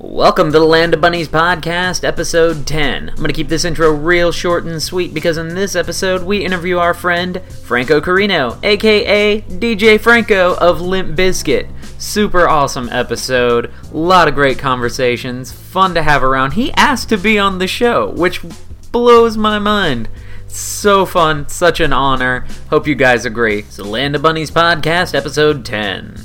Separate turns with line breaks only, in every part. Welcome to the Land of Bunnies podcast, episode 10. I'm going to keep this intro real short and sweet because in this episode we interview our friend Franco Carino, aka DJ Franco of Limp Biscuit. Super awesome episode, a lot of great conversations, fun to have around. He asked to be on the show, which blows my mind. So fun, such an honor. Hope you guys agree. It's the Land of Bunnies podcast, episode 10.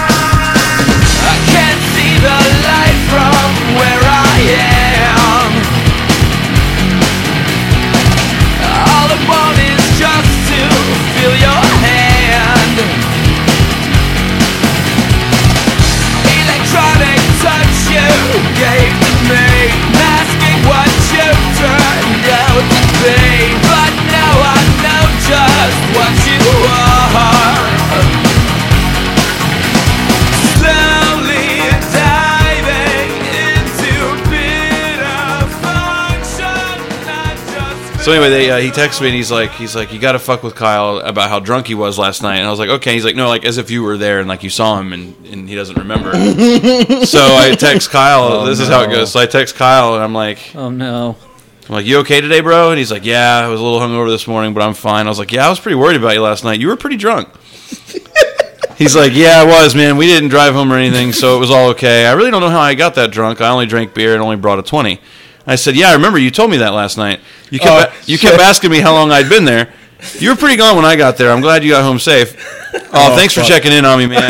I can't see the light from where I am. All I want is just to feel your hand. Electronic touch you gave to me, masking what you turned out to be. But now I know just what you are. Slowly diving into bitter function, not just
So anyway, they, uh, he texts me and he's like, he's like, you got to fuck with Kyle about how drunk he was last night. And I was like, okay. He's like, no, like as if you were there and like you saw him and, and he doesn't remember. so I text Kyle. this is how it goes. So I text Kyle and I'm like,
Oh no.
I'm like, you okay today, bro? And he's like, yeah, I was a little hungover this morning, but I'm fine. I was like, yeah, I was pretty worried about you last night. You were pretty drunk. he's like, yeah, I was, man. We didn't drive home or anything, so it was all okay. I really don't know how I got that drunk. I only drank beer and only brought a 20. I said, yeah, I remember you told me that last night. You kept, you kept asking me how long I'd been there. You were pretty gone when I got there. I'm glad you got home safe. Oh, thanks for checking in on me, man.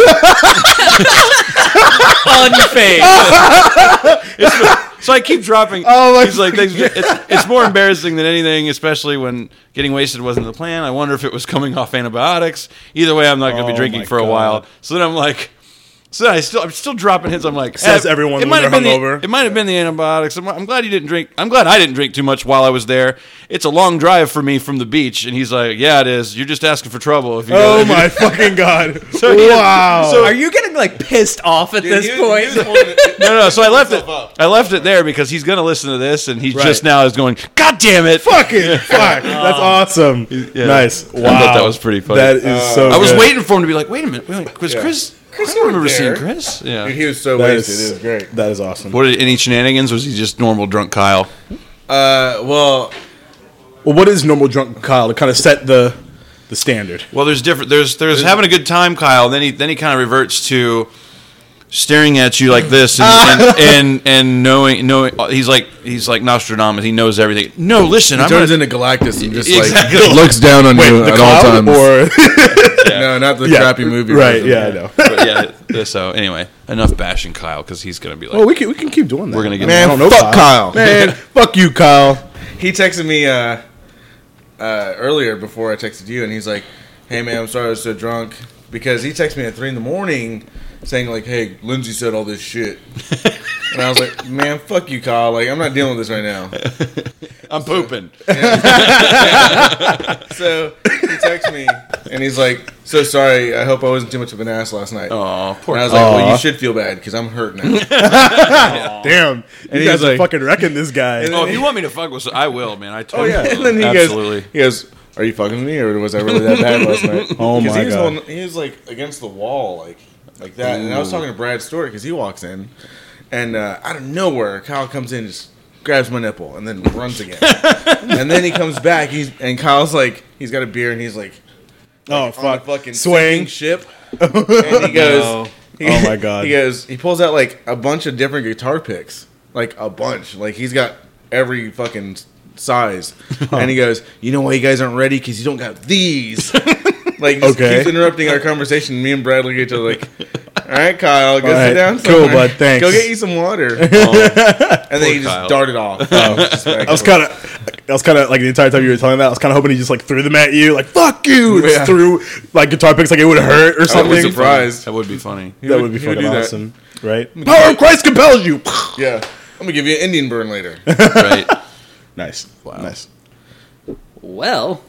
On your face.
So I keep dropping.
Oh, my
He's like, "Thanks for- it's, it's more embarrassing than anything, especially when getting wasted wasn't the plan. I wonder if it was coming off antibiotics. Either way, I'm not going to
Oh,
be drinking
my
for a
God.
while. So then I'm like, so then I still, I'm still dropping hints. I'm like,
Says
"Eh,
everyone when
might
they're
have been the-
hungover."
it might have been the antibiotics. I'm, I'm glad you didn't drink. I'm glad I didn't drink too much while I was there. It's a long drive for me from the beach. And he's like, yeah, it is. You're just asking for trouble. If you go-
Oh
if you-
my fucking god!
So he-
wow.
so-
Are you getting like pissed off at this point?
no, no. So I left it. I left it there because he's going to listen to this, and he
Right.
just now is going. God damn it!
fucking fuck. That's awesome.
Oh. yeah.
Nice.
I
Wow.
thought that was pretty funny. Uh,
That is so.
I was
good.
waiting for him to be like, "Wait a minute, wait, Chris, Chris, Chris, I don't remember seeing Chris."
Dude,
Yeah.
he was so
That
wasted. It was great.
That is awesome.
What did any shenanigans? Was he just normal drunk Kyle?
Uh, well,
Well, what is normal drunk Kyle to kind of set the the standard?
Well, there's different. There's there's having a good time, Kyle. Then he then he kind of reverts to staring at you like this, and and, and and knowing knowing he's like he's like Nostradamus. He knows everything. No, listen, I'm
turns
gonna-
into Galactus and just
Exactly.
like looks down on you
the
at all
cloud
times.
or
No, not the
Yeah,
crappy movie.
right?
version.
Yeah, I know.
but yeah. uh, So anyway, enough bashing Kyle because he's gonna be like,
Well, we can we can keep doing that.
We're gonna get-
I
Man,
don't know
fuck Kyle.
Man, fuck you, Kyle.
He texted me uh, uh, earlier before I texted you, and he's like, "Hey, man, I'm sorry I was so drunk." Because he texted me at three in the morning, saying like, "Hey, Lindsay said all this shit," and I was like, "Man, fuck you, Kyle. Like, I'm not dealing with this right now."
I'm pooping.
So he texts me, and he's like, "So sorry. I hope I wasn't too much of an ass last night."
Oh, poor.
And I was
Kyle.
like, well, you should feel bad because I'm hurt now.
Damn,
he
you guys
was
are
like-
fucking wrecking this guy.
Oh, if you want me to fuck with, I will, man. I totally.
Oh, and then he
absolutely.
goes, he goes, are you fucking with me or was I really that bad last night?
Oh,
'Cause
my
he was
God.
on- he was like against the wall, like like that. And I was talking to Brad Stewart because he walks in, and uh, out of nowhere, Kyle comes in, just grabs my nipple, and then runs again. and then he comes back, he's and Kyle's like, he's got a beer, and he's like,
Oh
on a
fuck,
fucking
swing.
sinking ship. And he goes, he-
Oh, my God.
he goes, he pulls out like a bunch of different guitar picks, like a bunch, like he's got every fucking size, and he goes, you know why you guys aren't ready? Because you don't got these. like, just
Okay.
keeps interrupting our conversation. Me and Brad look at each other like. All right, Kyle, go
All right,
sit down.
cool,
somewhere.
bud, thanks."
Go get you some water. and then he just
Kyle.
darted off. I
I Oh. was kind of, I was kind of like the entire time you were telling that, I was kind of hoping he just like threw them at you, like "fuck you," and
Yeah.
just threw like guitar picks, like it would hurt or
I was
something. That
surprised.
That would be funny.
would,
would-
be
he would
fucking
do that.
awesome, right? Power of Christ compels you.
Yeah, I'm gonna give you an Indian burn later.
Right.
nice, nice.
Well,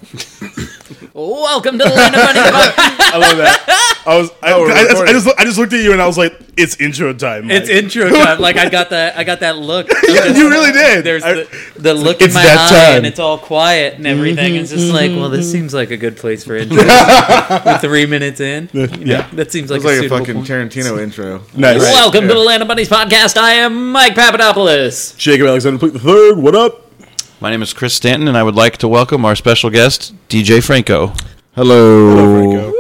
welcome to the Lena Bunny Podcast.
I love that. I was. I,
Oh, we're
I, I just, I
recording.
just. look- I just looked at you and I was like, "It's intro time." Mike."
It's intro time. Like I got that. I got that look.
you really did.
There's
I-
the, the look
it's
in my eye,
that time.
and it's all quiet and everything. It's just like, well, this seems like a good place for intro. We're three minutes in,
yeah.
that seems like
It's
a
like a
suitable
fucking
point.
Tarantino intro.
Nice.
Welcome to the Land of Bunnies podcast. I am Mike Papadopoulos.
Jacob Alexander Pleat the third. What up?
My name is Chris Stanton, and I would like to welcome our special guest, DJ Franco.
Franco.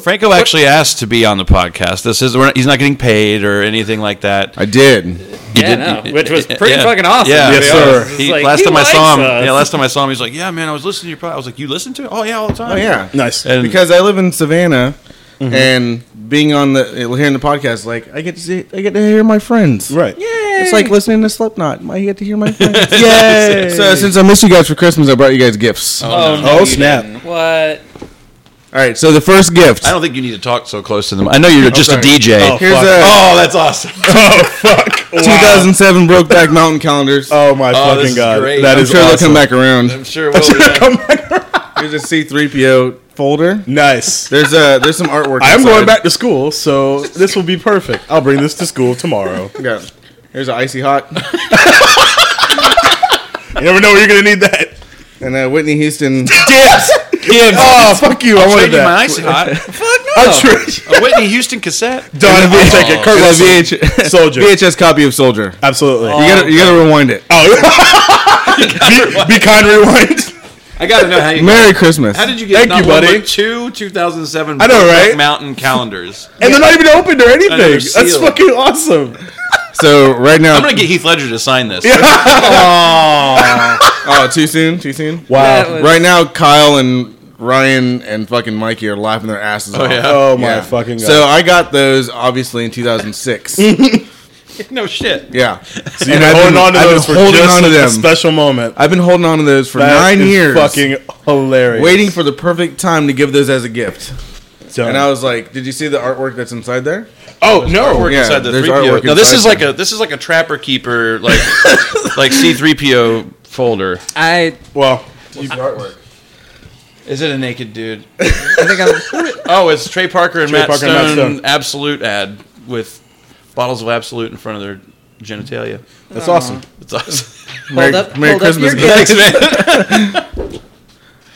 Franco actually asked to be on the podcast. This is we're not, he's not getting paid or anything like that.
I did.
Yeah, no, which was pretty fucking awesome.
Yeah,
Yes,
yeah.
sir.
It's
He,
like,
last
he
time I saw him,
likes us.
yeah, last time I saw him, he's like, "Yeah, man, I was listening to your podcast." I was like, "You listen to it? Oh yeah, all the time."
Oh yeah.
Nice.
And
Because I live in Savannah, and being on the hearing the podcast, like I get to see, I get to hear my friends.
right.
It's like listening to Slipknot. I get to hear my friends. Yay! So since I missed you guys for Christmas, I brought you guys gifts. All
Oh,
Oh,
you
snap.
didn't. What?
right. So the first gift.
I don't think you need to talk so close to them. I know you're just a
Oh, sorry.
DJ.
Oh,
Here's
fuck.
a
Oh, that's awesome.
oh fuck. Wow.
2007 Brokeback Mountain calendars.
Oh
Oh,
my
this
fucking
is
god.
great.
That
I'm
is
sure they'll
awesome.
come back around.
I'm sure. We'll
Come back.
Here's a C3PO folder.
Nice.
There's a there's some artwork.
I'm
inside.
going back to school, so this will be perfect. I'll bring this to school tomorrow.
Yeah. Here's an icy hot
You never know when you're gonna need that.
and a Whitney Houston.
Dibs. Dibs. Oh fuck you. I wanted
trade you my
that.
icy hot.
I'll trade you.
a Whitney Houston cassette.
Done. We'll take it. Kurt
It's a
Russell.
VH,
Soldier.
VHS copy of Soldier.
Absolutely.
You gotta you gotta rewind it.
Oh. be, be kind, rewind.
I gotta know how you.
Merry Christmas.
How did you get
Thank
not
you,
one,
buddy.
but two 2007
I know,
Brokeback
right?
Mountain calendars?
And they're not even opened or anything.
they're
That's
sealed.
fucking awesome.
so right now,
I'm gonna get Heath Ledger to sign this.
oh, too soon, too soon.
That was-
Right now, Kyle and Ryan and fucking Mikey are laughing their asses off.
yeah.
Oh my
Yeah.
fucking god.
So I got those obviously in 2006.
no shit.
yeah,
So you've
And
been
I've
holding
been-
on to
I've been
those for
holding
just
on to
a
them.
special moment.
I've been holding on to those for
That
nine
is
years,
Fucking hilarious.
waiting for the perfect time to give those as a gift.
Done.
And I was like, "Did you see the artwork that's inside there?"
Oh no! Artwork
Yeah,
inside the
there's
3PO.
artwork
no, this
inside
is like a this is like a trapper keeper like like C3PO folder.
I
well,
What's the artwork?
Is it a naked dude?
I think I'm.
Oh, it's Trey Parker and,
Trey
Matt,
Parker and
Stone
Matt Stone.
Absolute ad with bottles of Absolute in front of their genitalia.
that's awesome.
It's awesome.
Merry,
up-
Merry
hold up
Christmas,
your
guys.
Thanks, man.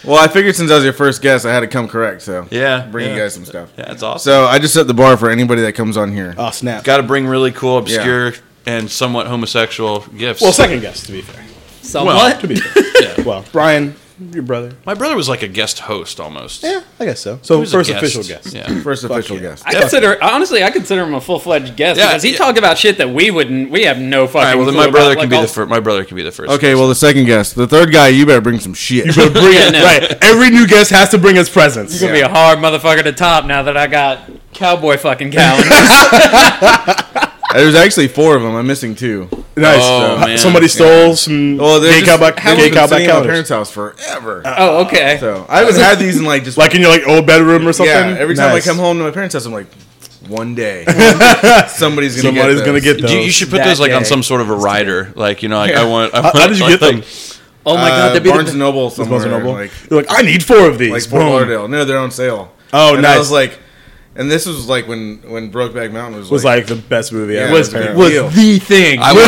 Well, I figured since I was your first guest, I had to come correct. So
Yeah,
bring
yeah.
you guys some stuff.
Yeah, it's awesome.
So I just set the bar for anybody that comes on here.
Oh snap.
Got to bring really cool, obscure, and somewhat homosexual gifts.
well, second guest to be fair.
Somewhat.
To be fair. Well, Brian, your brother.
my brother was like a guest host almost.
Yeah, I guess so. So
He was a
first official guest.
Yeah.
First official
yeah.
guest.
I consider honestly, I consider him a full fledged guest
Yeah,
because he
yeah.
talked about shit that we wouldn't. We have no fucking.
All right. Well, then
clue
my brother
about, like, oh,
can be
all-
the first. My brother can be the first.
Okay, well, the second guest, the third guy, you better bring some shit.
But bring
Yeah,
it
no.
right. Every new guest has to bring his presence.
Gonna be a hard motherfucker to top now that I got cowboy fucking calendar.
There's actually four of them. I'm missing two.
Nice.
Oh,
Uh,
man.
Somebody stole some
Well, they're
gay
just,
cowback
they've
gay
been
cowback
sitting at my
calendars.
parents' house forever.
oh, okay.
so I haven't had these in like just
Like in your like old bedroom or something.
yeah. Every time
Nice.
I come home to my parents' house, I'm like, one day somebody's gonna
somebody's
get
gonna get those.
Do you, you should put
That
those like on
day.
some sort of a rider, like you know, like
Yeah.
I want. I
How-
want
how did you
like,
get them?
oh my
uh,
god, that'd be
Uh, Barnes
the,
and Noble
Those
somewhere.
Barnes and Noble.
Like,
You're like, I need four of these.
like Fort
Boom.
Lauderdale. No, they're on sale.
Oh,
and
nice.
I was like, and this was like when when Brokeback Mountain was,
was like the best movie
Yeah,
ever.
was-
apparently.
was Deal.
the thing.
I would,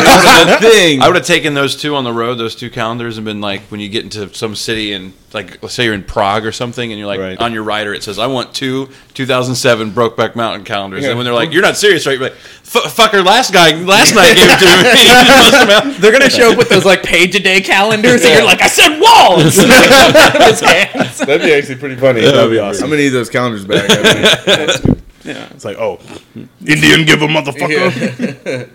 the thing.
I would have taken those two on the road, those two calendars, and been like, when you get into some city and like, let's say you're in Prague or something, and you're like
Right.
on your rider, it says, "I want two 2007 Brokeback Mountain calendars."
Yeah.
And when they're like, "You're not serious, right?" You're like, "F- "Fucker, last guy, last night gave it to me." You must have been-
They're gonna show up with those like page a day calendars, and you're like, I said walls. Out of his hands.
That'd be actually pretty funny.
That'd be awesome.
I'm gonna need those calendars back.
It's like, oh, Indian give a motherfucker.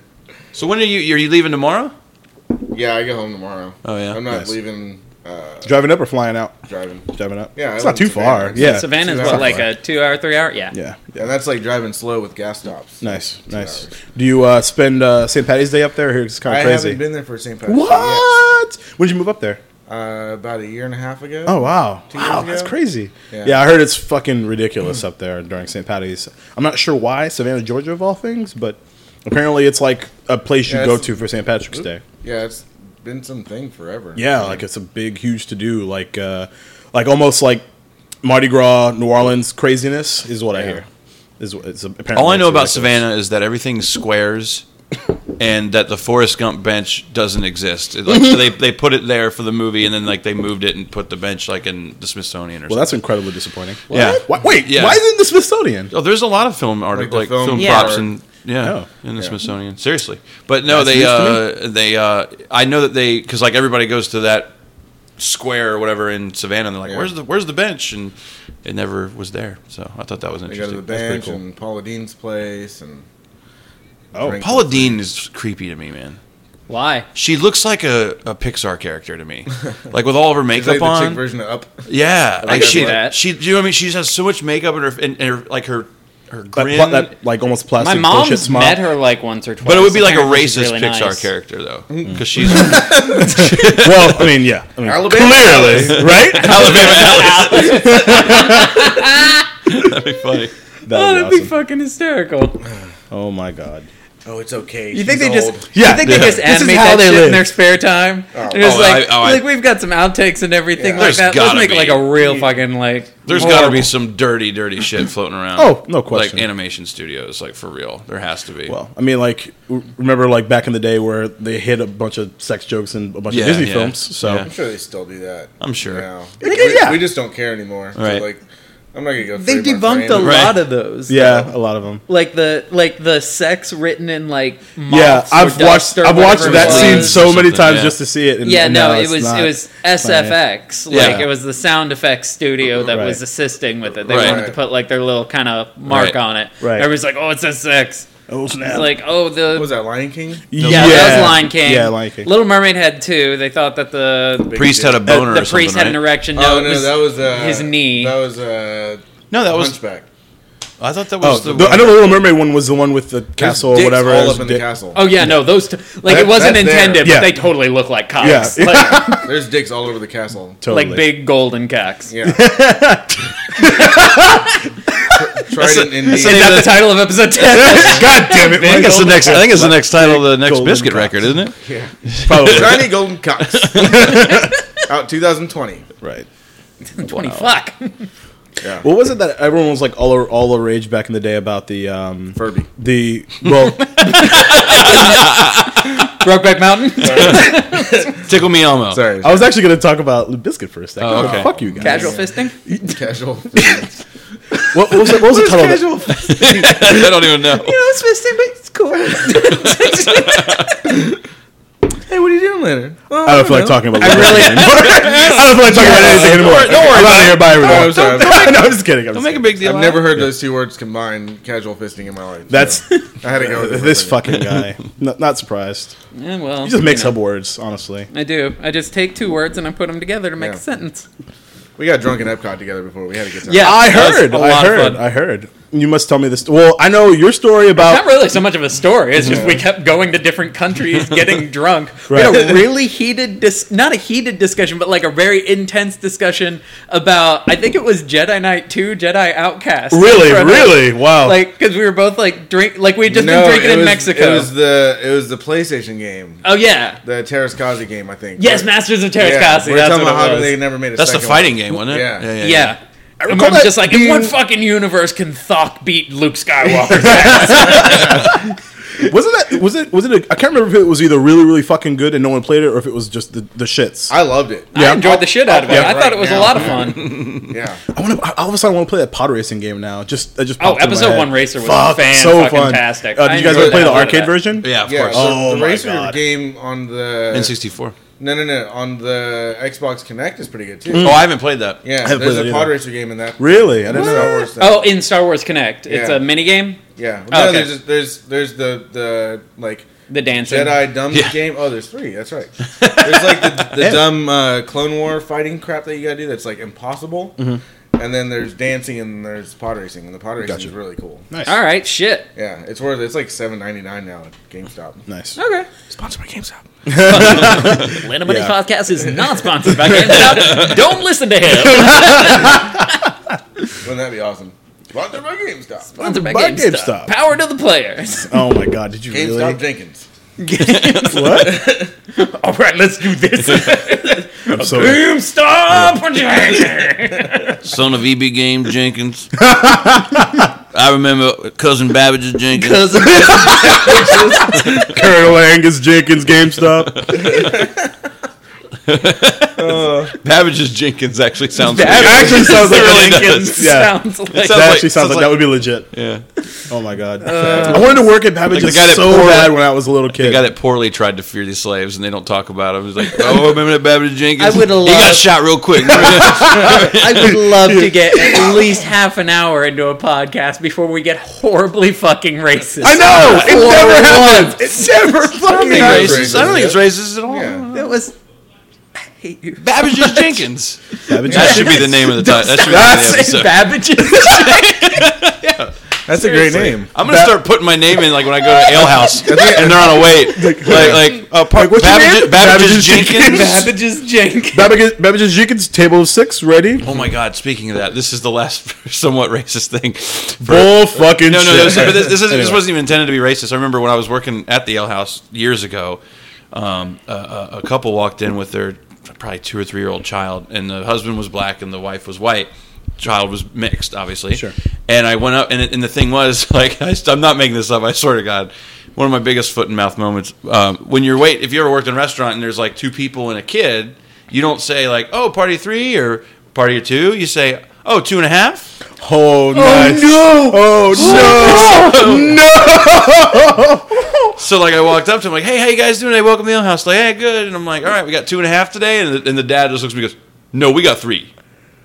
so when are you? Are you leaving tomorrow?
yeah, I go home tomorrow.
Oh, yeah?
I'm not
Nice.
leaving. Uh,
Driving up or flying out?
driving.
Driving up.
Yeah,
it's
I
not too
live in Savannah.
far.
It's
Yeah,
Savannah's
Something
what, like
like
a two hour, three hour? Yeah.
yeah, yeah.
And that's like driving slow with gas stops.
Nice, nice.
hours.
Do you uh, spend uh, St. Patty's Day up there? Here it's kind
I
of crazy.
haven't been there for St. Patrick's Day yet.
what? When did you move up there?
Uh, about a year and a half ago.
Oh wow,
years
wow, that's
ago?
crazy. Yeah.
Yeah.
I heard it's fucking ridiculous up there during St. Patty's. I'm not sure why Savannah, Georgia, of all things, but apparently it's like a place you
Yeah,
go
it's-
to for St. Patrick's Day.
Yeah, it's been something forever.
Yeah, like it's a big, huge to do. Like, uh, like almost like Mardi Gras, New Orleans craziness is what I hear. Is what it's apparently
All I know
it's
about
ridiculous.
Savannah is that everything's squares, and that the Forrest Gump bench doesn't exist. It, Like, they they put it there for the movie, and then like they moved it and put the bench like in the Smithsonian or
Well,
something.
that's incredibly disappointing.
Yeah.
Why, wait,
Yeah.
why isn't it the Smithsonian?
Oh, there's a lot of film art, like,
the
film,
film
Yeah.
props and yeah,
Oh.
in the
Yeah.
Smithsonian. Seriously, but no,
That's
they
news
uh, they uh, I know that they because like everybody goes to that square or whatever in Savannah, and they're like,
Yeah.
"Where's the Where's the bench?" and it never was there. So I thought that was
They go to
interesting.
the
That's pretty
bench
cool.
and Paula Dean's place and
Oh,
Drink.
Paula Dean is creepy to me, man.
Why?
She looks like a, a Pixar character to me, like with all of her
It's like
makeup
the chick
on.
version of Up.
Yeah, like
I
she,
see that.
she, do you know what I mean? She just has so much makeup in her, and, and her like her, her
that,
grin.
pla- that like almost
My
plastic bullshit
mom's
smile.
met her like once or twice.
but it would be like a
Apparently she's
racist
really
Pixar
nice.
character though, because she's
Well, I mean, yeah, I mean,
Clearly.
right?
Alabama Alice. That'd be funny.
Oh,
That
that'd
would be
be
awesome.
fucking hysterical.
Oh my god.
Oh, it's okay.
You think they just?
Yeah.
you think they
Yeah.
just
This is
animate
how
that
they
shit in
live.
their spare time? Oh, just
Oh,
like,
I- oh, I-
like we've got some outtakes and everything like
There's
that. Let's
gotta
make
be.
like a real fucking like.
There's got to be some dirty, dirty shit floating around.
Oh, no question.
Like animation studios, like for real, there has to be.
Well, I mean, like w- remember like back in the day where they hit a bunch of sex jokes in a bunch
Yeah,
of Disney
yeah,
films. So
yeah.
I'm sure they still do that.
I'm sure.
Now.
Yeah,
We,
yeah.
we just don't care anymore. So,
Right.
like, I'm not gonna go.
They
frame by
debunked a
frame.
Right.
lot of those.
yeah, a lot of them.
like the like the sex written in like
Yeah,
moths or
I've watched
dust or
I've watched
whatever
that
it
scene
was.
so many
Something,
times
yeah.
just to see it. And,
yeah,
and
no,
now
it
it's
was
not.
it was SFX.
Yeah.
Like it was the sound effects studio that was
Right.
assisting with it. They
Right.
wanted to put like their little kind of mark
Right.
on it.
Right.
Everybody's like, "Oh, it's SFX."
Oh
It's
snap!
like, "Oh, the
What was that Lion King?
yeah, that was Lion King."
Yeah, Lion King.
Little Mermaid had two. They thought that the
priest had a boner.
the
or
priest had
something,
an
right?
erection. No,
oh
it
no,
was,
that was uh,
his knee.
That was uh,
No, that was.
Hunchback.
I thought that
Oh,
was the.
the- I know the Little Mermaid one was the one with the
There's
castle, or
dicks
whatever. it
All
was
up in the
dick-
castle.
Oh yeah, no, those two. Like
That-
it wasn't
that's there.
intended,
Yeah.
but they totally look like cocks.
Yeah.
Like,
There's dicks all over the castle.
Totally.
like big golden cocks.
Yeah. Trident in
Is that the title of episode ten?
God damn it!
I think it's the next. I think it's the next title of the next
Golden
biscuit
Cops.
record, isn't it?
Probably
Tiny Golden Cocks. Out 2020.
right.
Twenty fuck.
Oh. What was it that everyone was like all all the rage back in the day about the um
Furby.
the well
Brokeback Mountain.
Tickle me Elmo.
Sorry.
I was actually going to talk about Limp Bizkit for a second.
Oh,
but
okay.
Fuck you guys.
Casual fisting?
casual.
What, what was the, what was the title? Of it?
I don't even know.
No, it's fisting, but it's cool.
hey, what are you doing, Leonard?
I don't feel like talking about. I really. I don't feel like talking about anything anymore.
worry- don't worry
I'm
about
out of here. Bye
Oh, I'm
everyone.
sorry.
no, I'm just kidding. I'm
Don't
just
make a
kidding.
big deal.
I've
out of
never
it.
heard those two words combined, casual fisting in my life. so
That's
I had to go. with it.
this fucking guy. Not, not surprised.
yeah, well,
He just makes
you
up
know,
words, honestly.
I do. I just take two words and I put them together to make
Yeah.
a sentence.
We got drunk in Epcot together before. We had a good time.
I
that was
heard.
a
I
lot of
heard.
fun.
I heard. You must tell me this. Well, I know your story
Not
about.
really so much of a story. It's just we kept going to different countries, getting drunk. We had
Right.
a really heated, dis- not a heated discussion, but like a very intense discussion about. I think it was Jedi Knight Two, Jedi Outcast.
Really,
From,
really, wow.
Like because we were both like drink, like we had just
No,
been drinking
it
in
was-
Mexico.
It was the it was the PlayStation game,
oh yeah,
the Terrascazi game, I think.
yes,
Matt.
Masters of Terrascasi.
we're
that's
talking
what
about
it
how
was.
they never made a
That's the
second
fighting
one.
game, wasn't it?
Yeah.
Yeah. I
recall
remember
that
just like, in what
being-
fucking universe can Thok beat Luke Skywalker?
Wasn't that? Was it? Was it? A, I can't remember if it was either really, really fucking good and no one played it, or if it was just the, the shits.
I loved it.
I enjoyed the shit out of it.
Yeah.
I thought it was
Right
a lot of fun.
Yeah.
I want to. All of a sudden, I want to play that pod racing game now. Just that just.
Oh,
popped in my
episode
head.
one racer was
Fuck,
fan
so
fucking
fun.
tastic.
Uh,
I
did you guys
enjoyed
ever play
the
the
hell out of
arcade
that.
version?
Yeah, of
Yeah,
course.
the,
Oh
the
my
racer
God.
game on the
N64.
No, no, no. On the Xbox Connect is pretty good too.
Mm.
Oh, I haven't played that.
Yeah,
haven't
there's
played
a
it
pod
either.
racer game in that.
Really? I didn't know.
Star Wars. Thing.
Oh, in Star Wars Connect, it's
Yeah.
a minigame.
yeah. No,
Oh, okay.
there's, there's there's the the like
The dancing.
Jedi dumb
Yeah.
game. Oh, there's three. That's right. There's like the, the dumb uh, Clone War fighting crap that you gotta do. That's like impossible. And then there's dancing and there's pod racing and the pod racing
Gotcha.
is really cool.
Nice.
All right, shit.
Yeah, it's worth it. It's like seven ninety nine now at GameStop.
Nice.
Okay.
Sponsored by GameStop.
Little Money
Yeah.
Podcast is not sponsored by GameStop. Don't listen to him.
Wouldn't that be awesome? Sponsored by GameStop.
Sponsored by
By
GameStop.
GameStop.
Power to the players.
Oh my god! Did you
GameStop
really?
Jenkins.
What?
All right, let's do this.
I'm so
Boom, stop. That's
Son of EB Game Jenkins. I remember cousin Babbage's Jenkins.
Colonel Angus Jenkins GameStop.
Babbage's Jenkins actually sounds.
That
weird.
actually sounds like
It really
a
does.
Jenkins. Yeah.
Sounds like
It
That
sounds like-
actually sounds
sounds
like, that would be legit.
Yeah,
Oh my god!
Uh,
I wanted to work at Babbage's
like the guy that
so
poured-
bad when I was a little
the
kid.
guy that poorly tried to fear these slaves, and they don't talk about him. He's like, oh, remember that Babbage Jenkins?
I would
He got
love-
shot real quick.
I would love to get at least half an hour into a podcast before we get horribly fucking racist.
I know it
For
never happens.
once.
It never fucking
think
happens.
racist. I don't think it's racist at all.
Yeah.
That was. I hate you.
Babbage's Jenkins. That
Babbage's-
should be the name of the title. That should be the name of the
That's
episode.
Babbage's.
That's a great name.
I'm gonna start putting my name in like when I go to Ale House and they're on a wait, like like uh,
Like, what's your
Babbage's,
name?
Babbage's
Babbage's
Jenkins.
Babbage's Jenkins.
Babbage's, Babbage's Jenkins table of six ready.
Oh my God! Speaking of that, this is the last somewhat racist thing.
Bull fucking
No, no,
shit.
no. so- but this, this, is, this
Anyway.
wasn't even intended to be racist. I remember when I was working at the Ale House years ago, um, a- a, a couple walked in with their probably two or three year old child, and the husband was black and the wife was white. Child was mixed, obviously.
Sure.
And I went up, and, it- and the thing was, like, I, st- I'm not making this up. I swear to God, one of my biggest foot and mouth moments. Um, when you're wait, if you ever worked in a restaurant and there's like two people and a kid, you don't say like, "Oh, party three or party of two. You say, "Oh, two and a half."
Oh, nice.
no.
Oh no!
So like I walked up to him like, hey, how you guys doing today? Welcome to the Ale house. Like, hey, good. And I'm like, all right, we got two and a half today. And the, and the dad just looks at me and goes, no, we got three.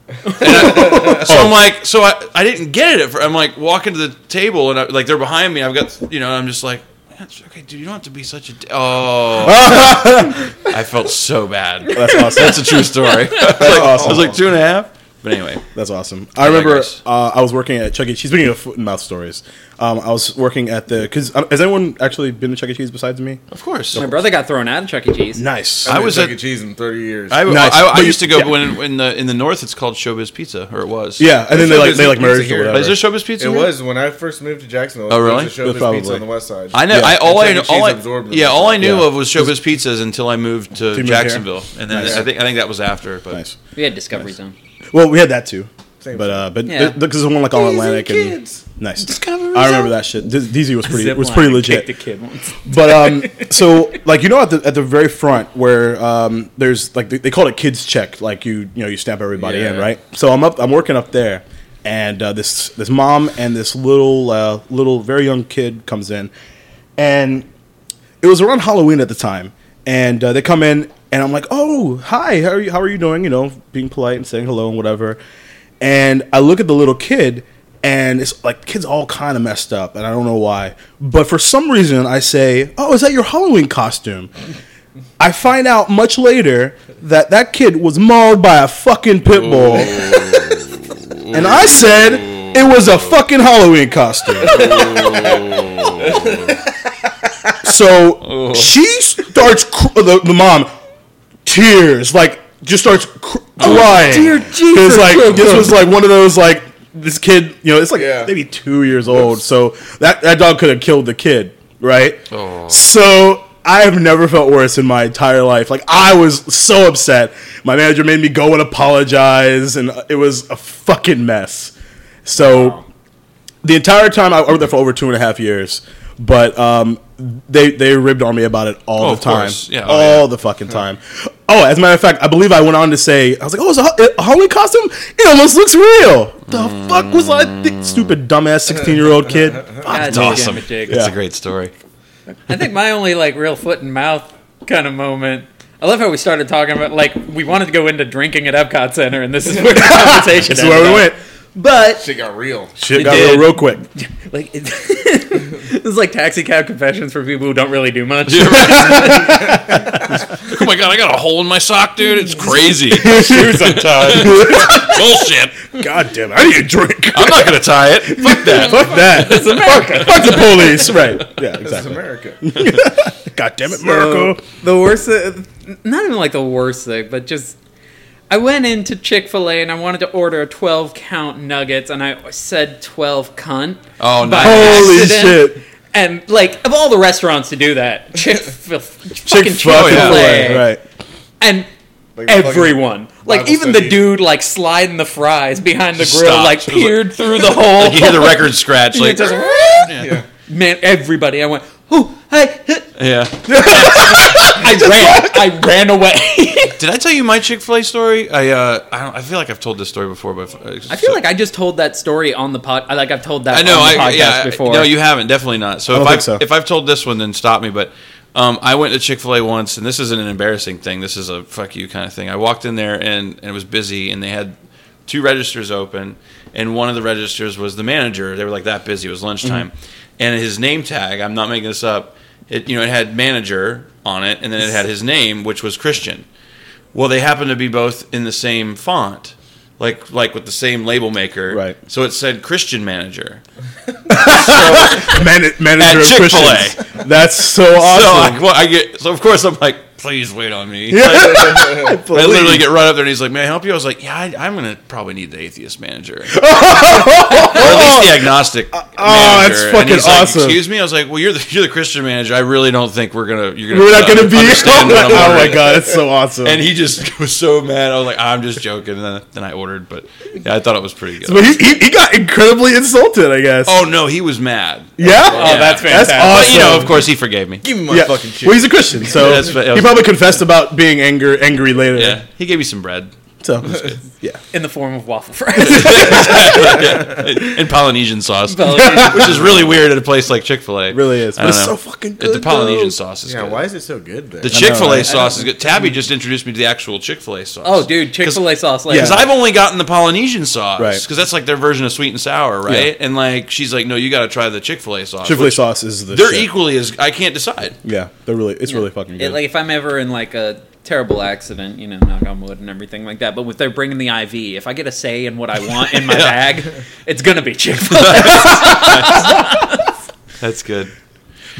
And I- so I'm like, so I, I didn't get it. At first. I'm like walking to the table and I, like they're behind me. I've got you know I'm just like, "That's okay, dude, you don't have to be such a. D-. Oh, I felt so bad.
That's awesome.
That's a true story. I
That's awesome.
was like two and a half. But anyway,
That's awesome. I remember
digress.
uh, I was working at Chuck E. Cheese. Speaking of foot and mouth stories, um, I was working at the because has anyone actually been to Chuck E. Cheese besides me?
of course.
My brother got thrown out of Chuck E. Cheese.
Nice.
I
I
was
was Chuck
at-
E. Cheese in 30 years.
I,
Nice.
I, I
But you-
used to go
yeah.
when in the in the north it's called Showbiz Pizza or it was.
yeah, and then they like they like
It was
merged
here.
or
Is there
whatever.
Showbiz Pizza?
it
here?
was when I first moved to Jacksonville.
Oh,
there was
really?
a Showbiz
Probably.
Pizza on the west side.
I know.
Yeah.
I all I
And Chuck E.
all
Cheese
I,
absorbed them.
yeah, all I knew
Yeah.
of was Showbiz Pizzas until I moved to
moved
Jacksonville, and then
Nice.
I think I think that was after. But
Nice.
We had Discovery Zone.
Well, we had that too,
Same
but uh, but
Yeah.
because there's one like all Atlantic and
kids.
nice.
Discovery
I remember that shit. D- DZ was pretty
Zip
was
line,
pretty
I
legit.
kicked a kid once.
But um, so like you know at the at the very front where um, there's like they, they call it kids check like you you know you stamp everybody in
Yeah.
right. So I'm up I'm working up there, and uh, this this mom and this little uh, little very young kid comes in, and it was around Halloween at the time, and uh, they come in, and I'm like, "Oh, hi, how are you? How are you doing?" You know, being polite and saying hello and whatever. And I look at the little kid, and it's like the kid's all kind of messed up, and I don't know why. But for some reason, I say, "Oh, is that your Halloween costume?" I find out much later that that kid was mauled by a fucking pit bull, and I said it was a fucking Halloween costume. So
Oh.
she starts cr- the, the mom tears like just starts cr-
Oh,
crying.
dear Jesus.
It's like this was like one of those like this kid, you know, it's like
Yeah.
maybe 2 years old. So that that dog could have killed the kid, right?
Oh.
So I have never felt worse in my entire life. Like I was so upset. My manager made me go and apologize and it was a fucking mess. So the entire time I I worked there for over two and a half years, but um, they they ribbed on me about it all
Oh, of
the time,
course. Yeah, oh,
all the fucking time. Oh, as a matter of fact, I believe I went on to say I was like, "Oh, it's a, Ho- a Halloween costume. It almost looks real." The fuck was I, thi- stupid dumbass sixteen year old kid? Fuck.
That's
awesome. That's
Yeah.
a great story.
I think my only like real foot and mouth kind of moment. I love how we started talking about like we wanted to go into drinking at Epcot Center, and this is where the conversation.
This is where we went.
But
Shit got real.
Shit
It
got
did.
real real quick.
like, it, this is like taxi cab confessions for people who don't really do much.
Oh my god, I got a hole in my sock, dude. It's crazy
Shoes untied.
bullshit.
God damn it! I need a drink.
I'm not gonna tie it. Fuck that.
Fuck that. It's America. Fuck, fuck the police. Right. Yeah.
This is
Exactly.
America.
God damn it,
So,
Miracle.
the worst, thi- not even like the worst thing, but just I went into Chick Fil A and I wanted to order a twelve count nuggets, and I said twelve cunt.
Oh
by
no.
Holy
accident.
shit.
And like of all the restaurants to do that, Chick fucking Chick
Chick-fil-A, Oh,
Fil A,
right.
and
Like the fucking
everyone, like
Bible
even the
study.
dude, like sliding the fries behind the grill,
Stops.
like
It was like-
peered through the hole.
You hear the record scratch,
It
like
doesn't-
Yeah.
man, everybody. I went, oh, I,
yeah.
I ran, I ran away.
Did I tell you my Chick Fil A story? I uh, I, don't, I feel like I've told this story before, but uh,
I feel like I just told that story on the pod. I- Like I've told that
I know.
on
I
the podcast
yeah.
before.
No, you haven't. Definitely not. So
don't
if I
think so.
if I've told this one, then stop me. But um, I went to Chick Fil A once, and this isn't an embarrassing thing. This is a fuck you kind of thing. I walked in there, and, and it was busy, and they had two registers open, and one of the registers was the manager. They were like that busy. It was lunchtime, and his name tag. I'm not making this up. It you know it had manager on it, and then it had his name, which was Christian. Well, they happened to be both in the same font, like like with the same label maker.
Right.
So it said Christian manager.
Man- manager
At
of
Chick-fil-A.
Christians. That's so awesome.
So I, well, I get so of course I'm like, please wait on me. I literally get right up there and he's like, "May I help you?" I was like, "Yeah, I, I'm gonna probably need the atheist manager, or at least the agnostic."
oh,
manager."
that's
And
fucking
he's like,
awesome.
Excuse me. I was like, "Well, you're the you're the Christian manager. I really don't think we're gonna you're gonna
We're not
uh,
gonna be.
understand what I'm
oh my
ordering."
god, that's so awesome.
And he just was so mad. I was like, "I'm just joking." And then, then I ordered, but yeah, I thought it was pretty good.
but he, he, he got incredibly insulted. I guess.
Oh no, he was mad.
yeah.
Oh, that's
That's
fantastic.
awesome.
But you know, of course, he forgave me.
Give me my
Yeah.
fucking shit.
Well, he's a Christian, so
That's fa-
he probably confessed about being anger, angry later.
Yeah, he gave me some bread
So yeah,
in the form of waffle fries.
and Polynesian sauce.
Polynesian-
which is really weird at a place like Chick Fil A.
it really is. But it's so fucking good.
The Polynesian
though.
sauce is
yeah,
good.
why is it so good there?
The Chick Fil A
right?
sauce is good. Tabby just introduced me to the actual Chick Fil A sauce.
oh, dude, Chick Fil A sauce. Like,
Yeah.
Because I've only gotten the Polynesian sauce,
Right.
Because that's like their version of sweet and sour, right? And like she's like, no, you got to try the Chick Fil A sauce.
Chick Fil A
which
sauce is the.
They're
shit.
equally as I can't decide.
Yeah, they're really. It's really fucking
It-
good.
like if I'm ever in like a terrible accident, you know, knock on wood and everything like that. But if they're bringing the IV, if I get a say in what I want in my bag, it's gonna be Chick Fil A.
That's good.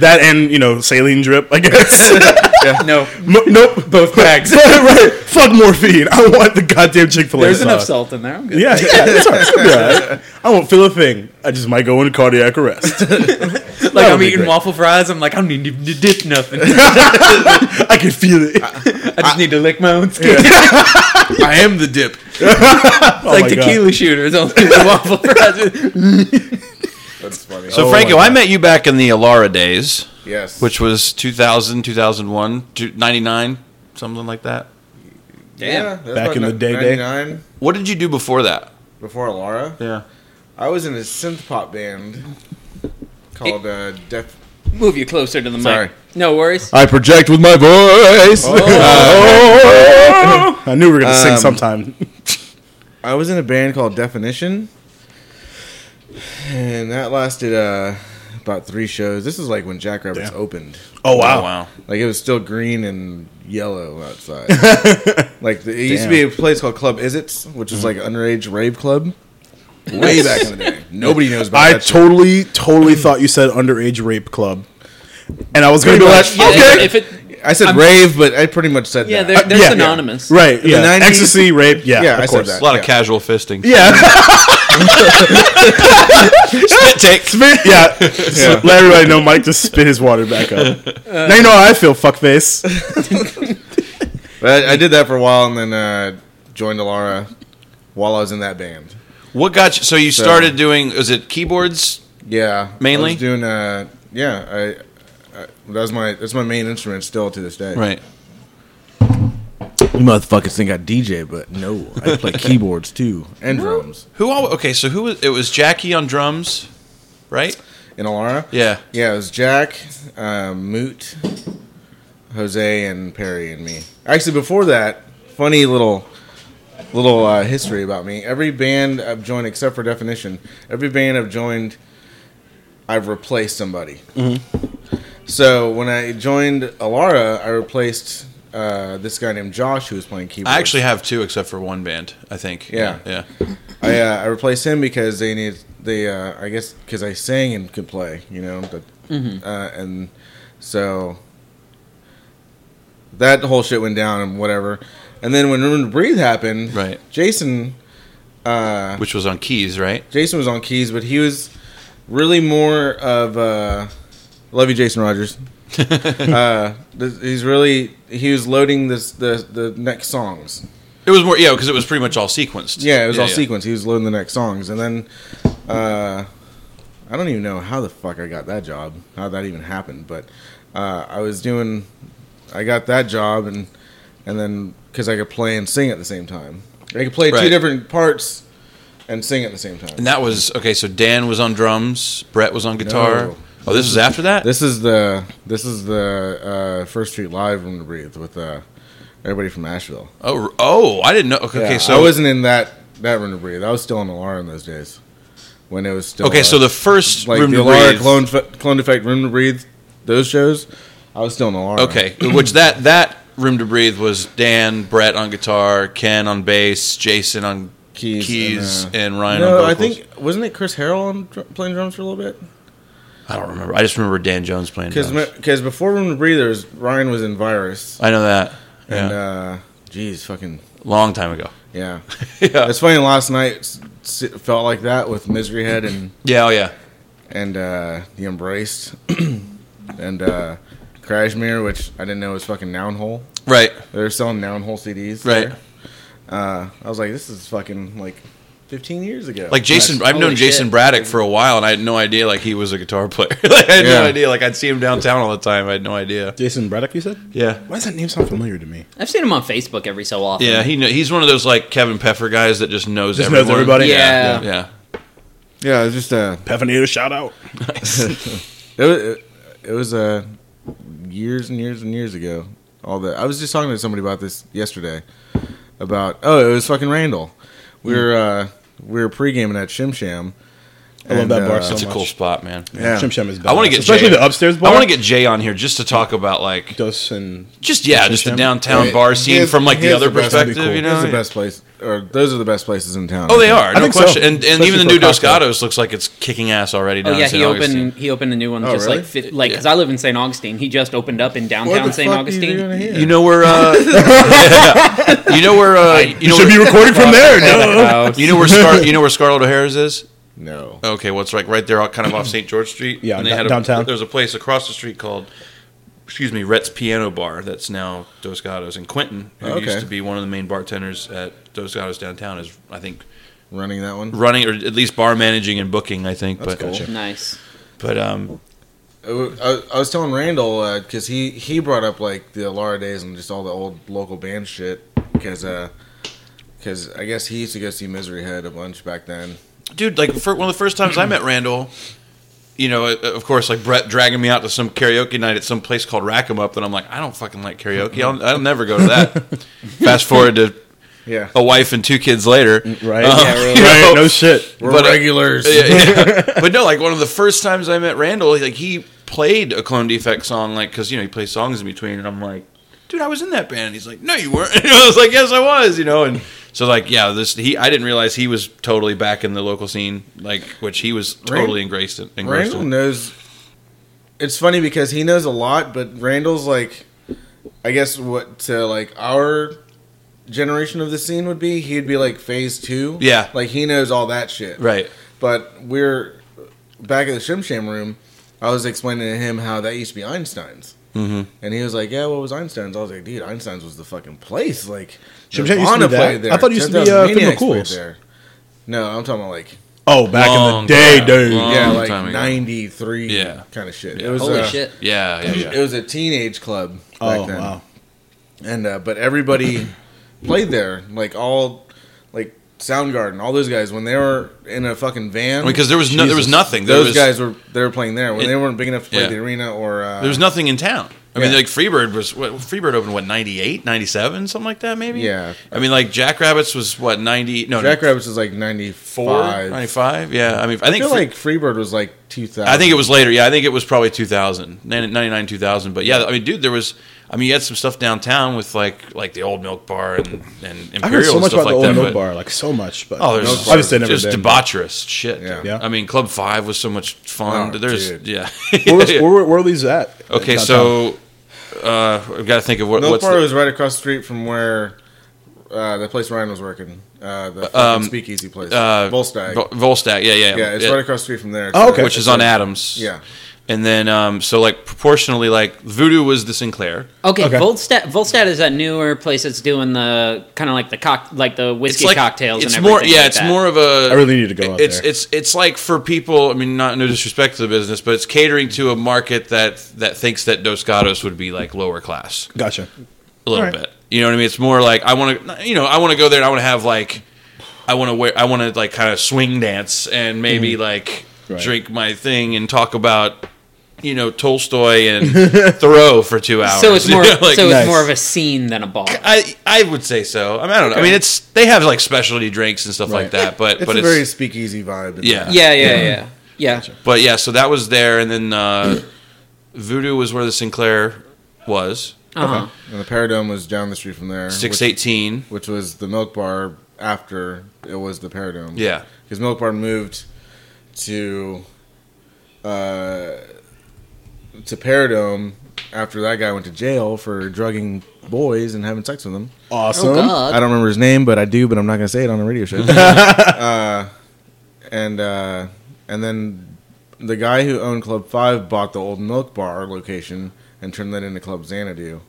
that and you know saline drip. I guess.
No,
Mo- nope. Both bags. right. Fuck morphine. I want the goddamn Chick Fil A.
there's enough salt in there. I'm good.
Yeah, yeah, it's all right. It's gonna be all right. I won't feel a thing. I just might go into cardiac arrest.
like
would
I'm
be
eating
great.
waffle fries. I'm like, I don't need to dip nothing.
I can feel it. Oh
I just need to lick my own skin.
I am the dip.
Oh
like
my God.
tequila shooters. Don't do the waffle fries.
That's funny. Oh,
So Franco, I met you back in the Alara days,
yes.
which was 2000, 2001, two- 99, something like that.
yeah, that's
Back
about
in the day, day.
99,
What did you do before that?
before Alara.
Yeah.
I was in a synth pop band called uh, Def.
Move you closer to the
Sorry.
mic. No worries.
I project with my voice. Oh. I knew we were gonna sing
Um,
sometime.
I was in a band called Definition, and that lasted uh, about three shows. This is like when Jackrabbits
Damn.
opened.
Oh
Oh, wow.
Like it was still green and yellow outside. like the, it used
Damn.
to
Mm-hmm.
be a place called Club Isits, which is like underage rave club. Way back in the day, nobody knows about
I
that. shit.
totally, totally thought you said underage rape club, and I was gonna be
Pretty
like,
much,
Yeah,
Oh, okay,
If it,
I said
I'm-
rave, but I pretty much said
yeah,
that.
they're, they're
Yeah.
synonymous.
right, yeah,
90s?
ecstasy, rape, yeah,
Yeah,
of
I said
course.
that.
A lot of
Yeah.
casual fisting.
Yeah,
Spit take.
spit, yeah. So let everybody know Mike just spit his water back up. now you know how I feel, fuckface.
But I, I did that for a while and then uh, joined Alara while I was in that band.
What got you? So you started doing? Was it keyboards?
Yeah,
Mainly?
I was doing. Uh, yeah, I, I that's my that's my main instrument still to this day.
Right.
you motherfuckers think I DJ, but no, I play keyboards too and drums
Who? All, okay, so who? was- It was Jackie on drums, right?
in Alara.
Yeah.
Yeah, it was Jack, uh, Moot, Jose, and Perry and me. Actually, before that, funny little little uh, history about me. Every band I've joined, except for Definition, every band I've joined, I've replaced somebody.
Mm-hmm.
So when I joined Alara, I replaced uh, this guy named Josh who was playing keyboards.
I actually have two, except for one band. I think.
Yeah.
Yeah.
I, uh, I replaced him because they needed they uh, I guess because I sang and could play, you know, but uh, and so that whole shit went down and whatever. And then when Room to Breathe happened,
Right.
Jason
yeah.
uh,
Which was on keys, right?
Jason was on keys, but he was really more of uh, Love you, Jason Rogers. uh, this- he's really he was loading this the the next songs.
It was more, yeah, because it was pretty much all sequenced.
Yeah, it was all
yeah.
sequence. He was loading the next songs, and then uh, I don't even know how the fuck I got that job, how that even happened. But uh, I was doing, I got that job, and and then because I could play and sing at the same time, I could play
Right.
two different parts and sing at the same time.
And that was okay. So Dan was on drums, Brett was on guitar.
No.
Oh, this was after that.
This is the this is the uh, First Street Live Room to Breathe with uh, everybody from Asheville.
oh, r- oh, I didn't know. Okay,
Yeah,
so
I wasn't in that that Room to Breathe. I was still in Alara in those days when it was still
okay.
uh,
So the first
like
room
the
to
Alara
breathe.
clone Fe- clone defect Room to Breathe those shows. I was still in Alara.
Okay, which that that room to breathe was Dan, Brett on guitar, Ken on bass, Jason on
Keys
keys,
and,
and, Ryan. on
No,
vocals.
I think wasn't it Chris Harrell on dr- playing drums for a little bit?
I don't remember. I just remember Dan Jones playing. drums.
Because before Room to Breathe, there was Ryan was in Virus
I know that. Yeah,
and uh, geez, fucking
long time ago.
yeah.
yeah,
It's funny. Last night s- s- felt like that with Misery Head and
yeah, oh yeah.
and uh, the Embraced and uh, Crashmere, which I didn't know was fucking Nounhole.
Right,
They're selling Nounhole CDs.
right.
there. Uh, I was like, this is fucking like 15 years ago.
Like Jason, I've known
Holy
Jason
shit.
Braddock for a while, and I had no idea like he was a guitar player. like, I had
Yeah.
no idea. Like I'd see him downtown all the time. I had no idea.
Jason Braddock, you said?
Yeah,
Why does that name sound familiar to me?
I've seen him on Facebook every so often.
yeah. He kn- he's one of those like Kevin Peffer guys that just knows
Just knows
everyone.
everybody.
Yeah.
yeah. yeah.
yeah, it was just uh,
Pevinator, shout out.
it was, it, it was uh, years and years and years ago. All that I was just talking to somebody about this yesterday. About oh, it was fucking Randall. We were uh, we were pre-gaming at Shim Sham.
I love
uh,
that bar so
That's a
much.
cool spot, man.
Yeah.
Shim Sham is
I want to
badass.
get
especially
Jay.
the upstairs bar.
I want to get Jay on here just to talk about like
Dos and
just yeah, just the
Sham.
downtown
Hey,
bar scene
his-
from like the
his
other
best-
perspective.
that'd be
You
cool. His
know,
the best place, or those are the best places in town.
Oh, they are.
I
No
think so.
question. And, and
Especially
even the
for
new
a
Dos
cocktail.
Gatos looks like it's kicking ass already.
Oh
Down
yeah,
in
he
St. Augustine.
opened he opened a new one
Oh,
just
really?
like fif- like because I live in St. Augustine. He just opened up in
What
downtown
the
St.
fuck are you
Augustine.
doing here?
You know where? Uh, yeah. You know where? Uh, you know
should be
where,
recorded from there. duh.
you know where? Scar- you know where Scarlett O'Hara's is?
no.
Okay, what's like right there, all kind of off St. George Street.
Yeah,
and they
d-
had a,
downtown.
There's a place across the street called, excuse me, Rhett's Piano Bar. That's now Dos Gatos, and Quentin, who
Oh,
Okay.
used to be one of the main bartenders at Dos Gatos downtown, is I think
Running that one.
running or at least bar managing and booking. I think,
That's
but
cool.
Nice.
but um,
I, I was telling Randall because he he brought up like the Alara days and just all the old local band shit because I guess he used to go see Misery Head a bunch back then.
dude, like for one of the first times I met Randall, you know, uh, of course, like Brett dragging me out to some karaoke night at some place called Rack 'em Up, and I'm like, I don't fucking like karaoke. I'll, I'll never go to that. Fast forward to
Yeah,
a wife and two kids later,
Right?
Uh,
Yeah,
you
right?
know,
No shit.
we're
but, uh,
regulars.
yeah, yeah. but no, like one of the first times I met Randall, like he played a Clone Defect song, like because you know he plays songs in between, and I'm like, dude, I was in that band. And he's like, no, you weren't. And I was like, yes, I was. You know, and so like, yeah, this he I didn't realize he was totally back in the local scene, like which he was totally engraced in. Engraced
Randall
in.
knows. It's funny because he knows a lot, but Randall's like, I guess what to like our generation of the scene would be. He'd be like phase two.
Yeah.
like he knows all that shit.
Right.
But we're back at the Shim Sham room. I was explaining to him how that used to be Einstein's. Mm-hmm. And he was like, "Yeah, what was Einstein's?" I was like, "Dude, Einstein's was the fucking place." Like,
Shim Sham used to
Nirvana
be that.
played there.
I thought it used to be,
10,000
uh, Criminal
Maniacs played
Cools.
there. No, I'm talking about like
Oh, back
Long
in the day,
time.
dude.
Long
yeah,
time
like
ago.
'93,
Yeah.
kind of shit. It was
Holy
uh,
shit!
Yeah, yeah, yeah.
It was a teenage club back
Oh,
then,
wow.
and uh, but everybody played there. Like all, like Soundgarden, all those guys when they were in a fucking van.
Because there was no, there was nothing. There
those
was,
guys were they were playing there when
It-
they weren't big enough to play
yeah.
the arena or uh,
There was nothing in town. I mean,
Yeah.
like Freebird was what Freebird opened what 98, 97, something like that, maybe.
Yeah.
I mean, like Jackrabbits was what ninety? No,
Jack Rabbits was like ninety
four,
five. I
95? Yeah, I mean, I think
feel
Free-
like Freebird was like two thousand.
I think it was later. Yeah, I think it was probably 2000, 99, 2000. But yeah, I mean, dude, there was. I mean, you had some stuff downtown with like like the old Milk Bar and and Imperial
I heard so
and
much
stuff
about the
like
old
that.
milk
but-
bar, like so much. But
Oh, there's
Milk Bar.
obviously never
just
been.
debaucherous shit.
Yeah.
Yeah.
I mean, Club Five was so much fun.
Oh,
there's
dude.
yeah.
Where, was, where, were- where are these at?
okay,
Downtown.
so uh, I've got to think of what
Milk
what's
Bar
the,
was right across the street from where uh, the place Ryan was working. Uh, the fucking
Um,
speakeasy place,
uh,
Volstagg.
Vol- Volstagg, yeah, yeah,
yeah, it's
yeah.
right across the street from there.
Oh, okay.
which is on Adams.
Yeah.
And then, um, so like proportionally, like Voodoo was the Sinclair.
Okay,
Okay.
Volstad, Volstad is that newer place that's doing the kind of like the cock, like the whiskey cocktails.
It's
and
more,
everything
yeah.
like
it's
that.
more of a.
I really need to go out
it's
there.
it's it's like for people. I mean, not no disrespect to the business, but it's catering to a market that that thinks that Dos Gatos would be like lower class
Gotcha.
a little
Alright.
bit. You know what I mean? It's more like I want to, you know, I want to go there. and I want to have like, I want to wear, I want to like kind of swing dance and maybe
Mm-hmm.
like
Right.
drink my thing and talk about, you know, Tolstoy and Thoreau for two hours.
So it's more,
You know, like-
so it's
Nice.
more of a scene than a bar.
I I would say so. I mean, I don't know. I mean, it's they have like specialty drinks and stuff like
Right.
that, but
It's
but
a
it's
very speakeasy vibe. in
yeah
Yeah, yeah, yeah, yeah.
But yeah, so that was there, and then uh, Voodoo was where the Sinclair was
Uh-huh.
there. And the Paradome was down the street from there.
six
which,
eighteen.
Which was the Milk Bar after it was the Paradome.
Yeah,
Because Milk Bar moved to uh, to Paradome after that guy went to jail for drugging boys and having sex with them.
Awesome.
I don't remember his name, but I do. But I'm not gonna say it on the radio show. uh, and uh, and then the guy who owned Club Five bought the old Milk Bar location and turned that into Club Xanadu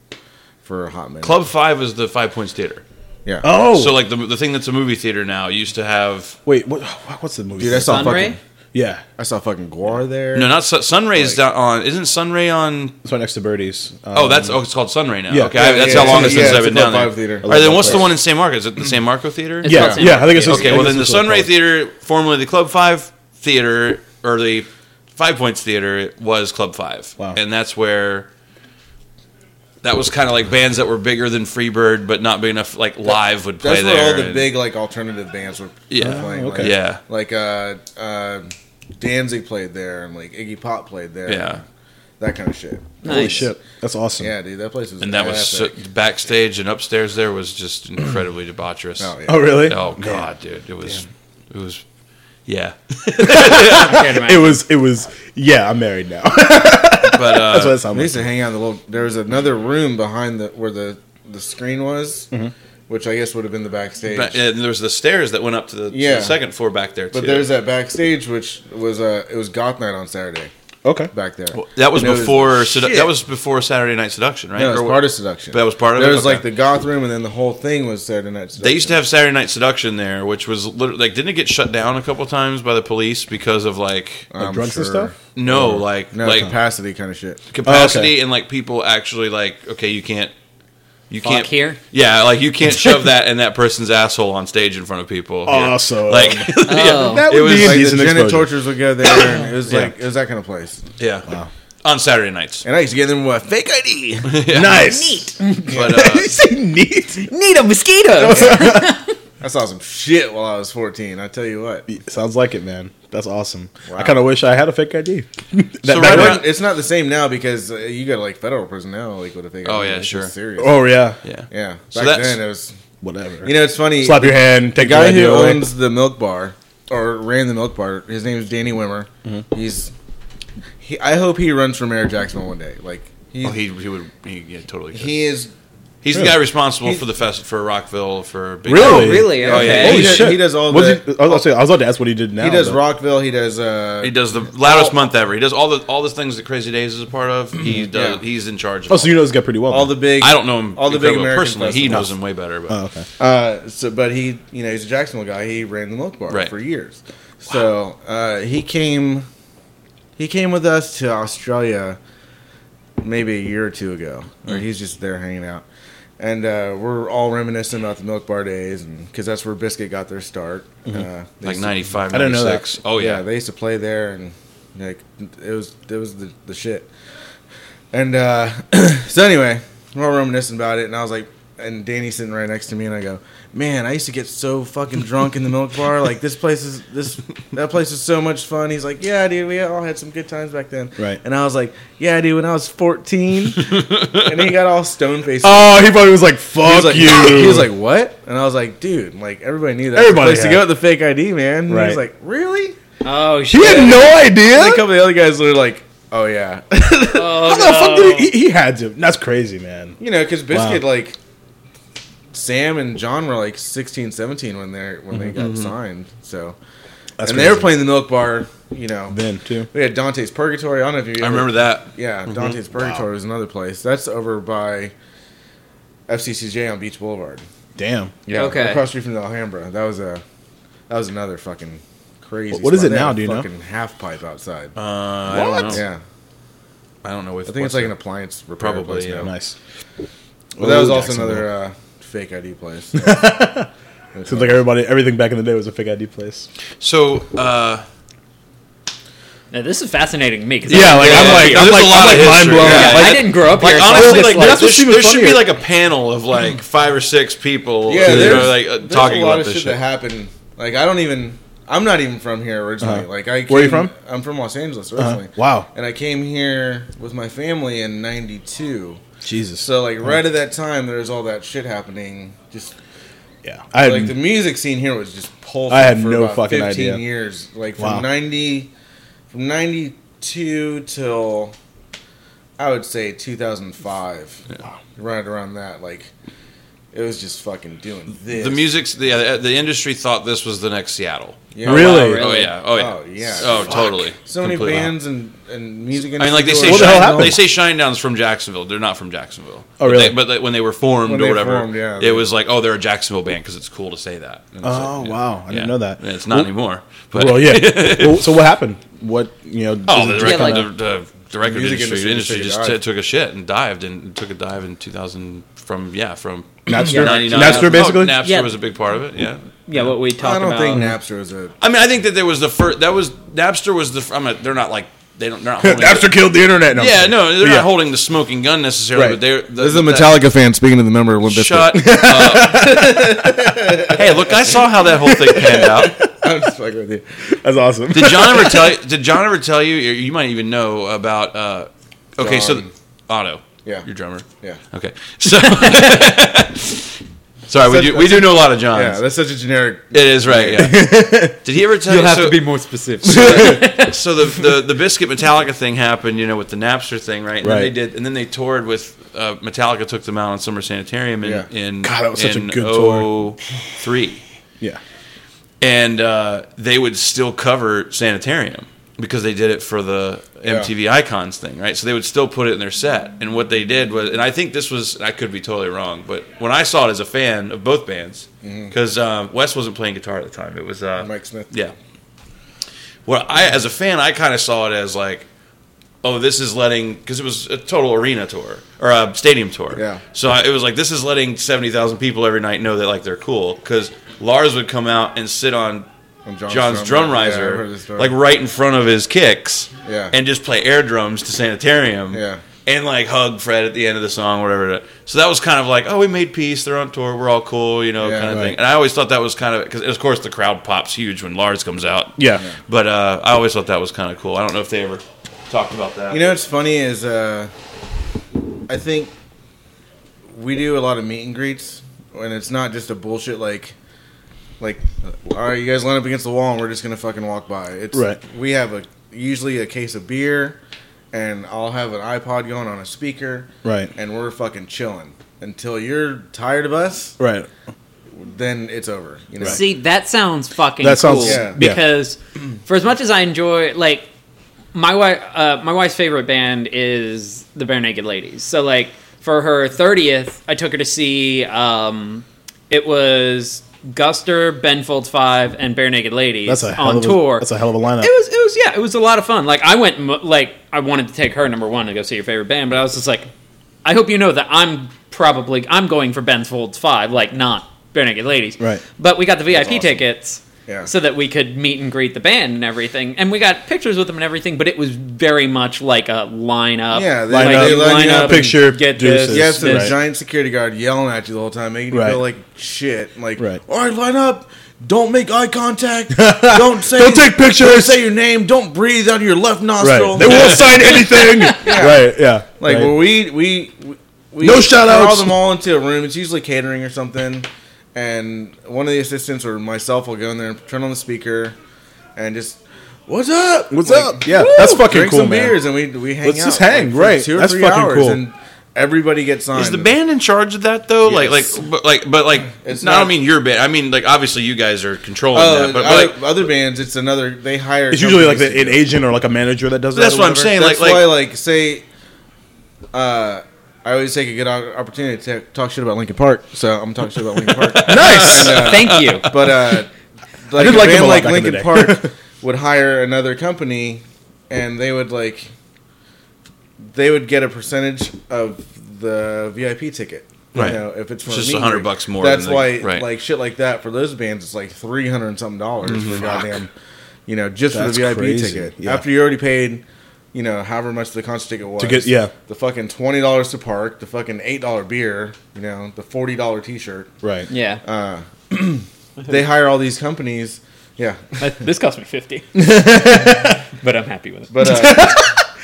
for a hot minute.
Club Five was the Five Points Theater.
yeah.
Oh,
So like the the thing that's a movie theater now used to have
wait, what, what's the movie?
dude, I saw
Sunray?
fucking
yeah,
I saw fucking Guar there.
no, not Sun, Sunray's down on. Isn't Sunray on?
it's right next to Birdies. Um,
Oh, that's oh, it's called Sunray now.
yeah.
okay, I-
Yeah,
that's
yeah,
how long
yeah,
it's since
yeah,
I've
it's
been
a
down
Club
there.
Five theater.
All right, then what's
Club
the
Five.
one in San Marco? Is it the San Marco Theater?
It's
yeah,
called San
yeah. I think it's
Francisco.
just-
Okay,
I
well
think
then the
it's just
Sunray
called-
Theater, formerly the Club Five Theater or the Five Points Theater, it was Club Five,
Wow.
and that's where that was kind of like bands that were bigger than Freebird, but not big enough. Like live would play
That's where
there.
all the
and-
big like alternative bands were
Yeah.
playing.
Oh,
Like,
okay.
Yeah.
like uh, uh, Danzig played there, and like Iggy Pop played there.
yeah,
that kind of shit.
Holy
Nice.
shit, that's awesome.
Yeah, dude, that place was.
and that was so,
epic.
backstage and upstairs. There was just incredibly debaucherous.
Oh, yeah.
Oh, really?
Oh, god, dude, it was it was yeah,
Can't
It
imagine.
was. It was. Yeah, I'm married now. that's
but uh,
what it sounds
We used
like.
to hang out in the little. There was another room behind the where the the screen was, which I guess would have been the backstage.
but- and there was the stairs that went up to the, to the
Yeah.
second floor back there too.
but there's that backstage, which was uh, it was goth night on Saturday
Okay.
back there.
That was
And it
before sedu-
shit.
that was before Saturday Night Seduction, right?
No, it
Or
was
what-
part of seduction.
That was part of
there
it?
was
Okay.
like the goth room, and then the whole thing was Saturday night. Seduction.
they used to have Saturday Night Seduction there, which was literally like didn't it get shut down a couple times by the police because of like
I'm
Like drugs and stuff?
no like
Oh. No
like
capacity kind of shit.
capacity
Oh, okay.
and like people actually like okay you can't you
Fuck
can't
here?
yeah like you can't shove that in that person's asshole on stage in front of people Yeah.
Awesome.
like
Oh.
That
It
would
was like
be a
Like the
decent
Janet
exposure.
Tortures would go there, and it was
Yeah.
like it was that kind of place.
yeah on Saturday nights
And I used to get them with a fake ID.
Nice. Neat.
but uh,
you say neat?
Need a mosquito.
I saw some shit while I was 14. I tell you what,
Sounds like it, man. That's awesome.
Wow.
I kind of wish I had a fake ID. that,
So right
back then-
around-
it's not the same now because uh, you got like federal prison now, like with a fake.
Oh,
ID.
yeah,
It's
sure.
just Serious.
oh yeah.
yeah
Yeah. Back
So that's-
then it was.
Whatever.
You know, it's funny.
Slap your hand. Take
the
your
guy who
idea away.
owns the milk bar or ran the milk bar. His name is Danny Wimmer. He's. He, I hope he runs for Mayor of Jacksonville one day. Like he,
Oh, he, he would he yeah, totally could.
he is.
he's the
Really?
guy responsible for the fest for Rockville for Big
Really?
oh, really?
Oh, yeah.
Okay.
Holy
he does-
shit.
he does all
What's
the-
he- I was about to say- I was about to ask what he did now.
He does
but-
Rockville. He does. uh
He does the loudest month ever. He does all the all the things that Crazy Days is a part of. He does.
Mm-hmm. Yeah.
He's in charge. Of
Oh, so you know this guy pretty well.
all the
then.
big.
I don't know him.
all the big
incredibly
American
personally. He
festivals.
knows him way better. But
Oh, okay.
Uh, so, but he, you know, he's a Jacksonville guy. He ran the milk bar
Right.
for years. So uh, he came, he came with us to Australia, maybe a year or two ago. Or
Hmm.
he's just there hanging out, and uh, we're all reminiscing about the milk bar days, and because that's where Biscuit got their start. Uh, they
Mm-hmm. like
used to-
95,
I didn't know that.
96. Oh yeah.
they used to play there, and like it was it was the, the shit. And uh, so anyway, we're all reminiscing about it, and I was like, and Danny's sitting right next to me, and I go, "Man, I used to get so fucking drunk in the milk bar. Like this place is this that place is so much fun." He's like, "Yeah, dude, we all had some good times back then."
Right.
And I was like, "Yeah, dude, when I was 14," and he got all stone faced.
Oh, he probably was like,
He
"Fuck
was like,
you."
He was like, what? And I was like, dude, like everybody knew that.
Everybody
Everybody's to
had
go
it.
with the fake ID, man. And He was
Right.
like, really?
Oh
"He
shit.
had no idea."
And a couple of the other guys were like, "Oh yeah,"
How the fuck did he, he? He had to. That's crazy, man.
you know, because Biscuit
Wow.
like Sam and John were like 16, 17 when they when they got signed. So
Mm-hmm, That's
and they were
crazy.
playing the Milk Bar. You know,
Then too.
we had Dante's Purgatory. I don't know if you.
I
ever-
remember that.
Yeah,
Mm-hmm.
Dante's Purgatory was another place. That's over by FCCJ on Beach Boulevard.
Damn.
Yeah,
Okay.
across the street from the Alhambra. That was a that was another fucking crazy.
What- what is
spot.
it
They had
now,
a
do you know?
Fucking half pipe outside.
Uh, I don't know.
yeah,
I don't know. If
I think it's like an appliance repair
Probably,
place
yeah.
now.
Nice.
Well, that was
Ooh,
also
Jacksonville.
another uh, fake ID place.
Seems like everybody, everything back in the day was a fake ID place.
so. Uh,
Now, this is fascinating to me. 'cause
Yeah,
I,
like I'm
Yeah,
like
yeah,
I'm
there's
like,
a lot
I'm
of
like
history.
mind blown.
Yeah.
yeah,
Like,
I didn't grow up
Like
here. so
honestly,
it's
like,
that's
there,
what's
should,
even
there should be
funnier.
like a panel of like five or six people,
Yeah,
that
there's,
are, like uh,
there's
talking
a lot
about
of
this
shit,
shit.
that happened. Like I don't even. I'm not even from here originally.
Uh-huh.
Like I, came,
Where you from?
I'm from Los Angeles
Uh-huh.
originally.
Wow.
And I came here with my family in '92.
Jesus.
So like right at that time, there was all that shit happening. Just
yeah, I had,
like the music scene here was just pulsing.
I had
for
no
about
fucking
15
idea.
years, like from
Wow.
ninety, from ninety two till I would say two thousand five. Right around that, like it was just fucking doing this.
The music's the uh, the industry thought this was the next Seattle.
Yeah.
Really?
Oh
Really?
yeah. Oh yeah.
Oh, yeah.
Oh, totally.
So many
Completely.
bands and, and music.
I mean, like they say,
What the hell
Shine,
happened?
they say Shinedown's from Jacksonville. They're not from Jacksonville.
Oh,
But
really?
they- But, like, when they were formed
When
or
they
whatever,
formed, yeah, they-
it was like, oh, they're a Jacksonville band because it's cool to say that. And it's
Oh,
like, yeah.
wow. I didn't
Yeah.
know that.
Yeah, it's not
Well-
anymore. But
well, yeah. well, so what happened? What you know?
Oh, the
just
record,
kinda-
the, the, the record
Music
industry,
industry
industry,
just
just
took a
t-
dive.
took a shit and dived and took a dive in 2000 from yeah from
Napster?
99.
Napster,
Oh,
basically?
Napster
Yeah.
was a big part of it. Yeah.
yeah, what we talked
I don't
about.
think Napster was a.
I mean, I think that there was the first. That was Napster was the. fir- I'm not, they're not like they don't. They're not holding
Napster killed the internet. No,
Yeah, no, they're
Yeah.
not holding the smoking gun necessarily,
Right.
but they're. The,
This is a
that-
Metallica fan speaking to the member of Limp Bizkit.
Shut up. hey, look, I saw how that whole thing panned out.
I'm just fucking with you.
that's awesome.
Did John ever tell you? Did John ever tell you? You you might even know about. Uh, okay, so
John.
the, Otto,
Yeah.
your drummer.
Yeah.
Okay, so sorry, we
Such-
do we do know a lot of Johns.
Yeah, that's such a generic.
it is right. Yeah. Did he ever tell
You'll
you?
have
so,
to be more specific.
so the, the the biscuit Metallica thing happened, you know, with the Napster thing, right? And
Right.
Then they did, and then they toured with uh, Metallica. Took them out on Summer Sanitarium in
Yeah.
in
God, that was such a
in
good tour.
03.
yeah.
and uh, they would still cover Sanitarium because they did it for the MTV Icons thing, right? So they would still put it in their set. And what they did was, and I think this was, I could be totally wrong, but when I saw it as a fan of both bands, because Wes wasn't playing guitar at the time, it was uh,
Mm-hmm. Mike Smith.
Yeah. Well, I as a fan, I kind of saw it as like, oh, this is letting because it was a total arena tour or a stadium tour.
Yeah.
So I, it was like this is letting seventy thousand people every night know that like they're cool because Lars would come out and sit on
On
John's,
John's
drum
drum- yeah, I've
riser
heard this story.
like right in front of his kicks.
Yeah.
And just play air drums to Sanitarium.
Yeah.
And like hug Fred at the end of the song, whatever. So that was kind of like, oh, we made peace. They're on tour. We're all cool, you know,
Yeah,
kind of
right.
thing. And I always thought that was kind of because, of course, the crowd pops huge when Lars comes out.
Yeah.
But uh, I always thought that was kind of cool. I don't know if they ever talked about that.
You know what's funny is uh, I think we do a lot of meet and greets, and it's not just a bullshit like like uh, all right, you guys line up against the wall, and we're just gonna fucking walk by. It's
Right.
We have a usually a case of beer, and I'll have an iPod going on a speaker,
Right.
And we're fucking chilling until you're tired of us.
Right.
Then it's over. You know.
See, that sounds fucking
That sounds-
cool.
yeah.
Because for as much as I enjoy, like, my wife, uh, my wife's favorite band is the Bare Naked Ladies. So, like, for her thirtieth, I took her to see. Um, it was Guster, Ben Folds Five, and Bare Naked Ladies
That's a hell
on
of a,
tour.
That's a hell of a lineup.
It was, it was, yeah, it was a lot of fun. Like I went, mo- like I wanted to take her number one to go see your favorite band, but I was just like, I hope you know that I'm probably I'm going for Ben Folds Five, like not Bare Naked Ladies,
Right.
But we got the VIP
awesome.
tickets.
Yeah.
So that we could meet and greet the band and everything, and we got pictures with them and everything. But it was very much like a lineup.
Yeah, they-
like,
they
you
line you up,
and
picture,
get
deuces.
this.
You have some
Right.
giant security guard yelling at you the whole time, making you
Right.
feel like shit. Like,
Right.
all right, line up. Don't make eye contact. Don't say.
Don't take pictures."
Don't say your name. Don't breathe out of your left nostril.
right. They won't sign anything. Right. Yeah.
like
right.
well, we we we- we
No shout-outs.
Call them all into a room. It's usually catering or something, and one of the assistants or myself will go in there and turn on the speaker, and just. What's up?
What's up? Yeah, that's fucking
drink
cool,
some
man.
beers and we we hang
Let's
out.
just hang,
for
right.
Two or
That's
three
fucking
hours
cool.
and Everybody gets signed.
Is the band in charge of that though? Like,
Yes.
like, but like, but like,
It's
no, I
not-
don't mean your band. I mean, like, obviously you guys are controlling
Oh,
that. But, but
other,
like,
other bands, it's another. They hire.
It's usually like
companies
the,
to
an
do it.
agent or like a manager that does.
That's
that or
what I'm
whatever.
saying.
That's
like-
why, like, say, uh, I always take a good o- opportunity to talk shit about Lincoln Park, so I'm talking shit about Lincoln Park.
Nice.
Thank you.
But uh, like,
did
a
like them
band
a lot
like
back in the
Lincoln
day.
Park would hire another company, and they would like they would get a percentage of the VIP ticket. You
Right.
know, if it's for
It's
a
just
meet and
100
greet.
bucks more
That's
than the-
why,
right.
like shit like that for those bands, it's like three hundred and something dollars for goddamn, you know, just
Mm-hmm. That's
for the VIP
crazy.
ticket.
Yeah.
After you already paid, you know, however much the concert ticket was
To get- yeah.
the fucking twenty dollars to park, the fucking eight dollar beer, you know, the forty dollar t shirt
Right.
Yeah.
they hire all these companies. Yeah,
That- this cost me 50. but I'm happy with it.
but uh,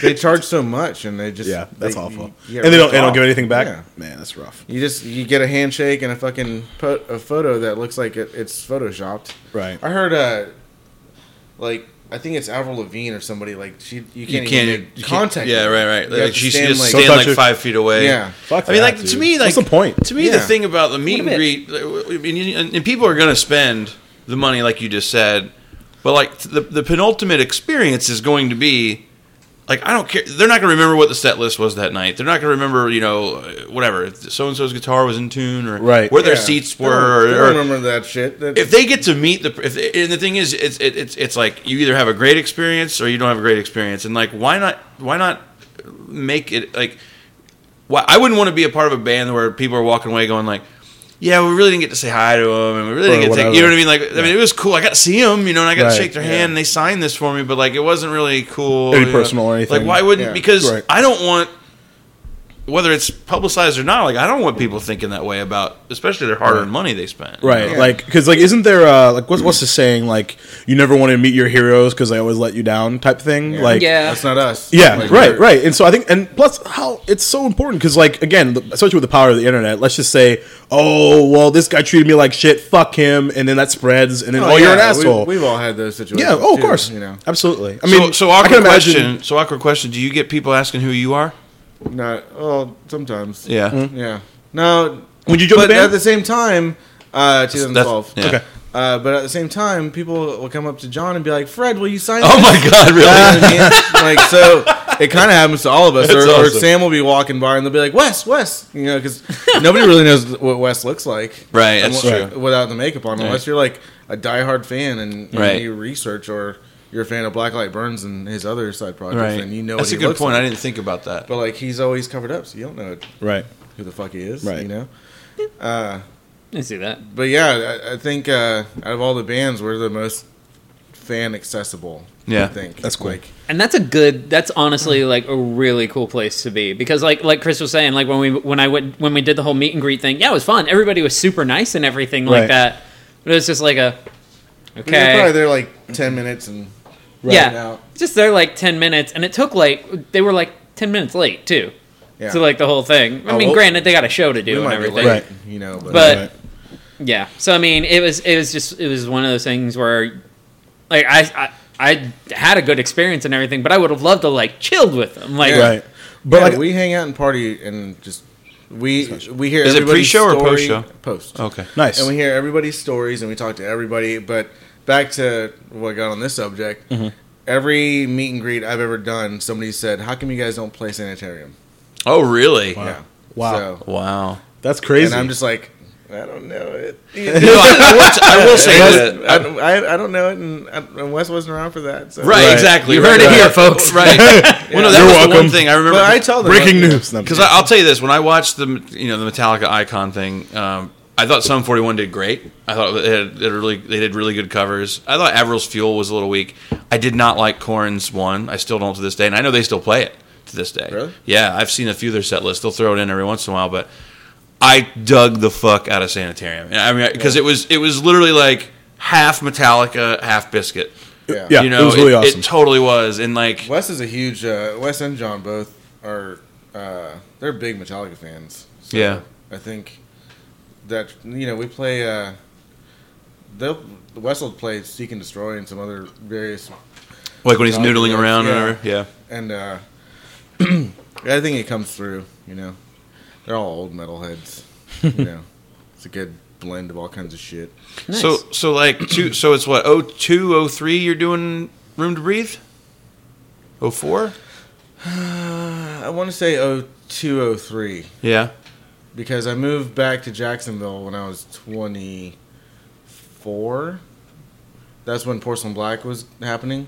they charge so much, and they just
Yeah, that's
they-
awful.
you get
and they don't
ripped
they don't
off.
give anything back.
Yeah.
Man, that's rough.
You just you get a handshake and a fucking po- a photo that looks like it, it's photoshopped.
Right.
I heard uh, like I think it's Avril Lavigne or somebody like she you
you
can't,
can't,
even
you
make
can't-
contact.
Yeah,
with her.
right, right.
You have
Like,
to
she should
stand,
just
like-
stand
Don't
like
touch her.
five feet away.
Yeah.
Fuck
I mean,
that,
like to
dude.
me, like
What's the point?
To me, the
Yeah.
thing about the meet and
What a
greet, I mean, and and people are going to spend the money, like you just said, but like the the penultimate experience is going to be. Like I don't care. They're not going to remember what the set list was that night. They're not going to remember, you know, whatever. So and so's guitar was in tune, or
Right.
where their
Yeah.
seats
They don't-
were,
they
or,
don't remember that shit. That-
if they get to meet the if they, and the thing is it's it, it's it's like you either have a great experience or you don't have a great experience and like why not why not make it like why I wouldn't want to be a part of a band where people are walking away going like yeah we really didn't get to say hi to them and we really
Or
didn't get to take, you know
whatever.
what I mean like I mean it was cool I got to see them you know and I got
Right,
to shake their
yeah.
hand and they signed this for me but like it wasn't really cool
Very
you know?
personal or anything.
like why wouldn't
Yeah.
because
Right.
I don't want whether it's publicized or not like I don't want people thinking that way about especially their hard earned money they spent you know?
Right,
Yeah.
like, because like, isn't there uh, like what's what's the saying like you never want to meet your heroes because they always let you down type thing? Like,
Yeah.
that's not us.
Yeah,
Like,
right,
we're-
right. And so I think, and plus, how it's so important because, like, again, the- especially with the power of the internet, let's just say, oh, well, this guy treated me like shit. Fuck him, and then that spreads, and then oh,
yeah,
you're an
we-
asshole.
We've all had those situations.
yeah, oh, of
too,
course,
You know,
absolutely. I mean,
so, so
I
awkward
can imagine-
question. So awkward question. Do you get people asking who you are?
not oh, sometimes.
Yeah,
Yeah. No.
Would you join
but
the band?
at the same time, uh, 2012.
That's- yeah.
Okay.
Uh, but at the same time, people will come up to John and be like, "Fred, will you sign?"
Oh
this?"
my God! Really?
You know what I mean? like so, it kind of happens to all of us. Or,
That's
or
awesome.
Sam will be walking by and they'll be like, "Wes, Wes," you know, because nobody really knows what Wes looks like,
Right, that's
unless-
true.
Without the makeup on, unless
Right.
you're like a diehard fan and, and
Right.
you research or you're a fan of Blacklight Burns and his other side projects, and you know
That's
what
a
he
good
looks
point.
like.
I didn't think about that.
But like, he's always covered up, so you don't know
right?
who the fuck he is,
Right.
You know.
I see that.
But yeah, I, I think uh, out of all the bands, we're the most fan accessible.
Yeah.
I think
That's cool.
Like,
and that's a good that's honestly like a really cool place to be because like like chris was saying like when we when i went when we did the whole meet and greet thing yeah it was fun everybody was super nice and everything
Right.
like that but it was just like a
I mean, they're probably
okay
there like ten minutes and
yeah
out.
just there like 10 minutes and it took like they were like 10 minutes late too
yeah,
so like the whole thing i
Oh,
mean
well,
granted they got a show to
we
do and
might be
everything
late,
Right.
you know, but,
But
Right.
yeah. So I mean, it was it was just it was one of those things where, like I I, I had a good experience and everything, but I would have loved to like chilled with them. Like
Yeah.
Right, but
Yeah,
like,
we hang out and party and just we we hear
Is it
everybody's
pre-show or
story-
post-show?
Post,
Okay.
nice.
and we hear everybody's stories and we talk to everybody. But back to what got on this subject.
Mm-hmm.
Every meet and greet I've ever done, somebody said, "How come you guys don't play Sanitarium?"
Oh, really?
Yeah,
Wow.
So,
Wow.
that's crazy.
and I'm just like, I don't know it.
No, I, I will t- I will say
Wes-
uh,
that.
I, don't- I, I don't know it, and, and Wes wasn't around for that. So.
Right, exactly.
You
right,
heard it
right.
here, folks.
Right. Well, no, that
You're
was the
welcome.
one thing I remember.
But I tell them
breaking
like,
news. No, I'm
Because
kidding.
I'll tell you this: when I watched the you know the Metallica Icon thing, um, I thought Sum Forty One did great. I thought they had, they had really they did really good covers. I thought Avril's Fuel was a little weak. I did not like Korn's one. I still don't to this day, and I know they still play it to this day.
Really?
Yeah, I've seen a few of their set lists. They'll throw it in every once in a while, but I dug the fuck out of Sanitarium. And I mean, because it was it was literally like half Metallica, half Biscuit.
Yeah.
yeah,
you know,
it was really
it,
awesome.
It totally was, and like
Wes is a huge. Uh, Wes and John both are. Uh, they're big Metallica fans. So
Yeah.
I think that you know we play. Uh, they'll Wes will play Seek and Destroy and some other various,
like when he's
Metallica
noodling
was-
around,
yeah.
or whatever. yeah.
and uh, I think it comes through. You know, They're all old metalheads. you know, it's a good blend of all kinds of shit.
Nice.
So so like two so it's what oh two oh three you're doing room to breathe. Oh four.
I want to say 0203
Yeah.
because I moved back to Jacksonville when I was 24. That's when Porcelain Black was happening.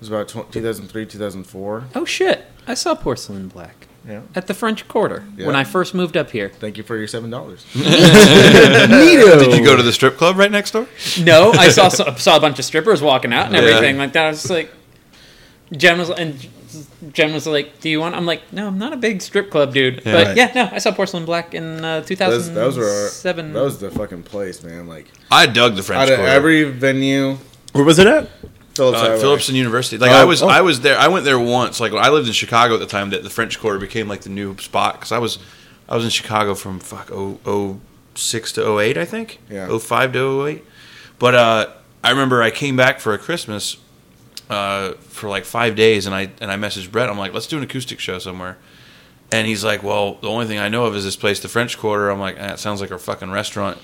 It was about tw 2003, 2004.
oh shit! I saw porcelain black
Yeah.
at the French Quarter when
Yeah.
I first moved up here.
Thank you for your seven dollars.
Did you go to the strip club right next door?
No, I saw saw a bunch of strippers walking out and
Yeah.
everything like that. I was just like, Jen was and Jen was like, "Do you want?" I'm like, "No, I'm not a big strip club dude."
Yeah.
but
Right.
yeah, no, I saw Porcelain Black in uh,
That was, that was our,
2007.
That was the fucking place, man. Like
I dug the
out
French
of
Quarter.
every venue,
Where was it at?
Phillips.
uh,
Highway.
Phillipson University. Like
Oh,
I was,
oh.
I was there. I went there once. Like I lived in Chicago at the time that the French Quarter became like the new spot because I was, I was in Chicago from fuck oh oh six to oh eight I think.
Yeah.
Oh five to oh eight. But uh, I remember I came back for a Christmas, uh, for like five days, and I and I messaged Brett. I'm like, let's do an acoustic show somewhere. And he's like, "Well, the only thing I know of is this place, the French Quarter." I'm like, "That sounds like a fucking restaurant,"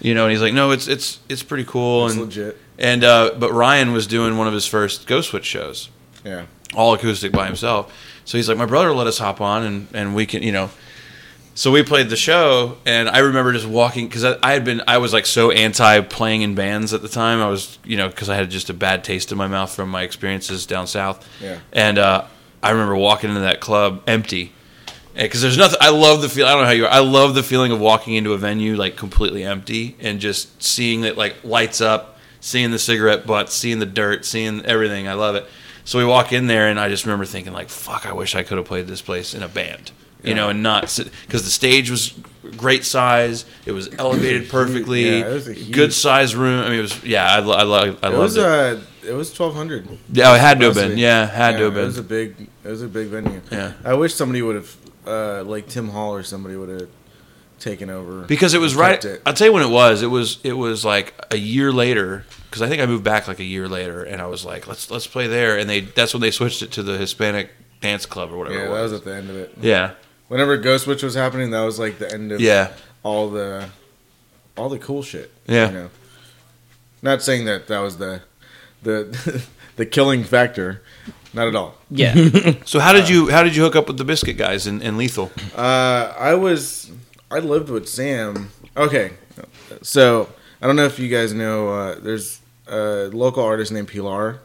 you know. And he's like, "No, it's it's it's pretty cool
It's
and
legit.
And uh, but Ryan was doing one of his first Ghost Switch shows,
Yeah.
all acoustic by himself. So he's like, "My brother let us hop on, and and we can, you know." So we played the show, and I remember just walking because I, I had been I was like so anti playing in bands at the time. I was you know because I had just a bad taste in my mouth from my experiences down south.
Yeah.
And uh, I remember walking into that club empty because there's nothing. I love the feel. I don't know how you. Are, I love the feeling of walking into a venue like completely empty and just seeing it like lights up, seeing the cigarette butts, seeing the dirt, seeing everything. I love it. So we walk in there, and I just remember thinking like, "Fuck, I wish I could have played this place in a band." You know, and not because the stage was great size. It was elevated perfectly.
Yeah, it was a huge-
good size room. I mean, it was yeah. I lo- I, lo- I
It
loved
was
it.
uh, it was twelve hundred.
yeah, it had to have been. Yeah, had to have
It was a
been.
big, it was a big venue.
Yeah.
I wish somebody would have, uh, like Tim Hall or somebody would have taken over
because it was
and
right.
kept it.
I'll tell you when it was. It was it was like a year later because I think I moved back like a year later, and I was like, let's let's play there, and they that's when they switched it to the Hispanic dance club or whatever. it
Yeah, that
was.
was at the end of it.
yeah,
Whenever Ghost Witch was happening, that was like the end of
Yeah.
all the all the cool shit.
Yeah.
know? Not saying that that was the the the killing factor, not at all.
yeah,
So how did you how did you hook up with the Biscuit guys in, in Lethal?
Uh, I was I lived with Sam. Okay, so I don't know if you guys know. Uh, there's a local artist named Pilar.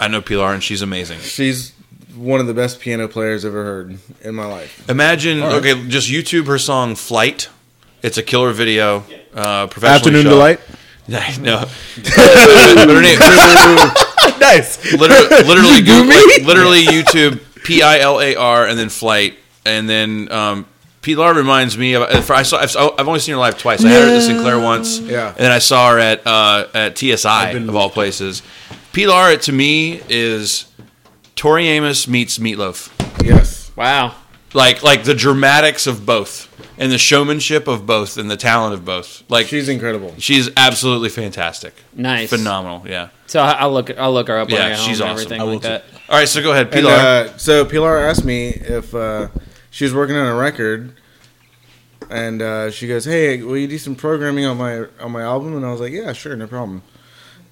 I know Pilar, and she's amazing.
She's one of the best piano players I've ever heard in my life.
Imagine okay, just YouTube her song "Flight." It's a killer video. Uh, professionally
Afternoon
shot.
Delight?
no, but her name,
Nice.
literally, literally, Google, like, literally YouTube P I L A R and then flight and then um, Pilar reminds me of. uh, For, I saw. I've, I've only seen her live twice. I had her at the Sinclair once.
Yeah.
And then I saw her at uh, at TSI
been-
of all places. Pilar to me is Tori Amos meets Meatloaf.
Yes.
wow.
Like like the dramatics of both and the showmanship of both and the talent of both. Like
She's incredible.
she's absolutely fantastic.
Nice.
Phenomenal. Yeah.
So I- I'll look. I'll look her up. When
Yeah,
I get home
she's
and
awesome.
Everything
I
like
will too.
that.
All right, so go ahead,
And,
Pilar.
uh, so Pilar asked me if uh, she was working on a record, and uh, she goes, "Hey, will you do some programming on my on my album?" And I was like, "Yeah, sure, no problem."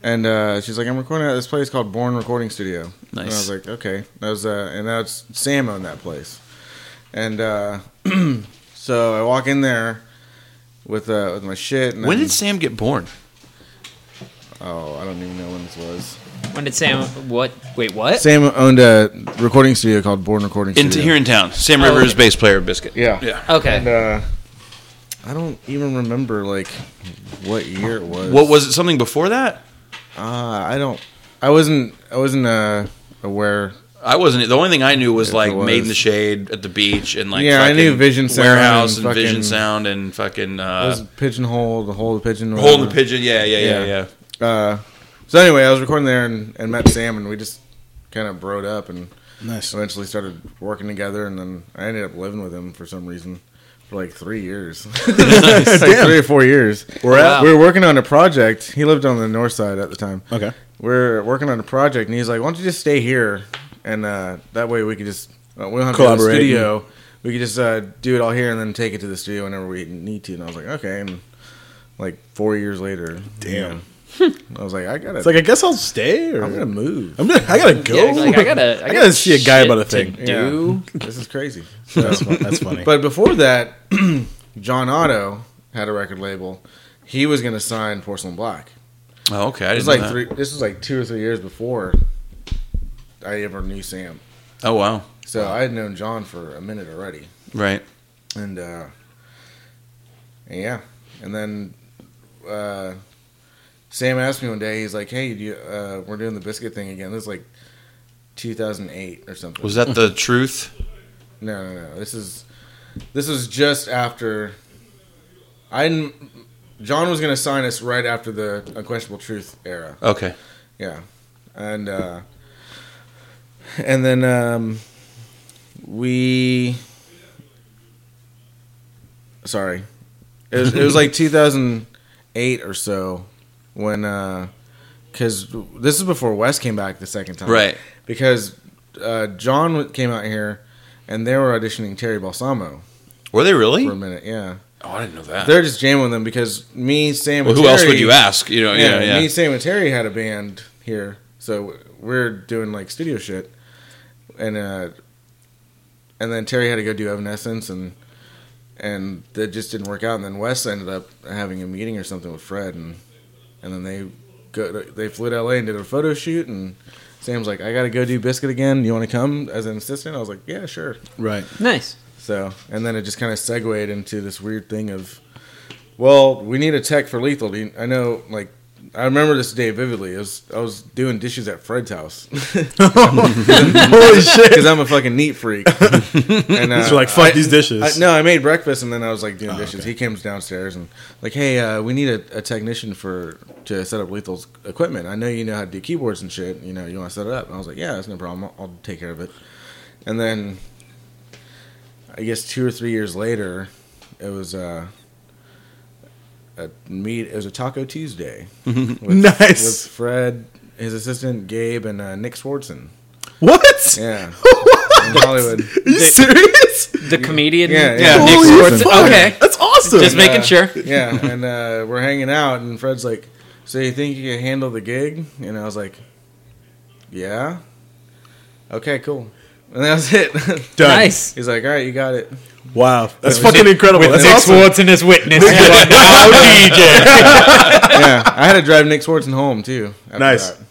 And uh, she's like, "I'm recording at this place called Born Recording Studio." And I
Nice.
was like, "Okay." That was uh, and that's Sam owned that place, and uh, so I walk in there with uh, with my shit. And
when
I'm-
did Sam get born?
oh I don't even know when this was.
When did Sam? What? Wait, what?
Sam owned a recording studio called Born Recording
in,
Studio
here in town. Sam
Oh,
Rivers,
okay.
bass player, of Biscuit.
Yeah.
yeah.
Okay.
And uh, I don't even remember like what year it was.
What was it? Something before that?
Uh, I don't. I wasn't. I wasn't uh, aware.
I wasn't. The only thing I knew was
If
like
it was.
Made in the Shade at the beach and like
Yeah, I
fucking
knew Vision Sound
warehouse and,
and
Vision
fucking-
Sound and fucking
I was
uh,
pigeonhole the hole of the pigeon.
Hole in the Pigeon. Yeah, yeah, yeah, yeah.
Yeah. Uh, so anyway, I was recording there and, and met Sam and we just kind of broed up and
Nice.
eventually started working together and then I ended up living with him for some reason for like three years, It's like three or four years. We're
at-
we were working on a project. He lived on the north side at the time.
Okay.
we're working on a project, and he's like, "Why don't you just stay here, and uh, that way we could just uh, we don't have to go to
Collaborate.
the studio. we could just uh, do it all here and then take it to the studio whenever we need to. And I was like, okay. And like four years later,
Damn.
you know, I was like, I gotta,
It's like I guess I'll stay. Or
I'm gonna move.
I'm gonna, I gotta go.
Yeah, like, I gotta, I
gotta see a guy
shit
about a
to
thing.
Do
this is crazy.
That's, fu- that's funny.
But before that, John Otto had a record label. He was gonna sign Porcelain Black.
Oh, okay. I
It was
didn't
like
know that.
three. This was like two or three years before I ever knew Sam.
Oh, wow.
So I had known John for a minute already,
Right.
and uh, and yeah, and then uh, Sam asked me one day. He's like, "Hey, do you, uh, we're doing the biscuit thing again." This is like 2008 or something.
Was that the truth?
No, no, no. This is this is just after I didn't- John was going to sign us right after the Unquestionable Truth era.
Okay.
Yeah. And uh and then um we sorry. It was, it was like 2008 or so when uh cuz this is before Wes came back the second time.
Right.
Because uh John w- came out here and they were auditioning Terry Balsamo
Were they really?
for a minute. Yeah.
Oh, I didn't know that.
They're just jamming with them because me, Sam,
Well,
and
who else
Terry-
would you ask? You know, yeah, yeah.
me, Sam, and Terry had a band here, so we're doing like studio shit, and uh, and then Terry had to go do Evanescence, and and that just didn't work out. And then Wes ended up having a meeting or something with Fred, and and then they go to, they flew to LA and did a photo shoot, and Sam's like, I got to go do Biscuit again. You want to come as an assistant? I was like, Yeah, sure.
right.
nice.
So, and then it just kind of segued into this weird thing of, well, we need a tech for lethal. Do you- I know, like, I remember this day vividly. It was, I was doing dishes at Fred's house
Holy shit.
because I'm a fucking neat freak. And uh,
So like fuck
I-
these dishes.
I, no, I made breakfast and then I was like doing dishes.
okay.
He comes downstairs and like, hey, uh, we need a, a technician for to set up Lethal's equipment. I know you know how to do keyboards and shit. You know, you want to set it up. And I was like, yeah, that's no problem. I'll, I'll take care of it. And then, I guess two or three years later, it was uh, a meet. It was a Taco Tuesday. with,
Nice.
with Fred, his assistant Gabe, and uh, Nick Swartzen.
What?
Yeah,
What?
in Hollywood.
Are you serious?
The comedian.
Yeah, yeah.
Yeah, Nick
Holy
Swartzen.
fuck.
Okay.
That's awesome.
Just making
uh,
sure.
yeah, and uh, we're hanging out, and Fred's like, "So you think you can handle the gig?" And I was like, "Yeah." Okay, cool. And that was it.
Done.
Nice.
He's like, "All right, you got it."
Wow. That's
That was
fucking
it.
incredible. That's
Nick
awesome.
Swartzen is witness.
Yeah, I had to drive Nick Swartzen home too. after
Nice.
that.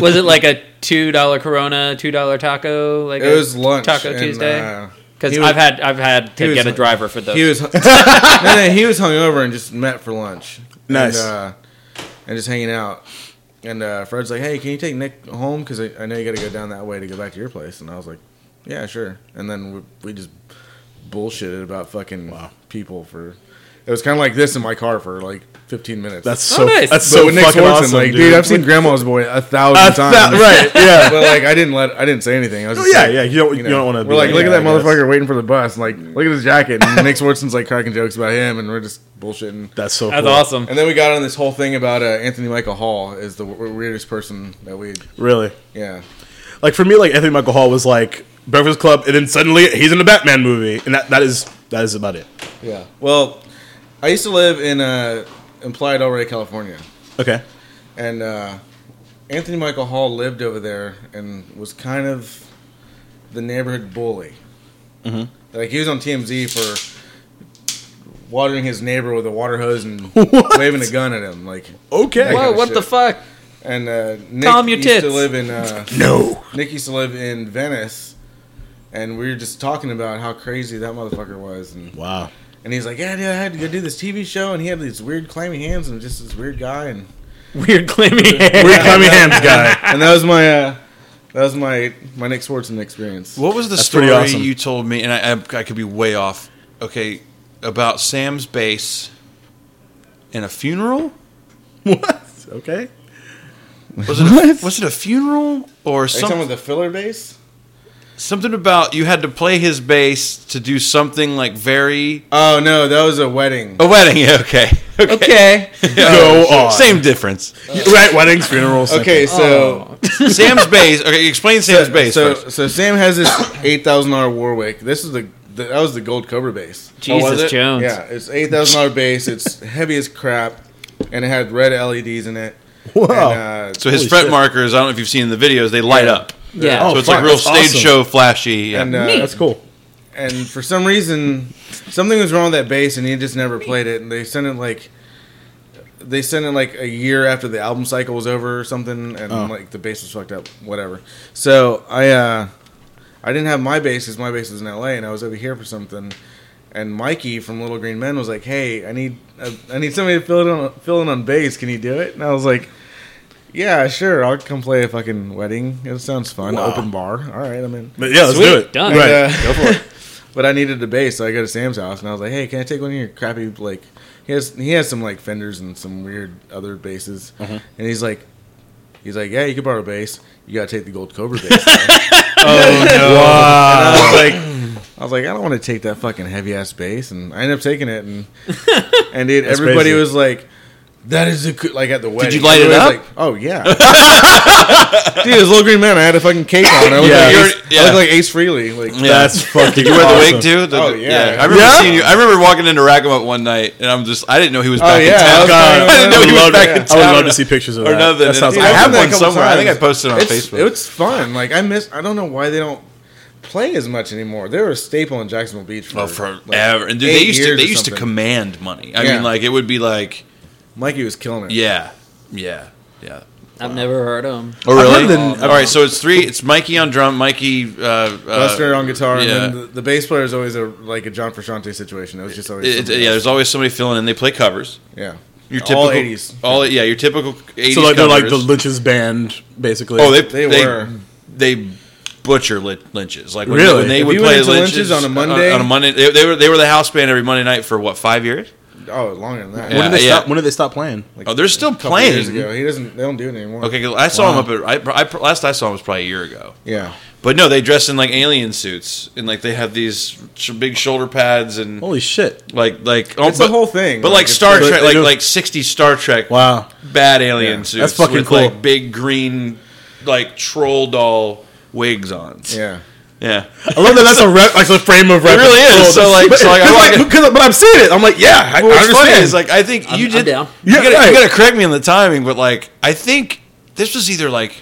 was it like a two dollar Corona, two dollar taco? Like
It
a
was lunch.
Taco
and,
Tuesday.
uh,
Because
he was-
I've had I've had to
was-
get a driver for those.
he was no, no, he was hungover and just met for lunch.
Nice.
And, uh, and just hanging out. And uh, Fred's like, "Hey, can you take Nick home? Because I, I know you got to go down that way to go back to your place." And I was like, "Yeah, sure." And then we, we just bullshitted about fucking
Wow.
people for. It was kind of like this in my car for like 15 minutes.
That's
Oh,
so.
nice.
That's
But
so
with Nick
fucking
Swartzen,
awesome,
like, dude. I've seen Grandma's Boy a thousand
A thou-
times.
right, yeah.
but like, I didn't let, I didn't say anything. I was
Oh,
just
yeah,
like,
yeah. You don't. You,
know,
don't want to.
We're like, look at that Mm. motherfucker waiting for the bus. Like, look at his jacket. And Nick Swartzen's like cracking jokes about him, and we're just bullshitting.
That's so.
That's
cool.
awesome.
And then we got on this whole thing about uh, Anthony Michael Hall is the w- weirdest person that we.
Really.
Yeah,
Like for me, like Anthony Michael Hall was like Breakfast Club, and then suddenly he's in the Batman movie, and that, that is that is about it.
yeah. Well, I used to live in uh, Implied Del Rey, California,
Okay.
and uh, Anthony Michael Hall lived over there and was kind of the neighborhood bully. Like he was on TMZ for watering his neighbor with a water hose and
What?
waving a gun at him. Like
Okay.
Whoa,
kinda
what the
shit.
fuck?
And uh, Nick
Calm your
used to
tits.
live in uh,
No.
Nick used to live in Venice, and we were just talking about how crazy that motherfucker was, and
Wow.
and he's like, yeah, dude, I had to go do this TV show, and he had these weird clammy hands, and just this weird guy, and
Weird clammy
We're
hair.
coming hands guy.
and that was my uh, that was my my Nick Swartzen experience.
What was the
That's pretty
story
awesome.
you told me? And I, I, I could be way off. Okay, about Sam's bass in a funeral.
What? Okay.
Was it? A, was it a funeral or
Are you talking
some,
about the filler bass?
something about you had to play his bass to do something like very
Oh no, that was a wedding.
a wedding? Yeah, okay,
Okay.
okay.
Go on.
Same difference.
Right. Weddings, funerals. same
Okay, Oh. so
Sam's bass. Okay, explain Sam's bass.
so
first.
so Sam has this eight thousand dollar Warwick. This is the the, that was the gold Cobra bass.
Jesus
was it?
Jones.
Yeah, it's eight thousand dollar bass. It's heavy as crap, and it had red LEDs in it.
Wow.
And,
Oh.
uh,
So his
Holy
fret
shit.
markers, I don't know if you've seen the videos, they light
Yeah.
up.
Yeah.
Oh,
so it's
fuck,
like real
that's
stage
awesome.
show flashy. Yeah.
and uh,
That's cool.
and for some reason something was wrong with that bass and he just never played it and they sent it like they sent it like a year after the album cycle was over or something and
Oh.
like the bass was fucked up whatever so i uh i didn't have my bass because my bass was in la and i was over here for something and mikey from little green men was like hey i need uh, i need somebody to fill in on fill in on bass can you do it and i was like yeah, sure. I'll come play a fucking wedding. It sounds fun. Open bar. All right, I'm in.
But yeah, let's do it.
done.
Right.
And, uh, But I needed a bass, so I go to Sam's house and I was like, "Hey, can I take one of your crappy like?" He has he has some like Fenders and some weird other basses, and he's like, he's like, "Yeah, you can borrow a bass. You gotta take the gold Cobra bass." though."
Oh, Wow.
I was like, "I don't want to take that fucking heavy ass bass," and I ended up taking it, and and dude,
That's
everybody
crazy.
was like. That is a good, like at the wedding.
you light it
everybody was
up?
Like, oh yeah, dude, this little green man. I had a fucking cape on. I looked,
Yeah.
like, Ace,
Yeah.
I looked like Ace Frehley. Like
Yeah.
That's fucking.
Did you wear the
awesome.
wig too? The-
Oh, yeah.
I remember
Yeah?
seeing you. I remember walking into Rackham one night, and I'm just I didn't know he was
Oh,
back in
yeah, I
town.
was
I,
back-
didn't know
I
he
would
was
love
back
to-
in town.
I would love to see pictures of
or
that.
nothing.
That sounds
Dude,
Dude,
I
awesome.
I've
have
done that
one
a couple
somewhere. I think
times.
I posted it on
It's-
Facebook.
It's fun. Like I miss. I don't know why they don't play as much anymore. They were a staple in Jacksonville Beach for
Well,
like,
forever. Oh, And dude, they
eight
used to
years
they
or
used to
something.
command money. I
Yeah.
mean, like it would be like,
Mikey was killing it.
yeah, yeah, yeah.
I've never heard of him.
Oh
really?
All right, so it's three. It's Mikey on drum, Mikey uh, uh,
Buster on guitar, and
yeah.
then the, the bass player is always a like a John Frusciante situation. It was just always
It- it-
somebody
yeah,
else.
there's always somebody filling in. They play covers.
yeah.
Your
All
typical
80s.
All yeah, your typical 80s
So like they're like the
covers.
Lynch's band, basically.
Oh, they
They
they, they
were.
butcher lin- lynches. Like when,
Really?
when they
If
would
you
play
went into
lynches, uh,
Lynch's on a Monday-
On, a Monday, they, they were they were the house band every Monday night for what five years?
Oh, longer than that.
Yeah.
When did they stop? When did they stop playing?
Like,
Oh, they're still
a couple of Years
playing.
ago. He doesn't. They don't do it anymore.
Okay, 'cause I saw him up at I, I, last I saw him was probably a year ago.
Yeah.
But no, they dress in like alien suits and like they have these sh- big shoulder pads and
Holy shit!
like like oh,
Oh. It's
but,
the whole thing.
But like,
it's-
Star
but
Trek,
they
like
don't-
like sixty Star Trek
Wow.
bad alien
Yeah.
suits.
That's fucking
with,
cool.
Like big green like troll doll wigs on.
Yeah.
yeah.
I love that. That's a rep, like a frame of reference.
really is.
Oh,
So,
that's-
like-
but,
so, like, I
because,
like it.
because- but I'm seeing it. I'm like, yeah, I,
Well,
I
what's
understand.
funny is like I think you
I'm
did.
down.
You,
Yeah,
gotta,
right.
you gotta correct me on the timing, but like I think this was either like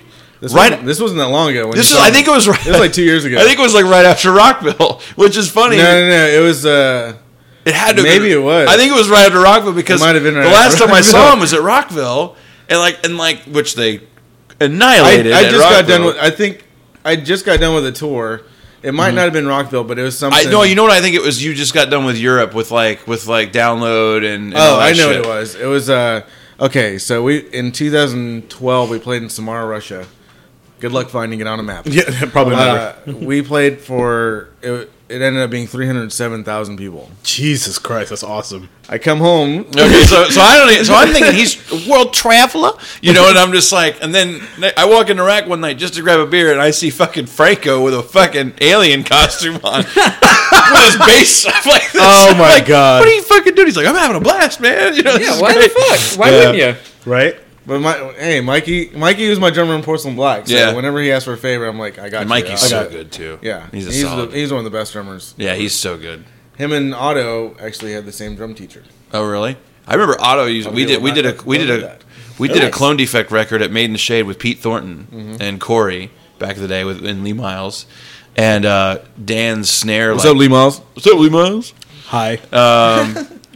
This
right.
Wasn't, this wasn't that long ago. When
this
you
was
saw
I
him.
think it was right.
It was like two years ago.
I think it was like right after Rockville, which is funny.
No, no, no. It was. uh
It had to.
Maybe it was.
I think it was right after Rockville because
It might have been right
the last
after
time I saw
Rockville.
him was at Rockville, and like and like which they
I,
annihilated.
I
at
just got done
Rockville.
with. I think I just got done with a tour. It might not have been Rockville, but it was something.
Mm-hmm. I no, you know what? I think it was you just got done with Europe with like with like download and, and all
Oh,
that
I know what
shit.
it was. It was uh okay. So we in 2012 we played in Samara, Russia. Good luck finding it on a map.
yeah, probably
Uh,
never.
we played for it, it ended up being 307,000 people.
Jesus Christ, that's awesome.
I come home.
Okay, so so I don't. e- So I'm thinking he's a world traveler, you know, and I'm just like, and then I walk into Iraq one night just to grab a beer, and I see fucking Franco with a fucking alien costume on, with his base up like this.
Oh
I'm
my
like,
God.
What are you fucking doing? He's like, I'm having a blast, man. You know, this
Yeah,
is
why
great.
the fuck? Why
Yeah.
wouldn't you?
Right?
But my hey, Mikey, Mikey was my drummer in Porcelain Black. So
Yeah.
whenever he asked for a favor, I'm like, I got
And
you.
Mikey's
I'll-
so
got it.
good too.
yeah,
he's a
he's, the,
solid.
he's one of the best drummers.
yeah, he's so good.
Him and Otto actually had the same drum teacher.
Oh really? I remember Otto used.
I'll
We
be
did.
able
We
to
did a.
Oh, not
We did
remember
a.
that.
We did a
Nice.
clone defect record at Made in the Shade with Pete Thornton
Mm-hmm.
and Corey back in the day with and Lee Miles, and uh, Dan's snare. like-
Miles?
What's up, Lee Miles?
Hi.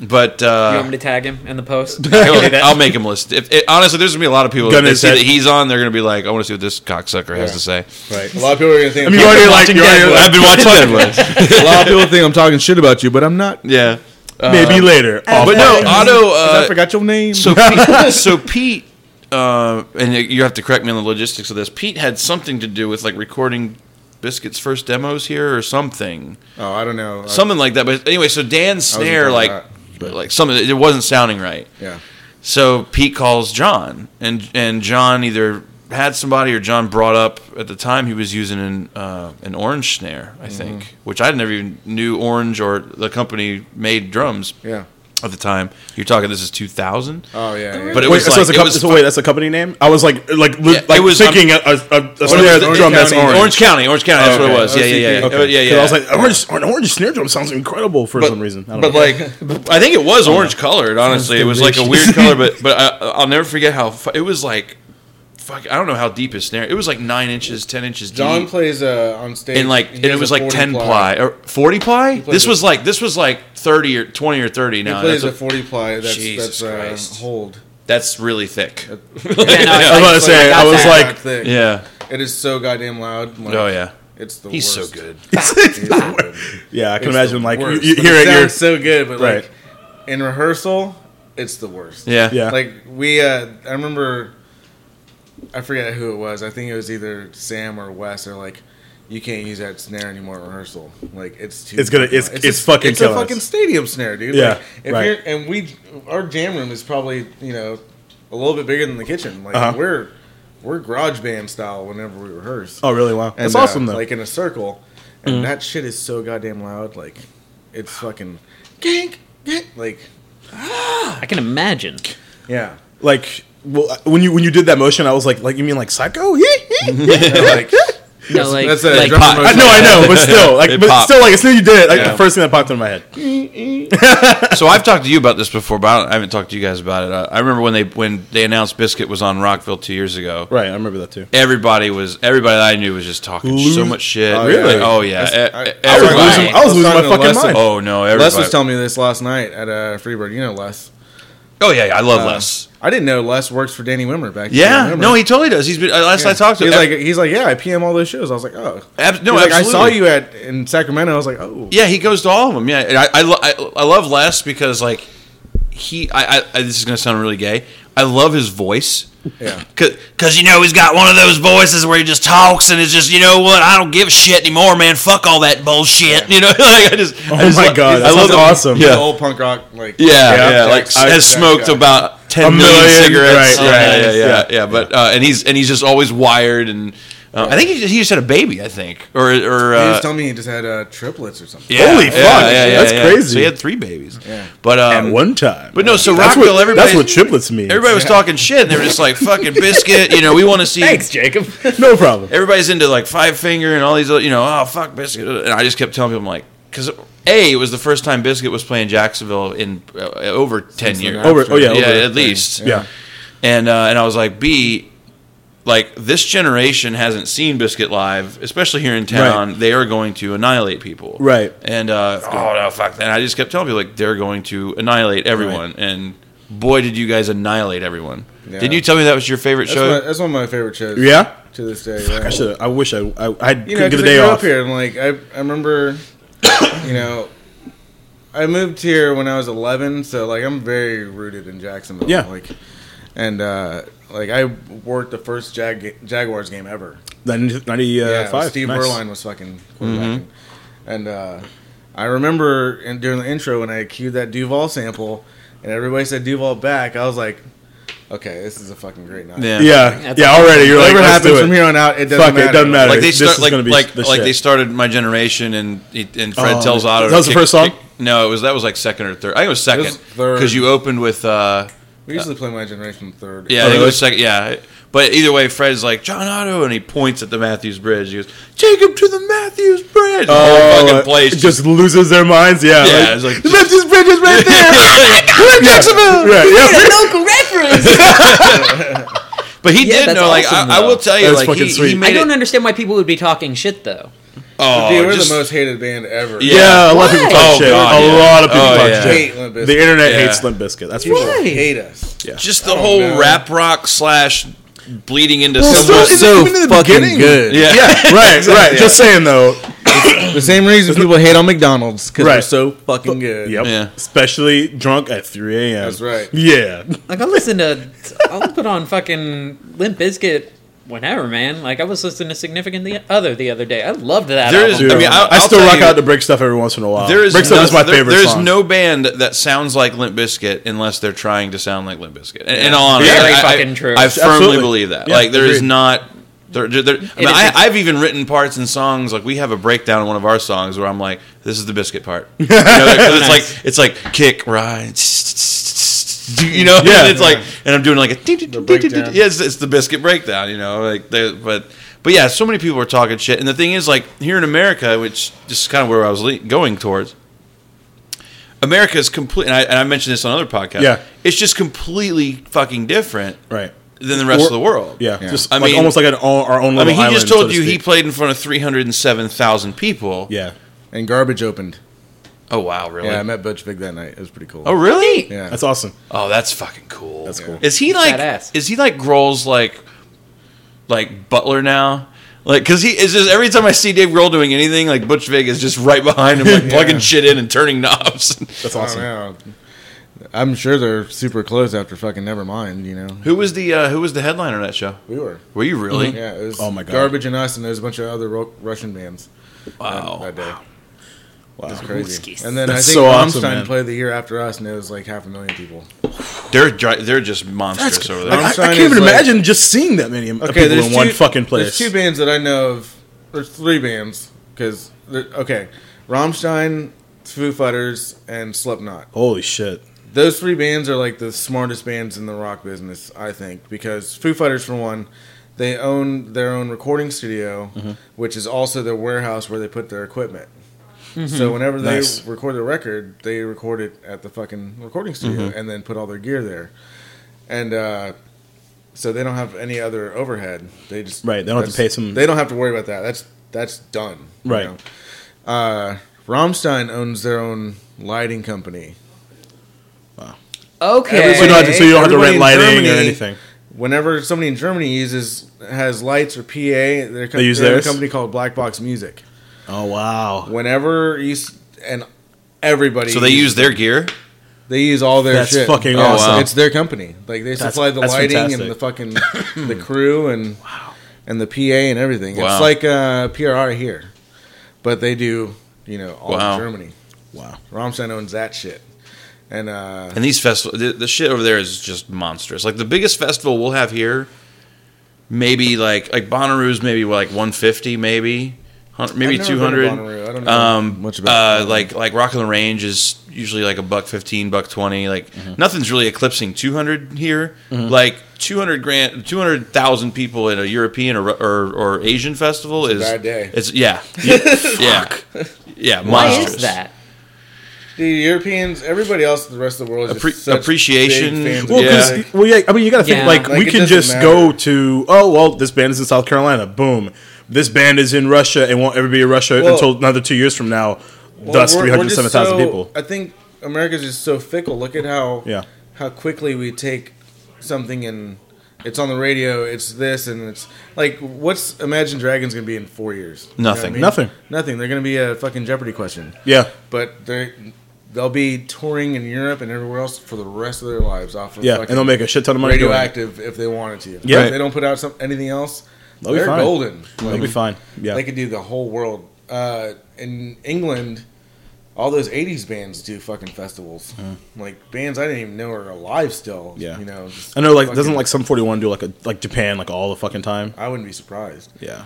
But
You
uh,
want me to tag him in the post?
he'll-
do that.
I'll make him listen. If, it, honestly, there's gonna be a lot of people that
Gun
they
is
see
that-
that he's on. They're gonna be like, I want to see what this cocksucker has
Yeah.
to say.
right.
A lot of people are gonna think. I'm
You already like
Watching
you already
Deadwood. I've
like,
been watching Deadwood.
a lot of people think I'm talking shit about you, but I'm not.
yeah, Uh,
maybe later. Oh,
but no, Otto.
I
Uh,
forgot your name.
So Pete, so Pete, uh, and you have to correct me on the logistics of this. Pete had something to do with like recording Biscuit's first demos here or something,
oh, I don't know.
something like that. But anyway, so Dan's
I wasn't
snare
part of
like
that,
like something it wasn't sounding right.
yeah.
So Pete calls John, and and John either had somebody or John brought up at the time he was using an uh, an orange
Mm-hmm.
snare, I think, which I never even knew orange or the company made drums.
Yeah.
at the time. You're talking this is 2000,
Oh yeah, yeah.
but it
wait,
was
so
like
it's a
it
co-
was
so wait, that's a company name. I was like, like, li-
Yeah, it
like
was- um, Oh,
thinking a, a, a, a snare
Orange
drum that's
County.
orange.
Orange County, Orange County. That's what
okay.
it was. Yeah, yeah, yeah, yeah,
OCP.
Uh, yeah, yeah.
I was like, orange, an orange snare drum sounds incredible for
But-
some reason. I don't
but
know.
like, I think it was
oh.
orange colored. Honestly, it was like a weird color, but but I, I'll never forget how fu- it was like. Fuck, I don't know how deep his snare. It was like nine inches, ten inches deep.
John plays uh, on stage,
and like
he
and it
has
was
a
like
40
10 ply, or 40 ply this
a-
was like this was like 30 or 20 or 30
He
now
plays
that's,
a forty ply. That's
Jesus
that's
Christ.
uh, hold.
that's really thick
Yeah, no, it's
I was about to
like-
say,
got
I was
that.
like-
That thing.
yeah
it is so goddamn loud. Like,
oh yeah
it's the
he's
worst.
so good
He's so good.
yeah, I can
It's
imagine
the
like you,
worst.
you
But
hear
it
it, you're
sounds so good, but
Right.
like in rehearsal, it's the worst.
yeah
Yeah.
Like we, uh, I remember, I forget who it was. I think it was either Sam or Wes. They're like, you can't use that snare anymore in rehearsal. Like it's too.
It's gonna- it's-
a-
it's fucking
It's a
killing us."
fucking stadium snare, dude.
Yeah,
Like, if
right.
you're, and we, our jam room is probably you know a little bit bigger than the kitchen. Like
Uh-huh.
we're we're garage band style whenever we rehearse.
oh really wow,
And,
that's awesome
uh,
though. Mm-hmm.
Like in a circle, and that shit is so goddamn loud. Like it's fucking gank, gank. Like
I can imagine.
yeah,
like well, uh, when you when you did that motion, I was like, like you mean like psycho? Yeah, yeah, yeah.
No, like
No, like,
that's a
like
drum
pop-
I know, I know, but still, like,
It
but
popped.
still, like as soon as you did it, like
Yeah.
the first thing that popped into my head.
so I've talked to you about this before, but I, don't, I haven't talked to you guys about it. I, I remember when they when they announced Biscuit was on Rockville two years ago.
Right, I remember that too.
Everybody was everybody that I knew was just talking so
Lose-
much shit.
Oh, Really?
Oh yeah.
I-
E-
I was
I was
everybody.
losing, I was losing my
Talking to
fucking
Les-
mind.
oh no. Everybody.
Les was telling me this last night at uh, Freebird. You know Les.
oh yeah, yeah. I love Les.
I didn't know Les works for Danny Wimmer back.
Yeah. No, he totally does. He's been uh, last I talked to.
He's
him.
like he's like yeah. I PM all those shows. I was like oh
Ab- no,
He's like, I
absolutely.
saw you at in Sacramento. I was like oh
Yeah, he goes to all of them. Yeah, and I I, lo- I, I love Les because like he I, I, I this is gonna sound really gay. I love his voice.
Yeah.
Because, you know, he's got one of those voices where he just talks and it's just, you know what, I don't give a shit anymore, man. Fuck all that bullshit. You know, like, I just.
Oh
I just
my
lo-
God, that
I love
sounds
the-
awesome.
Yeah.
old punk rock like
Yeah,
Yeah.
yeah, like
I-
has
yeah,
smoked
yeah.
about ten
A
million
million,
cigarettes.
right,
yeah,
right,
yeah, yeah,
yeah.
yeah, But uh, and he's and he's just always wired, and uh, I think he just, he just had a baby, I think, or or
He
uh,
was telling me he just had uh, triplets or something.
yeah,
Holy
yeah,
fuck,
yeah, yeah,
that's
yeah.
crazy.
So he had three babies,
Yeah.
but um,
At one time,
But no, so
that's
Rockville,
what,
everybody,
that's what triplets mean.
everybody was talking shit, and they were just like, "Fucking biscuit," you know. We want to see.
Thanks, Jacob.
no problem.
Everybody's into like Five Finger and all these, other, you know. Oh fuck, biscuit. And I just kept telling people, I'm like, because a, it was the first time biscuit was playing Jacksonville in uh, over ten
the
years.
night.
Over, oh yeah,
yeah,
over,
at least.
yeah.
And uh, and I was like, B, like this generation hasn't seen Biscuit live, especially here in town. They are going to annihilate people,
Right.
And uh, oh no, fuck that! And I just kept telling people like they're going to annihilate everyone, and boy, did you guys annihilate everyone!
Yeah.
Did you tell me that was your favorite
That's,
show?
my, that's one of my favorite shows.
Yeah?
to this day.
I
yeah.
should. I wish I. I, I
you know,
could get a
because
day
I grew
off.
up here, and like I, I remember, you know, I moved here when I was 11, so like I'm very rooted in Jacksonville.
Yeah.
like, and uh, like I worked the first Jag- Jaguars game ever.
Ninety-
yeah,
Ninety-five.
Steve
Uh, nice. Mm-hmm.
Berline was fucking quarterbacking, and uh, I remember in, during the intro when I cued that Duval sample, and everybody said Duval back. I was like, okay, this is a fucking great night.
Yeah.
Yeah,
That's
yeah. Already, you're like,
Whatever
let's
happens
do it.
from here on out, it doesn't
Fuck it,
matter.
doesn't matter.
Like they
This
start
is
like
gonna be
like,
the
like
shit.
they started my generation and he- and Fred
Oh,
tells Otto
that
to
was the
kick-
first song?
kick- no, it was that was like second or third. I think it was
was
second
third.
because you opened with uh,
We usually play my generation third.
Yeah, I think it
really?
was second. Yeah, but either way, Fred's like John Otto, and he points at the Matthews Bridge. He goes, "Take him to the Matthews Bridge." The whole
Oh,
fucking place.
just loses their minds. Yeah,
Yeah, it's like-
the Memphis Bridge is right there.
"Oh
We're in Jacksonville. Right, yeah.
local reference.
but he
Yeah,
did
that's
know. Like
awesome,
I, I will
though.
tell you,
That's
like
fucking
he, he
sweet.
made
I don't
it.
understand why people would be talking shit though.
Oh,
Dude, we're
just-
the most hated band ever.
Yeah, a lot of people
Why?
talk
Oh,
shit.
God,
a
yeah.
lot of people
Oh,
talk
yeah.
shit.
Hate Limp Bizkit.
The internet
Yeah.
hates Limp Bizkit. That's for
People
sure.
hate us.
just the whole
man.
rap rock slash bleeding into
still
symbols.
is So even in the fucking beginning- good.
Yeah.
right, right. Just saying though.
The same reason people hate on McDonald's because
Right.
they're so fucking good.
Yep.
Yeah.
Especially drunk at 3 a.m.
That's right.
Yeah.
Like I listen to, I'll put on fucking Limp Bizkit whenever, man. Like I was listening to Significant the Other the other day. I loved that.
There is-
album.
Dude,
I mean, I'll-
I
I'll
still
tell
rock
you-
out to break stuff every once in a while.
There is
break stuff
no,
is my
there-
favorite
There is
song.
no band that sounds like Limp Bizkit unless they're trying to sound like Limp Bizkit. And, and all honesty,
Very
I, I-
fucking true.
I firmly
Absolutely.
believe that.
Yeah,
like there is
agreed.
not They're, they're, I mean,
is
I,
ex-
I've even written parts in songs. Like we have a breakdown in one of our songs where I'm like, "This is the biscuit part." You know, 'cause it's like it's like kick ride. You know,
Yeah.
and it's like, and I'm doing like a
breakdown.
yeah, it's, it's the biscuit breakdown. You know, like they, but but yeah, so many people are talking shit. And the thing is, like here in America, which just kind of where I was le- going towards, America is complete. And I, and I mentioned this on other podcasts.
Yeah.
it's just completely fucking different
Right.
than the rest
Or-
of the world.
Yeah.
Yeah.
Just
I
like
mean-
almost like an, all- our own
I
little
mean, he
island,
just told
so to
you he
speak.
played in front of 307,000 people.
Yeah.
And garbage opened.
Oh, wow, really?
Yeah, I met Butch Vig that night. It was pretty cool.
oh, really?
yeah.
That's awesome.
Oh, that's fucking cool.
That's cool.
Is he like
badass.
is he like Grohl's like like butler now? Like, cause he is just every time I see Dave Grohl doing anything, like Butch Vig is just right behind him, like plugging shit in and turning knobs.
That's
I
awesome.
don't know. I'm sure they're super close after fucking Nevermind, you know.
who was the uh, who was the headliner of that show?
We were.
Were you really?
Yeah, it was
Oh my God.
garbage and us, and there's a bunch of other Ro- Russian bands.
Oh,
Wow.
that day. That's
Wow.
crazy.
Ruskies.
And then
That's
I think
so
so
awesome, man.
played the year after us, and it was like half a million people.
They're dri- they're just monstrous over there.
Like, I, I
Rammstein
can't
is
even
like-
imagine just seeing that many people in one fucking place.
There's two bands that I know of. There's three bands because okay, Rammstein, Foo Fighters, and Slipknot.
Holy shit!
Those three bands are like the smartest bands in the rock business, I think, because Foo Fighters, for one, they own their own recording studio,
Mm-hmm.
which is also their warehouse where they put their equipment. So whenever they
Mm-hmm. Nice.
record their record, they record it at the fucking recording studio
Mm-hmm.
and then put all their gear there. And uh, so they don't have any other overhead. They just
Right, they don't have to
that's-
pay some-
They don't have to worry about that. That's that's done. you
Right.
know? Uh, Rammstein owns their own lighting company.
Okay.
So you don't have to, so you don't have to
Everybody
rent
in
lighting or
Germany-
anything.
whenever somebody in Germany uses has lights or PA, they're com-
They use
they're
theirs?
a company called Black Box Music.
Oh wow!
Whenever you s- and everybody,
So they use Oh, their gear.
they use all their
That's
shit.
fucking
Yeah,
awesome.
It's their company. Like they
That's-
supply the
that's
lighting
fantastic.
and the fucking the crew and and the PA and everything.
Wow.
It's like uh, PRI here, but they do you know all of
Wow.
Germany.
Wow.
Rammstein owns that shit, and uh,
And these festivals, the, the shit over there is just monstrous. Like the biggest festival we'll have here, maybe like like Bonnaroo's maybe like 150, maybe hun- maybe
I've never been to
200.
Bonnaroo. I don't know
um,
much about
uh,
Bonnaroo.
like like Rock on the Range is usually like a buck 15, buck 20. Like nothing's really eclipsing 200 here. Like 200 grand, 200,000 people at a European or or, or Asian festival is
bad day.
It's yeah, yeah, yeah, yeah,
Why
monstrous.
is that?
the Europeans, everybody else, the rest of the world, is
Appre-
just such
appreciation.
big fans of
Well, because
music.
Yeah.
well, yeah. I mean, you got to think
Yeah.
like,
Like,
we
it
can
doesn't
just
matter.
go to oh well, this band is in South Carolina. Boom. This band is in Russia and won't ever be in Russia
Well-
until another two years from now.
Well,
thus,
we're-
three
we're
hundred
just
seven thousand
so-
people.
I think America's just so fickle. Look at how
Yeah.
how quickly we take something and it's on the radio. It's this and it's like what's Imagine Dragons gonna be in four years? You know what
Nothing.
I mean?
Nothing.
Nothing. They're gonna be a fucking Jeopardy question.
Yeah.
But they they'll be touring in Europe and everywhere else for the rest of their lives off of
Yeah,
fucking
and they'll make a shit ton of money doing it.
radioactive if they wanted to. If
Yeah.
they don't put out some, anything else.
They'll be
they're
fine.
golden.
They'll be
Like,
fine. Yeah.
they could do the whole world. Uh, in England, all those '80s bands do fucking festivals. Like bands I didn't even know are alive still.
Yeah.
you know. just
I know, like,
fucking-
doesn't like some forty one do like a like Japan like all the fucking time?
I wouldn't be surprised.
Yeah,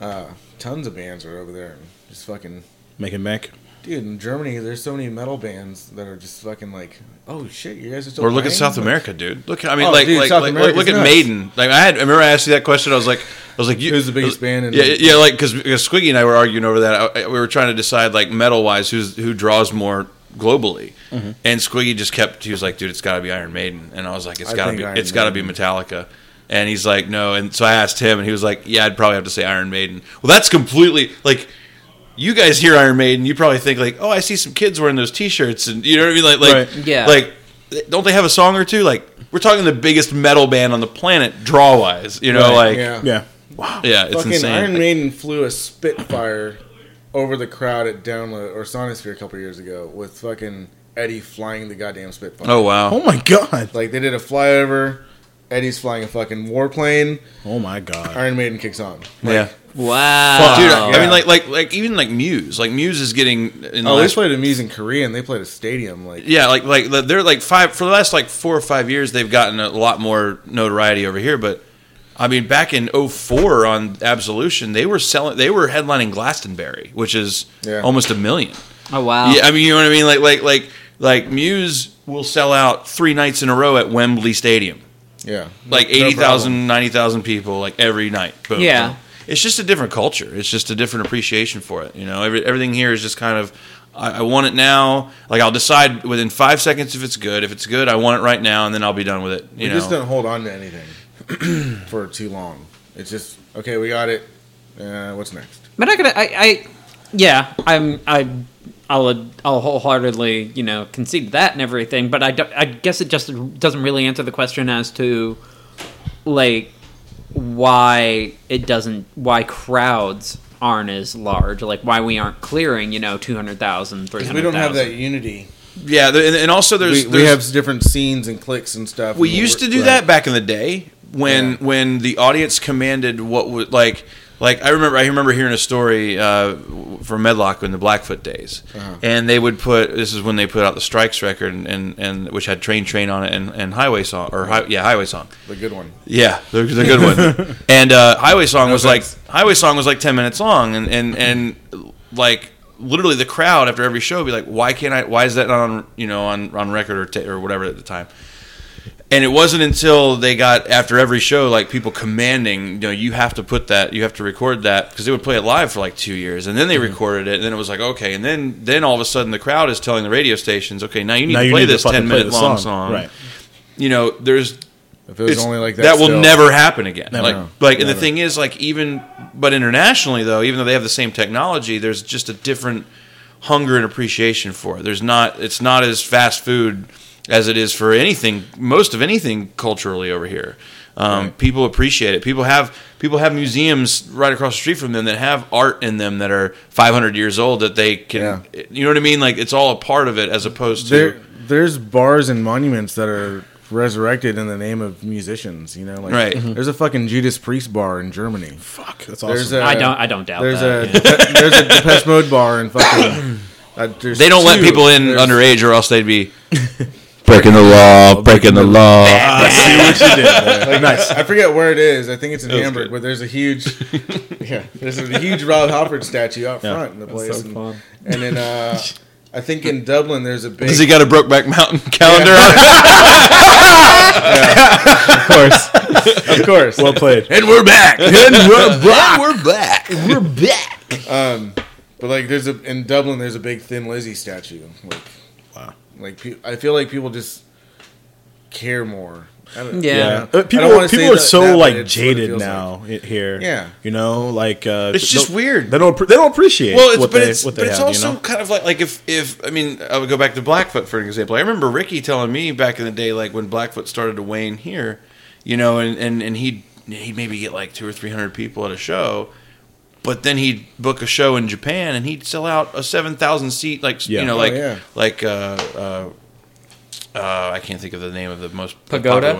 Uh, tons of bands are over there, and just fucking.
making bank.
Dude, in Germany, there's so many metal bands that are just fucking like, oh shit, you guys are still.
Or look at
playing?"
South
Like,
America, dude. Look, I mean,
Oh,
like,
dude,
like,
South
like,
America's
look at
nuts.
Maiden. Like, I had. I remember I asked you that question. I was like, I was like, you,
Who's the biggest
I was-
band in-
yeah, yeah, like because Squiggy and I were arguing over that. I, I- we were trying to decide like metal wise who's who draws more globally.
Mm-hmm.
And Squiggy just kept. He was like, dude, it's got to be Iron Maiden. And I was like, it's
I
got to
think
be,
Iron
it's got to be Metallica. And he's like, no. And so I asked him, and he was like, yeah, I'd probably have to say Iron Maiden. Well, that's completely like. You guys hear Iron Maiden, you probably think like, "Oh, I see some kids wearing those T-shirts," and you know what I mean, like, like,
Right.
Yeah.
like don't they have a song or two? Like we're talking the biggest metal band on the planet, draw wise. You know, like yeah,
yeah,
Yeah,
it's
fucking
insane.
Iron Maiden flew a Spitfire over the crowd at Download or Sonosphere a couple years ago with fucking Eddie flying the goddamn Spitfire.
oh wow,
Oh my god.
Like they did a flyover. Eddie's flying a fucking warplane.
Oh my god.
Iron Maiden kicks on.
yeah.
Wow.
Dude,
yeah.
I mean, like, like, like, even like Muse, like Muse is getting in the
Oh, they
last,
played a Muse in Korea and they played a stadium. Like
yeah, like, like they're like five for the last like four or five years, they've gotten a lot more notoriety over here. But I mean, back in 04 on Absolution, they were selling, they were headlining Glastonbury, which is
Yeah.
almost a million.
Oh wow.
Yeah, I mean, you know what I mean? Like, like, like, like Muse will sell out three nights in a row at Wembley Stadium,
Yeah.
like 80,000, 90,000 people, like every night. Boom.
Yeah.
It's just a different culture. It's just a different appreciation for it. You know, Every, everything here is just kind of, I, I want it now. Like, I'll decide within five seconds if it's good. If it's good, I want it right now, and then I'll be done with it. You
You
know,
just don't hold on to anything for too long. It's just okay. We got it. Uh, what's next?
But I could, I, I, yeah, I'm, I, I'll, I'll wholeheartedly, you know, concede that and everything. But I, do- I guess it just doesn't really answer the question as to, like, why it doesn't, why crowds aren't as large, like why we aren't clearing, you know, 200,000,
Because we don't have
300,000.
that unity.
yeah. there- And, and also, there's,
We, we
there's-
have different scenes and clicks and stuff.
we
and
used to
we're-
do
right.
that back in the day when
Yeah.
when the audience commanded what was like like I remember I remember hearing a story uh, from Medlock in the Blackfoot days,
Uh-huh.
and they would put this is when they put out the Strikes record and, and, and which had Train Train on it and, and Highway Song or hi, yeah Highway Song
The good one.
yeah, they're, they're a good one. and uh, Highway Song was
offense.
like Highway Song was like ten minutes long, and and and like literally the crowd after every show would be like, why can't I? Why is that not on you know on on record or ta or whatever at the time? And it wasn't until they got after every show like people commanding, you know, you have to put that, you have to record that because they would play it live for like two years, and then
Mm-hmm.
they recorded it, and then it was like okay, and then then all of a sudden the crowd is telling the radio stations, okay, now you need
Now
to
you
play
need to
this
fucking
ten minute
play the
long
song.
song,
Right.
You know, there's
If it was only like that,
will
still-
never happen again. like,
No.
like, and the
Never.
thing is, like, even but internationally though, even though they have the same technology, there's just a different hunger and appreciation for it. There's not, it's not as fast food as it is for anything, most of anything culturally over here. Um, People appreciate it. People have people have museums right across the street from them that have art in them that are 500 years old that they can, you know what I mean? Like, it's all a part of it as opposed to
There, there's bars and monuments that are resurrected in the name of musicians. You know, like
Right. Mhm.
there's a fucking Judas Priest bar in Germany.
Fuck, that's
There's
awesome.
a,
I don't, I don't doubt
There's
that.
a there's a Depeche Mode bar in fucking. Uh, there's
They don't let
two.
people in
There's-
underage, or else they'd be breaking the law, breaking the law.
I see what you did there. Like, nice.
I forget where it is. I think it's in Hamburg,
good.
but there's a huge, yeah, there's a huge Rob Halford statue out
Yeah.
front in the place,
so
and,
fun.
and then uh, I think in Dublin there's a big.
Has he got a Brokeback Mountain calendar? on it?
Of course.
of course.
Well played.
and we're back. and we're back. we're back.
But like, there's a in Dublin, there's a big Thin Lizzy statue. Like,
Wow.
like pe- I feel like people just care more. I don't-
Yeah.
Yeah.
I
Uh,
don't
People,
wanna say
people are
that- that,
so
but
like
it's what it
jaded
feels
now i- here.
Yeah.
You know, like uh,
It's just
don't-
weird.
They don't appre- they don't appreciate
Well, it's,
what
but
they
it's
what they
but it's
have,
also
you know?
kind of like like if if I mean I would go back to Blackfoot for an example. I remember Ricky telling me back in the day, like when Blackfoot started to wane here, you know, and and and he'd he'd maybe get like two or three hundred people at a show. But then he'd book a show in Japan and he'd sell out a seven thousand seat like
Yeah.
you know
Oh,
like
yeah.
like uh, uh, uh, I can't think of the name of the most
Pagoda?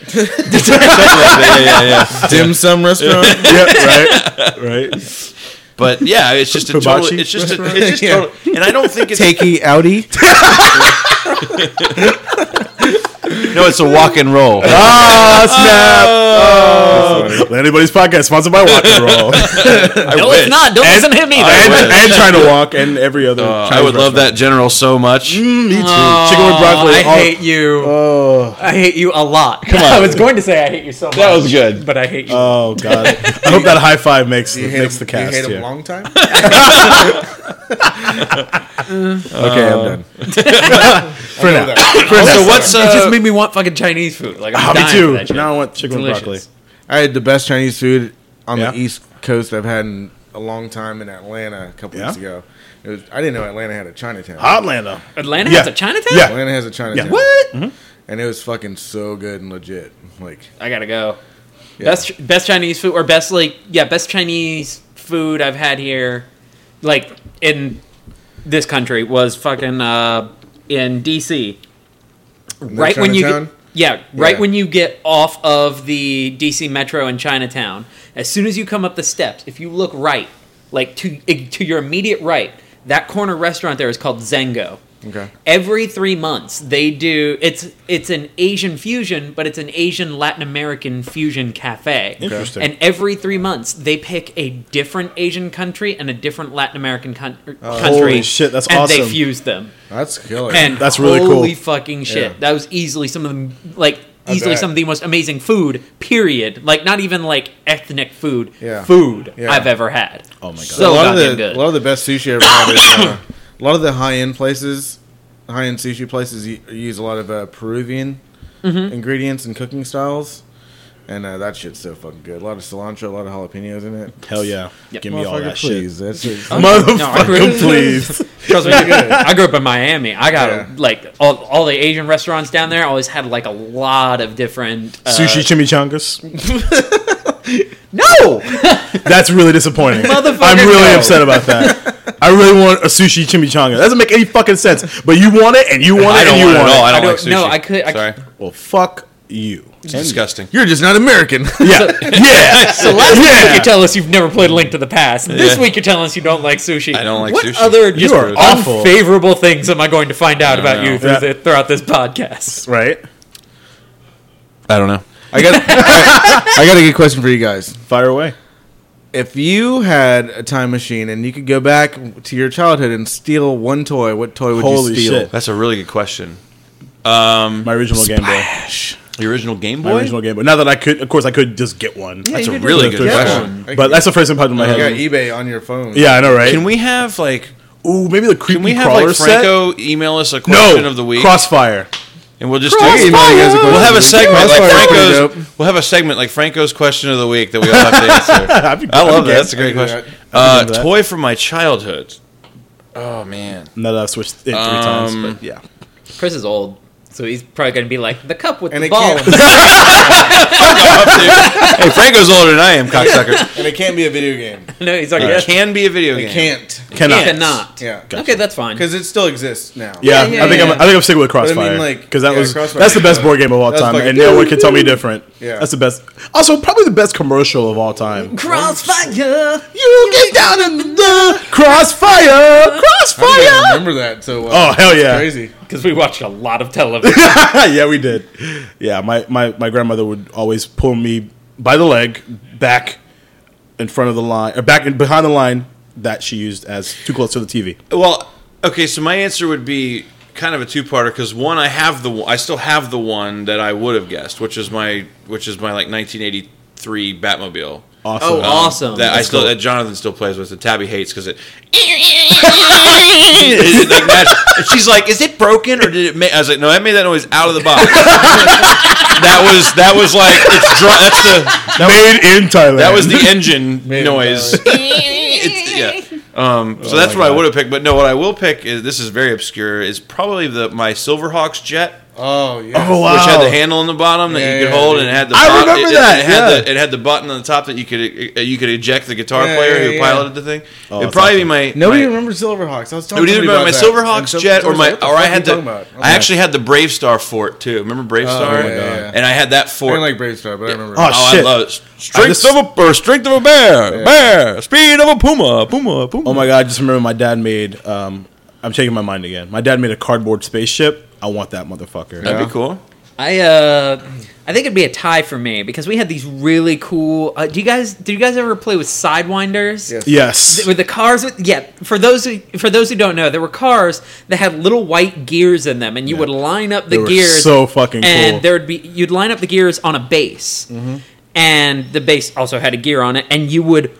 popular one.
Dim sum restaurant.
yeah, right, right.
But yeah, it's just a total.
Hibachi?
It's just a, it's just total, and I don't think it's
Takey outie.
no, it's a walk and roll.
Ah,
Oh.
snap! Let Anybody's podcast sponsored by Walk and Roll,
no, it's not. Don't listen to him either.
and,
wish.
and China Walk, and every other.
Uh, I
Chinese
would love that
restaurant.
general so much.
Mm, me too.
Oh,
Chicken with broccoli.
I
all-
hate you.
Oh,
I hate you a lot. Come
on.
I was going to say I hate you so much. That
was good.
But I hate you.
oh god! I hope that high five makes
You hate
makes the
him,
cast.
You hate
here.
him long time.
okay, I'm done. Uh, For now.
So what's
it just
uh,
made me want fucking Chinese food. Like I'm
Ah, me
dying For that
too.
shit.
Now I want chicken with
Delicious.
broccoli.
I had the best Chinese food on
Yeah.
the East Coast I've had in a long time in Atlanta a couple weeks
Yeah?
ago. It was, I didn't know Atlanta had a Chinatown.
Hotlanta.
Atlanta
Yeah.
has a Chinatown.
Yeah.
Atlanta has a Chinatown.
Yeah.
What?
And it was fucking so good and legit. Like
I gotta go.
yeah.
Best best Chinese food or best like yeah best Chinese food I've had here, like in this country was fucking uh, in DC. Right when you get,
Chinatown?
yeah right
Yeah.
when you get off of the DC Metro in Chinatown, as soon as you come up the steps, if you look right, like to to your immediate right, that corner restaurant there is called Zengo.
Okay.
Every three months, they do it's it's an Asian fusion, but it's an Asian Latin American fusion cafe.
Interesting.
And every three months, they pick a different Asian country and a different Latin American con- country.
Oh. Holy shit, that's
and they
awesome.
fuse them.
That's killer.
And
That's really
holy
cool.
fucking shit!
Yeah.
That was easily some of the like
I
easily
bet.
some of the most amazing food. Period. Like not even like ethnic food.
Yeah.
Food
Yeah.
I've ever had.
Oh my God.
So
a lot of
goddamn
the
good.
a lot of the best sushi I've ever had is uh, a lot of the high end places, high end sushi places u- use a lot of uh, Peruvian
Mm-hmm.
ingredients and cooking styles, and uh, that shit's so fucking good. A lot of cilantro, a lot of jalapenos in it.
Hell yeah.
Yep.
Give me all
Motherfucker,
that
please.
shit.
That's it.
No, I grew-
Motherfucker, please.
Trust me, I grew up in Miami. I got
Yeah.
like all, all the Asian restaurants down there. Always had like a lot of different uh,
Sushi chimichangas.
No,
That's really disappointing.
Motherfucker,
I'm really
no.
upset about that. I really want a sushi chimichanga. That doesn't make any fucking sense. But you want it, and you want
I
it,
don't
and you
want it
want
at all.
it.
I don't,
I
like
don't-
sushi.
no, I could- I
Sorry,
Well, fuck you.
it's disgusting.
You're just not American.
Yeah, yeah.
so last week
Yeah.
you tell us you've never played Link to the Past. This
Yeah.
week you're telling us you don't like sushi.
I don't like
what
sushi.
other
You
just
are awful.
unfavorable things am I going to find out about
no.
you through
Yeah.
the, throughout this podcast?
Right?
I don't know.
I got I got a good question for you guys.
Fire away.
If you had a time machine and you could go back to your childhood and steal one toy, what toy would
Holy
you steal?
shit.
That's a really good question.
My original Game Boy.
The original Game
My
Boy.
original Game Boy. Now that I could, of course, I could just get one.
That's
you
a
could
really
just
good
get
question.
one. But that's the first thing that popped in my
You got
head.
eBay on your phone.
Yeah, I know, right?
Can we have like?
Ooh, maybe the creepy
Can we have
crawler
like
set.
Franco email us a question
No,
of the week,
Crossfire.
and we'll just
Hey,
do.
man, you guys are
We'll
going-
have a segment like
Crossfire's pretty dope.
Franco's. We'll have a segment like Franco's question of the week that we all have to answer.
I'd be-
I love
I'd be
that. That's a
game.
great
I can do
question.
that. I
Uh,
can do that.
toy from my childhood. Oh man,
Now that I've switched it three times,
Um,
but yeah.
Chris is old, so he's probably going to be like the cup with
And
the
it
ball.
can't-
hey, Franco's older than I am, cocksucker.
And it can't be a video game.
no, he's like
It
yes,
can be a video game.
It can't.
Cannot.
cannot.
Yeah.
Okay, that's fine.
Because it still exists now.
Yeah,
Yeah, yeah,
I think I'm.
yeah.
I think I'm sticking with
I mean,
Crossfire.
like,
because that
yeah,
was
Crossfire
that's the best
was-
board game of all
that was
time,
fucking-
and no one can tell me different.
Yeah.
that's the best. Also, probably the best commercial of all time.
Crossfire.
You get down in the Crossfire,
I don't even
Crossfire.
remember that so well.
Oh hell yeah!
Crazy.
Because we watched a lot of television.
yeah, we did. Yeah, my, my, my grandmother would always pull me by the leg back in front of the line, or back in, behind the line that she used as too close to the TV.
Well, okay, so my answer would be kind of a two-parter because one, I have the I still have the one that I would have guessed, which is my which is my like 1983 Batmobile.
Awesome.
Oh, awesome.
That I
That's
still
cool.
that Jonathan still plays with. That Tabby hates because it. It- it- like that- and she's like, "Is it broken or did it?" Make? I was like, "No, that made that noise out of the box." that was that was like it's dr- that's the
Made in Thailand.
that was the engine
Made in
noise. It's- yeah. Um, so that's
my
what I
God.
would have picked. But no, what I will pick is this is very obscure. Is probably the my Silverhawks jet,
Oh yeah.
Oh, wow.
which had the handle on the bottom that
Yeah,
you could
yeah,
hold,
dude.
and it had the.
I
bot-
remember
it- it-
that,
It had,
yeah.
the, it had the button on the top that you could uh, you could eject the guitar
Yeah,
player
yeah,
who
yeah.
piloted the thing. It'd
that's
probably be
awesome.
my
Nobody
my,
remembers Silverhawks. I was
it
talking
would either
somebody
be
about
my
that.
Silverhawks
And so-
jet or
somebody
my
was like,
or
"What the
I
fuck
had
are
the
you talking about?"
I actually had the Brave Star fort too. Remember Brave Star?
yeah, yeah, yeah.
And I had that
I
fort.
didn't like Brave Star, but I remember.
Oh,
Oh,
shit.
I love it. Strength
just-
of a or strength of a bear,
Yeah.
bear, speed of a puma, puma, puma.
Oh my god! I just remember my dad made. Um, I'm changing my mind again. My dad made a cardboard spaceship. I want that motherfucker.
that'd
Yeah.
be cool.
I uh, I think it'd be a tie for me because we had these really cool. Uh, do you guys? Do you guys ever play with sidewinders?
Yes.
Yes.
Th- With the cars, with, yeah. For those who, for those who don't know, there were cars that had little white gears in them, and you would line up the
They were
gears.
so
And
fucking cool. Mm-hmm.
there would be you'd line up the gears on a base, and the base also had a gear on it, and you would.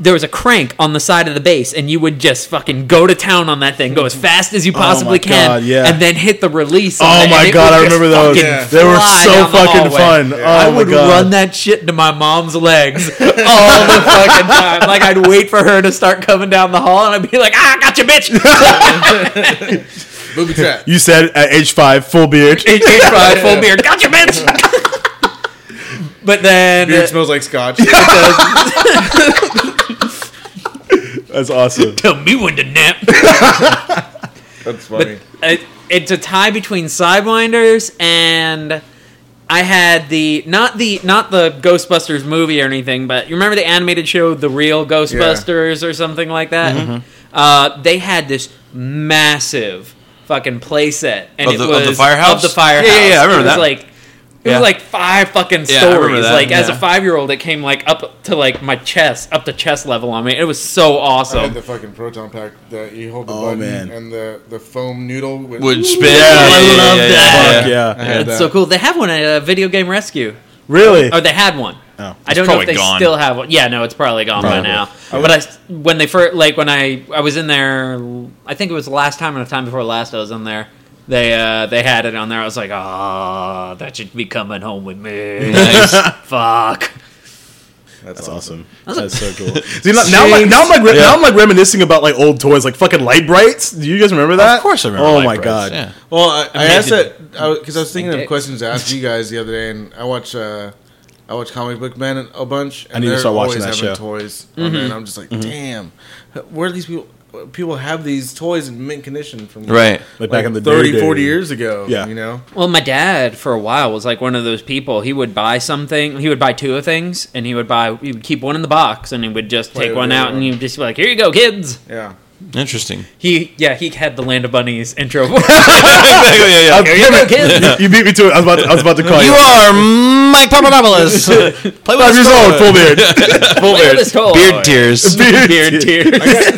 There was a crank on the side of the base, and you would just fucking go to town on that thing, go as fast as you possibly can,
Oh God, yeah.
and then hit the release. on it,
Oh
and
my
it
god!
would
I
just
remember those.
fucking
Yeah.
They were
fly
so
down the
fucking
hallway.
fun. Oh
I
my
would
god!
run that shit into my mom's legs all the fucking time. Like I'd wait for her to start coming down the hall, and I'd be like, "Ah, gotcha, bitch!"
Booby trap.
You said at age five, full beard.
H H fried full beard, gotcha, bitch. but then uh,
Beard smells like scotch.
That's awesome.
tell me when to nap.
That's funny.
it, it's a tie between Sidewinders and I had the not the not the Ghostbusters movie or anything, but you remember the animated show, The Real Mm-hmm. Ghostbusters or something like that. Uh, they had this massive fucking playset, and
Of
it
the- of
was
the firehouse?
Of the firehouse.
Yeah, yeah, yeah, I remember
it was
that.
Like it
Yeah.
was like five fucking
Yeah, I remember
stories.
that,
Like as a
yeah.
five year old, it came like up to like my chest, up to chest level on me. It was so
I had
awesome.
the fucking proton pack that you hold the
Oh,
button
man.
and the, the foam noodle would,
Would spin.
I love that.
Fuck yeah.
I had
That's
that.
so cool. They have one at uh, Video Game Rescue,
Really?
or they had one.
Oh.
I don't know if
probably
they
gone.
still have one. Yeah, no, it's probably gone by
Probably.
now. But I, s- when they first, like when I, I was in there. I think it was the last time and the time before last I was in there. They, uh, they had it on there. I was like, ah, that should be coming home with me. Fuck.
That's awesome. That's so cool. See, now, now, I'm like,
Jinx.
now, I'm like, re- now I'm like reminiscing about like old toys, like fucking light brights. Do you guys remember that?
Of course I remember.
Oh
Light
my
Brights,
god.
yeah.
Well, I, I asked
Amazing.
that because I, was thinking of
Dick.
questions to ask you guys the other day, and I watch uh, I watch Comic Book Man a bunch.
need
And
to
they're
start watching
always
that
having
show. Mm-hmm.
Toys, on
Mm-hmm.
there, and I'm just like, damn, where do these people? People have these toys in mint condition from
Right.
Like back in the
30,
day,
40
dude.
years ago.
Yeah.
you know,
Well, my dad for a while was like one of those people. He would buy something. He would buy two of things, and he would buy. He would keep one in the box, and he would just
Play
take
with
one
the
out,
other
and
one.
he would just be like, "Here you go, kids."
yeah.
Interesting.
He, yeah, he had the Land of Bunnies intro.
Exactly, yeah, yeah.
Here you go, kids.
You beat me to it. I was about to, I was about to call you.
You are Mike Papadopoulos. Play with
five years old, full beard.
full
Play with this toy.
Oh, Beard tears.
Beard tears.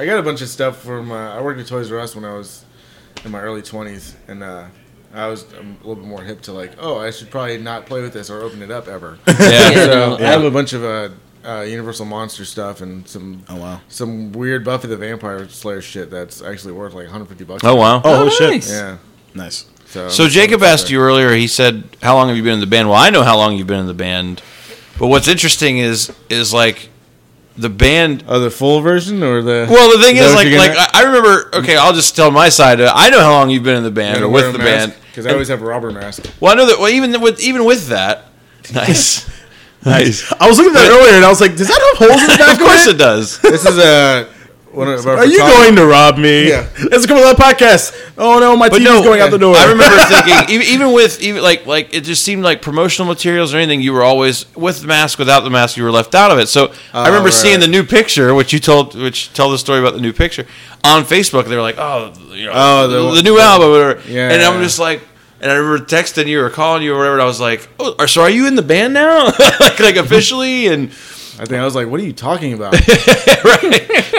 I got a bunch of stuff from. Uh, I worked at Toys R Us when I was in my early twenties, and uh, I was um, a little bit more hip to like, oh, I should probably not play with this or open it up ever.
Yeah.
so I have a bunch of uh, uh, Universal Monster stuff and some
Oh wow.
some weird Buffy the Vampire Slayer shit that's actually worth like 150 bucks.
Oh wow.
Oh, shit.
yeah.
Nice.
So,
So Jacob asked you earlier. He said, "How long have you been in the band?" Well, I know how long you've been in the band, but what's interesting is is like the band.
oh, the full version or the
Well, the thing
Is that
is,
what
like,
you're
like
getting at?
I I remember. Okay, I'll just tell my side. Uh, I know how long you've been in the band or with the band.
because I always have a robber mask.
Well, I know that. Well, even with even with that, nice. Nice.
I was looking at that earlier and I was like, does that have holes in the back?
of course it does.
This is a one of our
Are you
photog-
going to rob me?
Yeah.
It's a couple of podcasts. Oh no, my
But
TV's
no,
going out the door.
I remember thinking, even, even with even like like it just seemed like promotional materials or anything, you were always with the mask, without the mask, you were left out of it. So I remember
Oh, right.
seeing the new picture, which you told, which tell the story about the new picture on Facebook. They were like, oh, you know,
Oh,
the,
the-
the new album, or whatever.
Yeah.
And I'm just like. And I remember texting you or calling you or whatever. And I was like, "Oh, are- so are you in the band now? like, like officially?" And
I think I was like, what are you talking about?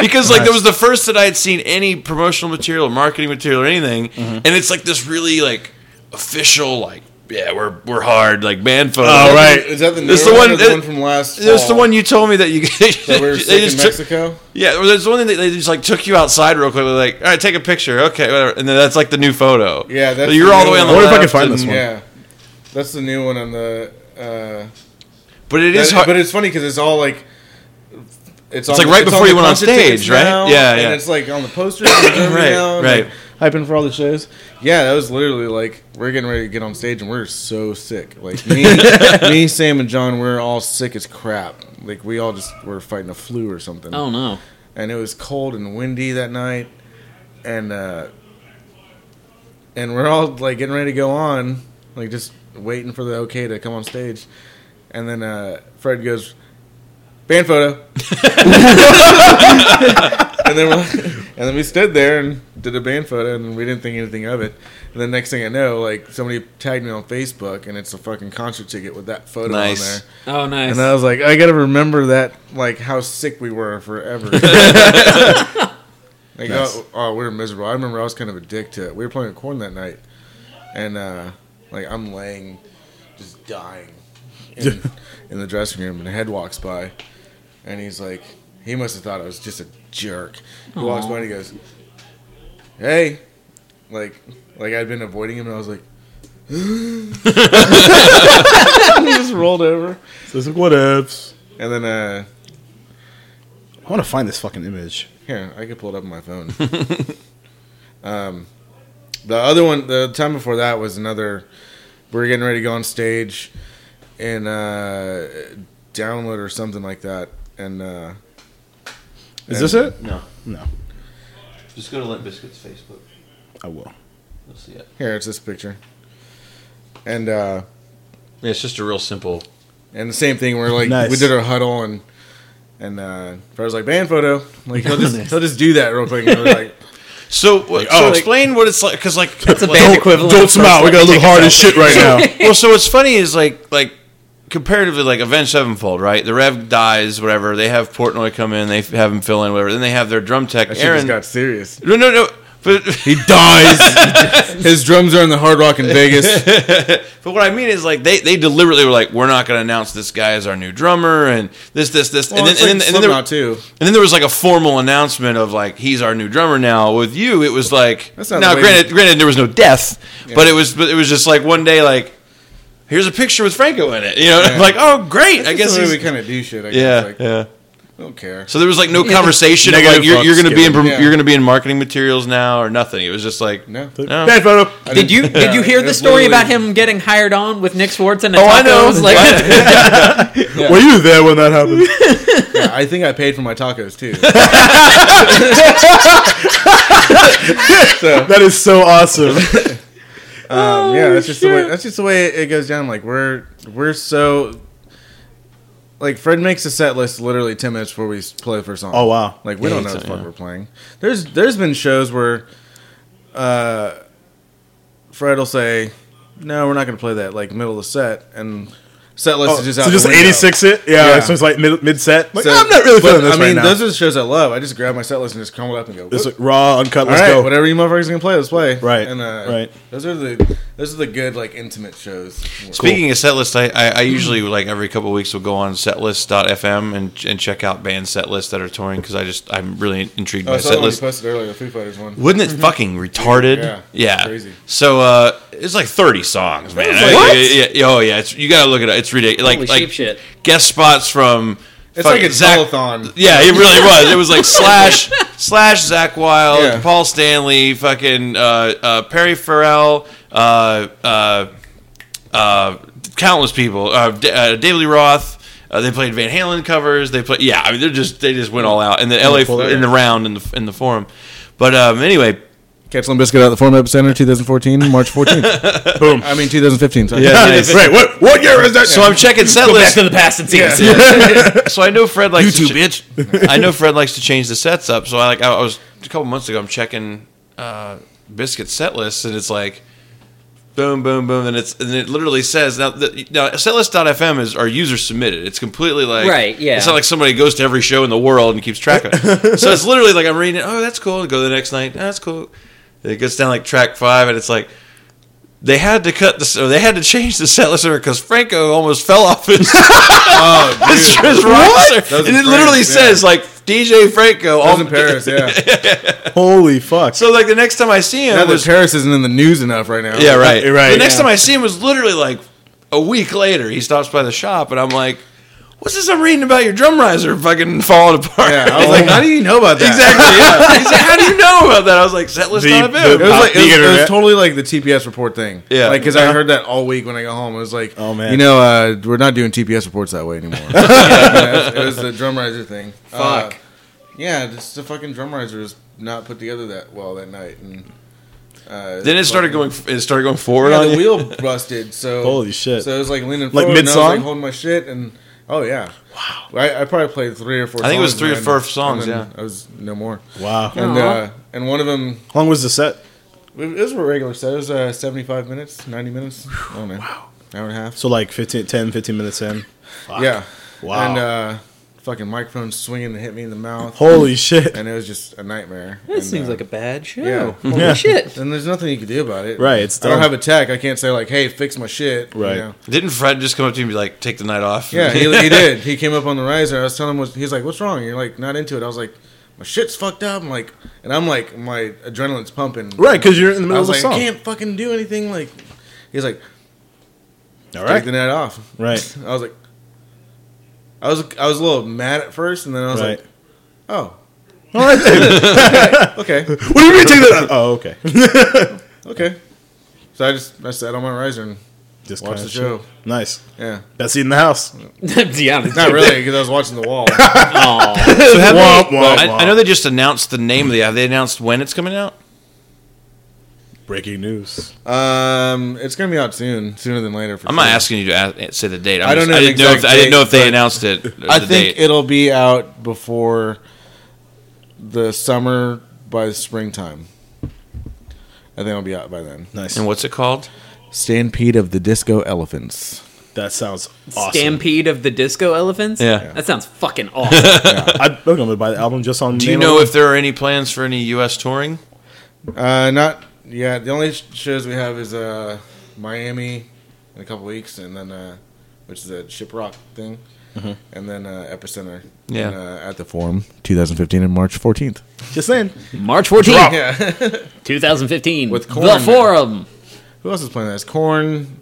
because like that was the first that I had seen any promotional material, marketing material, or anything, and it's like this really like official like yeah we're we're hard like band photo.
Oh, right.
Is that the new
It's the
one?
one-
or the one from last.
That's the
fall
one you told me that you
that we were
they
sick in
just took,
Mexico.
yeah. Well, there's one thing that they just like took you outside real quick. They're like, all right, take a picture, okay, whatever, and then that's like the new photo.
Yeah, that's
So you're
the
all the
new
way on the.
one.
I wonder
left
if I can find
and-
this one.
Yeah, that's the new one on the. Uh,
But it is
That-
hard.
But it's funny because it's all like. It's,
like right before
the
you went on
concert tickets
stage, right?
now,
Yeah, yeah.
And it's like on the posters, and everything
Right,
now, and,
right.
Like, hyping for all the shows. Yeah, that was literally like we're getting ready to get on stage and we're so sick. Like me, me, Sam, and John, we're all sick as crap. Like we all just were fighting a flu or something
oh no.
and it was cold and windy that night and uh and we're all like getting ready to go on like just waiting for the okay to come on stage and then uh fred goes band photo and then we're- and then we stood there and did a band photo and we didn't think anything of it and the next thing i know like somebody tagged me on facebook and it's a fucking concert ticket with that photo
Nice.
on there
Oh nice.
and I was like, I gotta remember that, like how sick we were forever. like, oh, oh, we were miserable. I remember I was kind of a dick to. We were playing corn that night, and uh, like I'm laying, just dying, in, in the dressing room, and a head walks by, and he's like, he must have thought I was just a jerk. He walks by and he goes, "Hey," like, like I'd been avoiding him, and I was like, he just rolled over,
So it's like, what ifs?
and then uh.
I want to find this fucking image.
Here, I could pull it up on my phone. um, the other one, the time before that was another. We were getting ready to go on stage, and uh, download or something like that, and uh,
Is this it? No. No.
Just go to Limp Biscuit's Facebook.
I will.
You'll see it.
here it's this picture, and uh,
Yeah, it's just a real simple.
and the same thing. We're like,
Nice.
we did our huddle and. And uh, Fred was like, band photo. Like he'll just he'll just do that real quick. And we're like,
So, uh, so
like-
explain what it's like because like
It's a
like-
band equivalent.
Don't
of
smile. We
Star
got to
Trek.
look hard as shit right now.
well, so what's funny is like like comparatively like Avenged Sevenfold, right? The Rev dies, whatever. They have Portnoy come in, they have him fill in, whatever. Then they have their drum tech,
She
Aaron.
just got serious.
no, no, no. But
He dies. His drums are in the Hard Rock in Vegas.
But what I mean is, like, they, they deliberately were like, we're not going to announce this guy as our new drummer and this, this, this.
Well,
and,
it's
then, and,
like
then, and, then there,
Slipknot, too.
and then there was like a formal announcement of, like, he's our new drummer now. With you, it was like,
That's not
now,
the way-
granted, granted, there was no death, but it was but it was just like one day, like, here's a picture with Franco in it. You know, like, oh, great. I guess
That's the way
he's.
we kind of do shit. I guess.
yeah,
like,
yeah.
I don't care.
So there was like no conversation. Of,
Negative
like you're, you're
fucks
gonna be in
given.
prom-
Yeah.
you're gonna be in marketing materials now or nothing. It was just like
No.
no.
Bad photo.
Did you did you
Yeah,
hear
it
the
was
story about
literally-
him getting hired on with Nick Swartz and the
Oh, I know.
tacos? Like,
Were you there when that happened?
Yeah, I think I paid for my tacos too. so
That is so awesome.
um, yeah, that's just the way. That's just the way it goes down. Like we're we're so. Like Fred makes a set list literally ten minutes before we s- play the first song.
Oh wow.
Like we
Yeah,
don't know
he's-
what the fuck
yeah.
we're playing. There's there's been shows where uh Fred will say, No, we're not gonna play that, like middle of the set and set list
Oh,
is just out.
so
the
just
window.
eighty six it, yeah.
Yeah.
So it's like mid mid set. Like,
So-
I'm not really
but,
feeling this
I mean,
right
those
now.
are the shows I love. I just grab my set list and just crumble it up and go.
This
"Whoop,
is raw, uncut.
all
Let's
right,
go.
whatever you motherfuckers gonna play, let's play.
Right,
and uh,
right.
Those are the those are the good like intimate shows.
Speaking of set lists, I, I,
Mm-hmm.
I usually like every couple of weeks will go on setlist.fm and and check out band set lists that are touring because I just I'm really intrigued
Oh,
by
I saw that
set
one you
lists.
posted earlier, the Foo Fighters one.
Wouldn't it fucking retarded?
Yeah,
yeah.
crazy.
So uh, it's like thirty songs, man.
What?
Yeah, yeah, oh yeah, it's, you gotta look it up. It's ridiculous.
Holy
Like like
sheep shit.
guest spots from.
It's
fucking
like a
Zach-
telethon.
Yeah, it really was. It was like Slash, Slash, Zach Wild,
Yeah.
Paul Stanley, fucking uh, uh, Perry Farrell, uh, uh, uh, countless people. Uh, D- uh, David Lee Roth. Uh, they played Van Halen covers. They played, yeah. I mean, they're just they just went all out, and the LA
pull
f-
it.
in the round in the in the forum. But um, anyway,
Catch Limp Bizkit out at the Forum Epicenter, 2014, March 14th. Boom. I mean, 2015. Sorry.
yeah. nice.
Wait, what what year is that?
So I'm checking set
back
lists.
to the past and see. us.
so I know Fred likes to cha- I know Fred likes to change the sets up. So I like I, I was a couple months ago. I'm checking uh, biscuit set lists, and it's like boom, boom, boom, and it's and it literally says now. The, now setlist.fm is are user submitted. It's completely like
Right, yeah.
It's not like somebody goes to every show in the world and keeps track of it. so it's literally like I'm reading it. Oh, that's cool. Go to the next night. "Oh, that's cool. It gets down like track five, and it's like they had to cut the or they had to change the set list because Franco almost fell off his
Oh,
his, his roster,
Those
and
in
it literally
Paris, yeah.
says like DJ Franco.
I was
all-
in Paris, yeah.
Holy fuck.
So like the next time I see him
Now that
was
Paris isn't in the news enough right now.
yeah right
Right,
The next
yeah.
time I see him was literally like a week later. He stops by the shop, and I'm like. What's this I'm reading about your drum riser fucking falling apart?
Yeah, I was like, how do you know about that?
exactly. Yeah. He's like, how do you know about that? I was like, set list
The-
not available.
It was,
Uh,
like, it, was,
the
it was
internet.
totally like the TPS report thing.
Yeah.
Like, because
Uh-huh.
I heard that all week when I got home. It was like,
Oh, man.
You know, uh, we're not doing TPS reports that way anymore. Yeah, it, was, it was the drum riser thing. Fuck. yeah, just the fucking drum riser was not put together that well that night. And, uh,
Then it started going. It started going forward
Yeah,
on
the
you.
wheel busted. So
Holy shit.
So it was like leaning
Like
forward, and I was
mid-song?
like holding my shit, and oh yeah, wow. I, I probably played three or four.
I think it was
songs,
three or
man,
four
and
songs,
then
yeah.
I was no more.
wow.
And
Aw.
uh, and one of them
How long was the set?
it was a regular set. It was uh, seventy five minutes, ninety minutes. Oh man, wow, hour and a half.
So like 15, 10, 15 minutes in.
Yeah,
Wow.
And uh, fucking microphone swinging to hit me in the mouth.
Holy shit.
and it was just a nightmare.
That
And,
seems
uh,
like a bad show.
yeah.
Holy
Yeah.
shit.
And there's nothing you can do about it.
Right, it's
I don't
done.
have a tech. I can't say like, "Hey, fix my shit." you
Right.
know?
Didn't Fred just come up to you and be like, "Take the night off"?
Yeah, he, he did. He came up on the riser. I was telling him, what, he's like, "What's wrong?" You're like, "Not into it." I was like, "My shit's fucked up." I'm like, and I'm like, my adrenaline's pumping.
Right, 'cause you're in the middle
I was
of the
like,
song.
I can't fucking do anything. Like, he's like,
All
"Take
right.
the net off."
Right.
I was like, I was I was a little mad at first, and then I was
Right.
like, "Oh,
All right. then.
okay,
what do you mean take that? Oh, okay.
okay." So I just I sat on my riser and
Just
watched
kinda
the show.
shit. Nice.
Yeah,
Betsy in the house.
Deanna.
not really because I was watching the wall.
Aw.
So have
Womp,
they-
womp,
I,
womp.
I know they just announced the name of the. Have they announced when it's coming out?
Breaking news.
um, it's gonna be out soon, sooner than later. For
I'm not
sure.
asking you to ask, say the date. I'm
I don't
just-
know
I
the
didn't know. If,
exact
I didn't know if
date,
they
but
announced it.
I
the
think
date.
it'll be out before the summer by springtime. I think I'll be out by then.
Nice.
And what's it called?
Stampede of the Disco Elephants.
that sounds awesome.
Stampede of the Disco Elephants.
Yeah.
that sounds fucking awesome.
I, am gonna buy the album just on.
Do you know if there are any plans for any U.S. touring?
Uh, not yeah. The only sh- shows we have is uh, Miami in a couple weeks, and then uh, which is a ship rock thing,
Mm-hmm.
and then uh, Epicenter.
Yeah.
in, uh, at the Forum, 2015, and March 14th.
Just saying.
March fourteenth,
Yeah.
two thousand fifteen.
With Korn.
the Forum.
Who else is uh, playing that? Corn.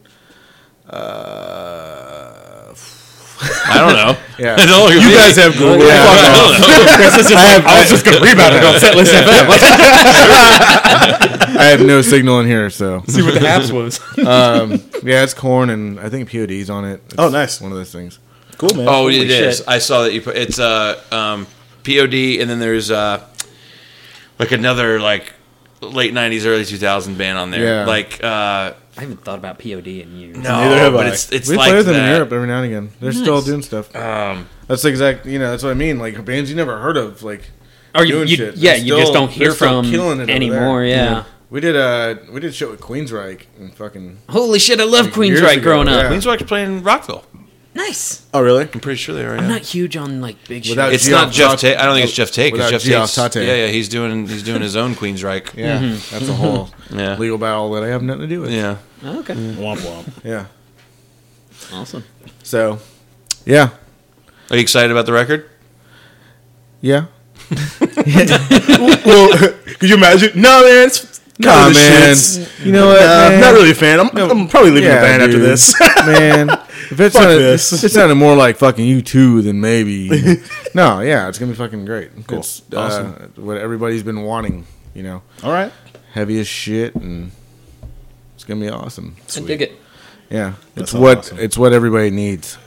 I don't know.
Yeah.
you guys have Google.
I was just gonna read about it on Setlist FM. Let's
I have no signal in here, so
see what the haps was.
yeah, it's Corn, and I think POD's on it. It's
Oh, nice.
One of those things.
Cool man.
Oh, it
Holy
is.
shit.
I saw that you put. It's uh, um, POD, and then there's uh, like another like late '90s, early 2000 band on there.
Yeah.
Like uh,
I haven't thought about POD in years.
no,
Neither have
but
I.
it's it's
we
like
play with them
that.
in Europe every now and again. They're still doing stuff.
Um,
that's the exact. You know, that's what I mean. Like bands you never heard of, like
or you,
doing
you-
shit.
yeah,
They're
you just
still-
don't hear
they're still
from
killing it over
anymore.
there.
Yeah.
we did. Uh, we did shit with Queensryche and fucking.
Holy shit, I love Queens
years
right
ago,
growing up.
yeah.
Queenswalk's playing Rockville.
Nice.
Oh really?
I'm pretty sure they are.
I'm
yeah.
not huge on like big shit.
Without-
it's
Geoff
not Jeff.
Tate.
Tate. I don't think it's Jeff Tate. 'cause
Without
Jeff
Geoff
Tate's,
Tate.
Yeah, yeah. He's doing he's doing his own Queensryche.
Yeah, that's a whole
Yeah.
legal battle that I have nothing to do with.
Yeah.
Oh, okay.
Womp womp.
yeah.
Awesome.
So, yeah,
Are you excited about the record?
yeah.
well, could you imagine? No man. It's
Nah,
kind of the
man.
shits.
You know what?
Nah, I'm
man?
not really a fan. I'm, I'm probably leaving
Yeah,
the band after
dude.
this.
man. If it
Fuck
sounded,
this.
if it sounded more like fucking you two than maybe. no, yeah, it's gonna be fucking great. Cool, it's, uh,
Awesome.
what everybody's been wanting, you know,
All right.
heavy as shit, and it's gonna be awesome.
I dig it.
Yeah, it's
sounds
what
awesome.
it's what everybody needs.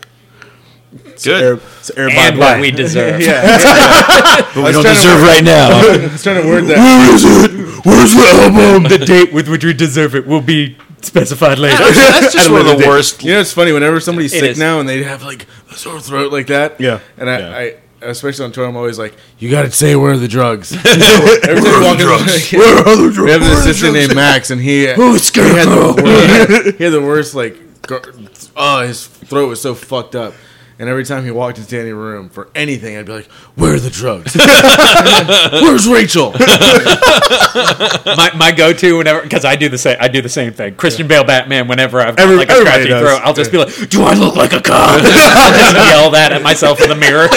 Good.
Air, so air
And
by
what we deserve.
But we don't deserve right now.
It's trying to word that.
Where's the album?
the date with which we deserve it will be specified later.
That's just one of the worst.
You know, it's funny whenever somebody's sick
is.
now and they have like a sore throat like that.
Yeah.
and I.
Yeah.
I Especially on tour, I'm always like, "You gotta say where are the drugs." Every time we walk in-
Where are the
We have an
drugs?
assistant named Max, and he
Who's
he had
Scarecrow?
the worst, he had the worst like gr- oh his throat was so fucked up and every time he walked into any room for anything i'd be like where are the drugs where's rachel
my, my go to whenever because I do the same I do the same thing. Christian Bale Batman whenever I've got
Every-
like a
everybody
scratchy
does.
throat, I'll just be like, "Do I look like a cop?" I'll just yell that at myself in the mirror.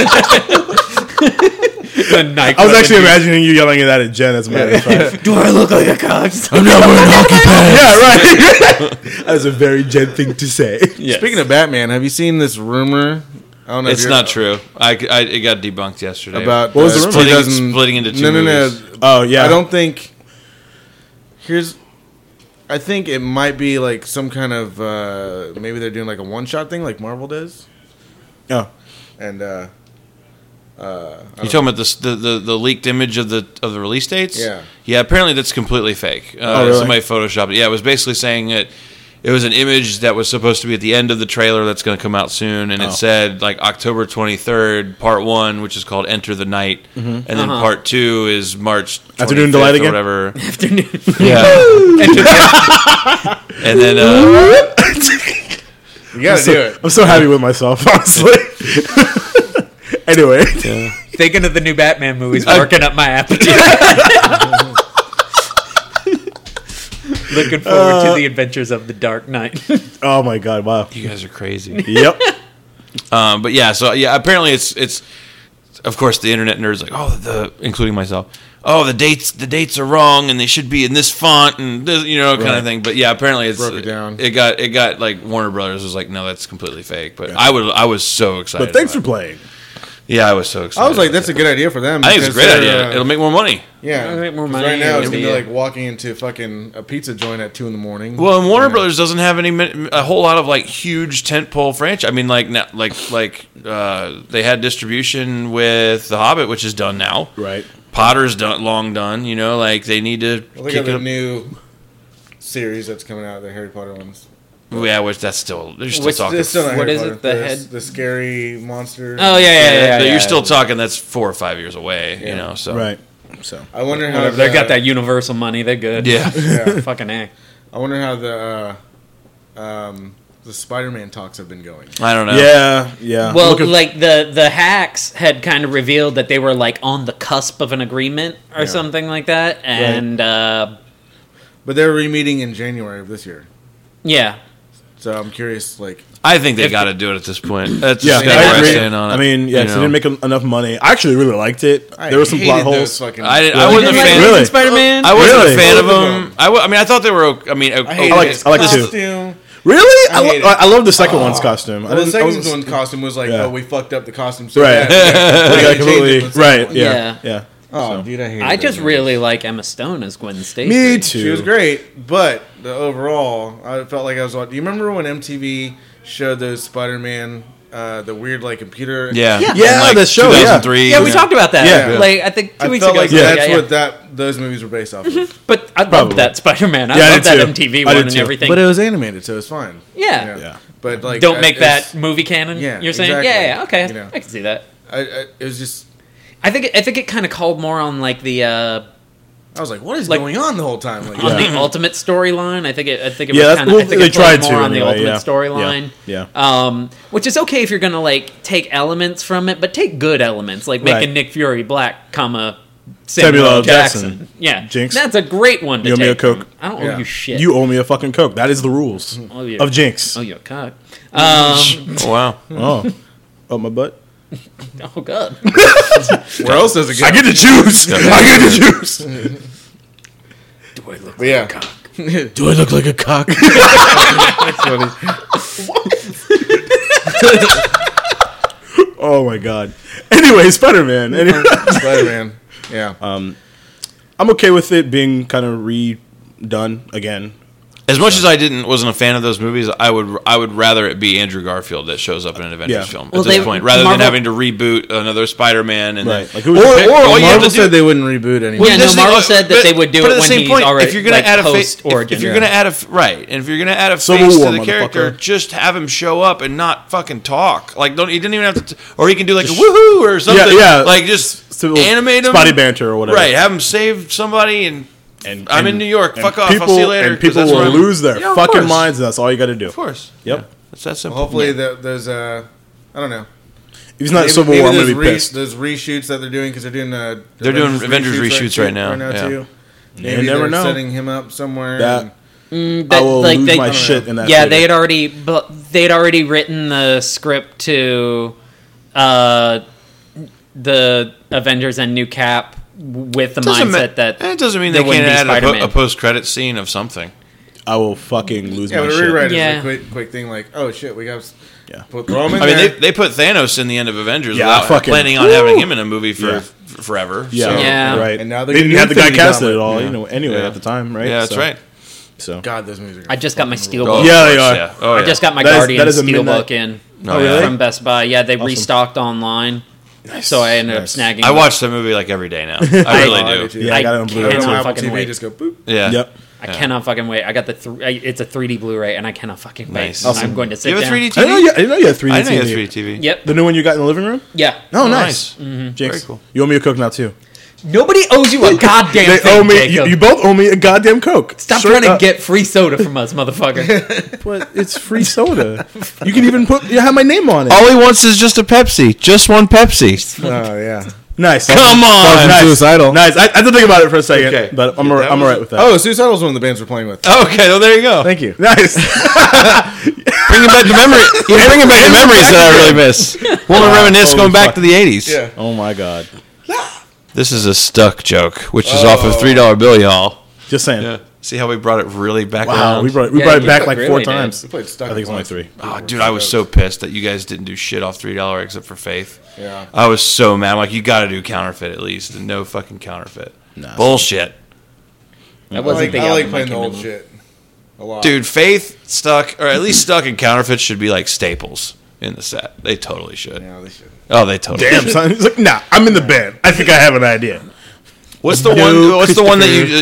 The Nike
I was
weapon
actually
dude.
imagining you yelling it out at Jen. As a matter of fact.
Do I look like a cop?
I'm not wearing hockey pants. yeah, right. that was a very Jen thing to say.
Yes.
speaking of batman have you seen this rumor i don't know if
It's
you're-
not true. I, I it got debunked yesterday.
about
What was the rumor?
splitting,
2000
splitting into two
no no
movies.
no
Oh yeah,
I don't think. Here's, I think it might be like some kind of uh, maybe they're doing like a one shot thing like Marvel does.
Oh.
and uh,
You talking about this, the, the the leaked image of the of the release dates?
Yeah.
yeah. Apparently, that's completely fake. Uh,
Oh, really?
Somebody photoshopped it. Yeah, it was basically saying that it was an image that was supposed to be at the end of the trailer that's going to come out soon,
Oh.
and it said like October twenty third, part one, which is called Enter the Night, and then part two is March
Mm-hmm. Afternoon Delight
25th
again?
or whatever.
Afternoon.
yeah, and then uh,
you gotta do it.
I'm so happy with myself, honestly. anyway,
thinking of the new Batman movies, working up my appetite. Looking forward to the adventures of the Dark Knight.
oh my god, wow.
you guys are crazy.
Yep.
Um, but yeah, so yeah, apparently it's it's of course the internet nerds like oh the including myself oh the dates the dates are wrong and they should be in this font and this, you know kind of thing. But yeah, apparently it's
Broke it down.
It got it got like Warner Brothers was like no that's completely fake. But I would I was so excited.
But thanks for
about
playing.
it. yeah I was so excited.
I was like,
about
that's
it.
a good idea for them.
I think it's a
because
great
they're,
idea.
uh,
It'll make more money.
yeah,
It'll make more
'Cause
money,
Right now, it's
it'll
gonna be
be,
like walking into fucking a pizza joint at two in the morning.
Well, and Warner Brothers doesn't have any min- a whole lot of like huge tentpole franchise. I mean, like na- like like uh, they had distribution with The Hobbit, which is done now.
Right.
Potter's done, long done. You know, like they need to
Well, they
kick it
got the
up.
new series that's coming out, the Harry Potter ones.
yeah, which that's still they're still
What's
talking.
It's still not
What
Harry
is
Potter,
it, the
there's
head-
the scary monster.
oh yeah, yeah, yeah. yeah,
But you're
yeah.
Oh.
still talking. That's four or five years away. You know, so
Right. So
I wonder how
Whatever. They
the-
got that universal money. They're good.
Yeah.
Fucking a.
I wonder how the uh, um, the Spider-Man talks have been going.
I don't know.
yeah, yeah.
Well,
Look at-
like the the hacks had kind of revealed that they were like on the cusp of an agreement or something like that, and uh,
But they're re-meeting in January of this year,
yeah,
so I'm curious. Like,
I think they got to do it at this point. That's
yeah,
just
I
where I
agree.
stand on it.
I mean, yeah,
you
'cause
know.
it didn't make en- enough money. I actually really liked it. there were some
hated
plot
those
holes.
Fucking,
I, didn't,
Yeah.
I wasn't a
Really?
fan.
Really?
Spider Man.
I wasn't
Really?
a fan of
Both of
them. I, w- I mean, I thought they were. o- I mean, o-
hated
I liked-
his
I liked two.
costume.
Really? I, lo-
hated Oh.
I, I love the second one's costume. I
Well, the
didn't- I
second
was-
one's costume was like,
Yeah.
oh, we fucked up the costume so
Right.
bad.
I got
We gotta change
completely-
it to the second
right.
one.
Yeah,
Yeah.
yeah.
Oh, dude, I hated
I
that
just
movie.
really like Emma Stone as Gwen Stacy.
Me too.
She was great, but the overall, I felt like I was. watching. Do you remember when MTV showed those Spider-Man, uh, the weird like computer?
yeah,
Yeah.
Yeah, the show, yeah.
2003.
Yeah, we talked about that.
Yeah.
Like I think two
I
weeks
felt
ago.
like
yeah,
that's
yeah, Mm-hmm. yeah.
what that those movies were based off. of.
But I
Probably.
loved that Spider Man. I
Yeah, I
loved
did
that
too.
MTV
I
one
did
and
too.
everything.
But it was animated, so it's fine.
Yeah.
Yeah.
But like,
Don't
I-
make
it's-
that movie canon.
Yeah,
you're saying
exactly.
yeah, yeah, okay,
You know.
I can see that.
I, I, it was just.
I think it, I think it kind of called more on like the uh,
I was like, what is
Like-
going on the whole time? Like,
on the ultimate storyline. I think it. I think it
Yeah,
was
that's-
kind of.
well,
I think
they
it played
tried to
more on the
anyway,
ultimate
yeah.
storyline.
Yeah,
Um, which is okay if you're gonna like take elements from it, but take good elements, like
Right.
making Nick Fury black, comma Samuel,
Samuel L.
Jackson.
Jackson.
Yeah,
Jinx.
That's a great one. To
You owe me
take
a Coke.
from. I don't
Yeah.
owe you shit.
You owe me a fucking coke. That is the rules
Oh, yeah.
of Jinx.
owe you a cock. Um,
Oh, wow.
Oh, up my butt.
oh god.
where else does it go?
I get to choose. I get to choose.
But yeah,
Do I look like a cock? oh my god. Anyway, Spider Man. Anyway,
Spider-Man. Yeah,
I'm okay with it being kind of redone again.
As much as I didn't wasn't a fan of those movies, I would I would rather it be Andrew Garfield that shows up in an Avengers
Yeah.
film
Well,
at this
they-
point, rather than
Marvel-
having to reboot another Spider-Man and
Right.
then,
Like, who would you pick?
or all you have
Marvel
to do
said they wouldn't reboot anymore.
Yeah, no,
that's the thing,
Marvel
uh,
said that
but-
they would do it
but at the
when
same
he's
point,
already,
if you're gonna
like,
add a face, if,
post-origin.
if you're gonna add a f- right, and if you're gonna add a
Civil
face
War,
to the character,
motherfucker.
just have him show up and not fucking talk. Like don't he didn't even have to, t- or he can do like a woohoo or something.
yeah.
like just
Civil-
animate him,
spotty banter or whatever.
Right, have him save somebody, and
And
I'm in
and-
New York.
and
Fuck off. I'll see you later.
And
'cause
people
that's where
will
I'm-
lose their
Yeah, of
fucking
course.
minds. And that's all you got to do.
Of course,
Yep.
it's that simple.
Hopefully, the, those. Uh, I don't know.
If it's not
Maybe-
Civil
maybe
War, I'm gonna
those
be
re-
pissed.
Those reshoots that they're doing because they're doing uh,
They're doing Avengers reshoots right now, yeah.
Maybe
never
they're
know.
setting him up somewhere.
That-
and-
I
That-
will
like,
lose
they-
my shit in that.
yeah,
theater.
they had already bu- they had already written the script to uh, the Avengers and New Cap with the
Doesn't
mindset
ma-
that
eh, it doesn't mean
there
they
wouldn't
can't add
be
a, po-
Spider-Man.
a post-credit scene of something.
I will fucking lose
yeah,
my
but a
shit.
rewrite is
Yeah.
a quick, quick thing. Like, oh shit, we got
Yeah.
put throw him in
I mean,
there.
they, they put Thanos in the end of Avengers
Yeah,
without
fucking-
planning on having him in a movie for
Yeah.
f- forever.
Yeah,
so-
Yeah.
right.
And now
they
they're
didn't
getting
have the guy
Infinity
casted
Gauntlet.
at all.
Yeah.
You know, anyway
Yeah.
at the time, right?
yeah, that's
So-
right.
So
God, those movies are.
I just got my steel
Oh,
book.
of
Yeah, they
course,
are.
Oh,
I just got my
That is-
Guardian
that is a
steel
midnight-
book in
Oh, yeah.
from Best Buy. Yeah, they
Awesome.
restocked online, so I ended
Nice.
up snagging.
I
it.
watch that movie like every day now. I really do.
Yeah, I,
I
got it on Blu-ray.
I
can't-
know
Cannot
Apple
fucking
TV
wait.
just go boop.
Yeah.
Yep.
I cannot fucking wait. I got the thr I, it's a 3D Blu-ray, and I cannot fucking wait.
Nice.
I'm going to sit
You have a
down.
3D TV?
I didn't know you, I didn't know you had 3D
I didn't know you had
TV.
3D TV.
Yep.
The new one you got in the living room?
Yeah.
No,
Oh,
nice.
nice.
Jinx,
Very cool.
you owe me a Coke now too.
Nobody owes you a goddamn
They
thing,
owe me. You,
Jacob.
you both owe me a goddamn Coke.
Stop
Straight
trying to
up.
get free soda from us, motherfucker.
But it's free soda. you can even put. You have my name on it.
All he wants is just a Pepsi. Just one Pepsi.
Oh yeah.
nice.
Come on.
nice.
Suicidal.
Nice. I, I had to think about it for a second,
Okay.
but I'm alright- I'm alright with that.
Oh, Suicidal's one of the bands we're playing with.
Okay, well, there you go.
Thank you.
nice.
Bringing back the memory. You're bringing back the memories that I really miss. Want to reminisce
holy
going back
fuck.
to the 80s.
Yeah.
oh my god.
This is a stuck joke, which is off
Oh.
of $3 bill, y'all.
Just saying.
See how we brought it really back
Wow.
around?
We brought it, we
Yeah,
brought it
you
back
fuck
like
really
four
did.
times.
We played
I
Stuck.
think it's only three.
Oh, dude, I was so pissed that you guys didn't do shit off three dollar except for Faith.
Yeah.
I was so mad. I'm like, you got to do counterfeit at least, and no fucking counterfeit.
Nah.
Bullshit,
I
I like,
the
I like
album
playing
I
the
came
old
in with.
shit. A lot.
dude. Faith stuck, or at least stuck in counterfeit should be like staples in the set. They totally should.
Yeah, they should.
Oh, they totally.
Damn,
should.
son. He's like, nah. I'm in the band. I think I have an idea.
What's the
No,
one? What's the one that you?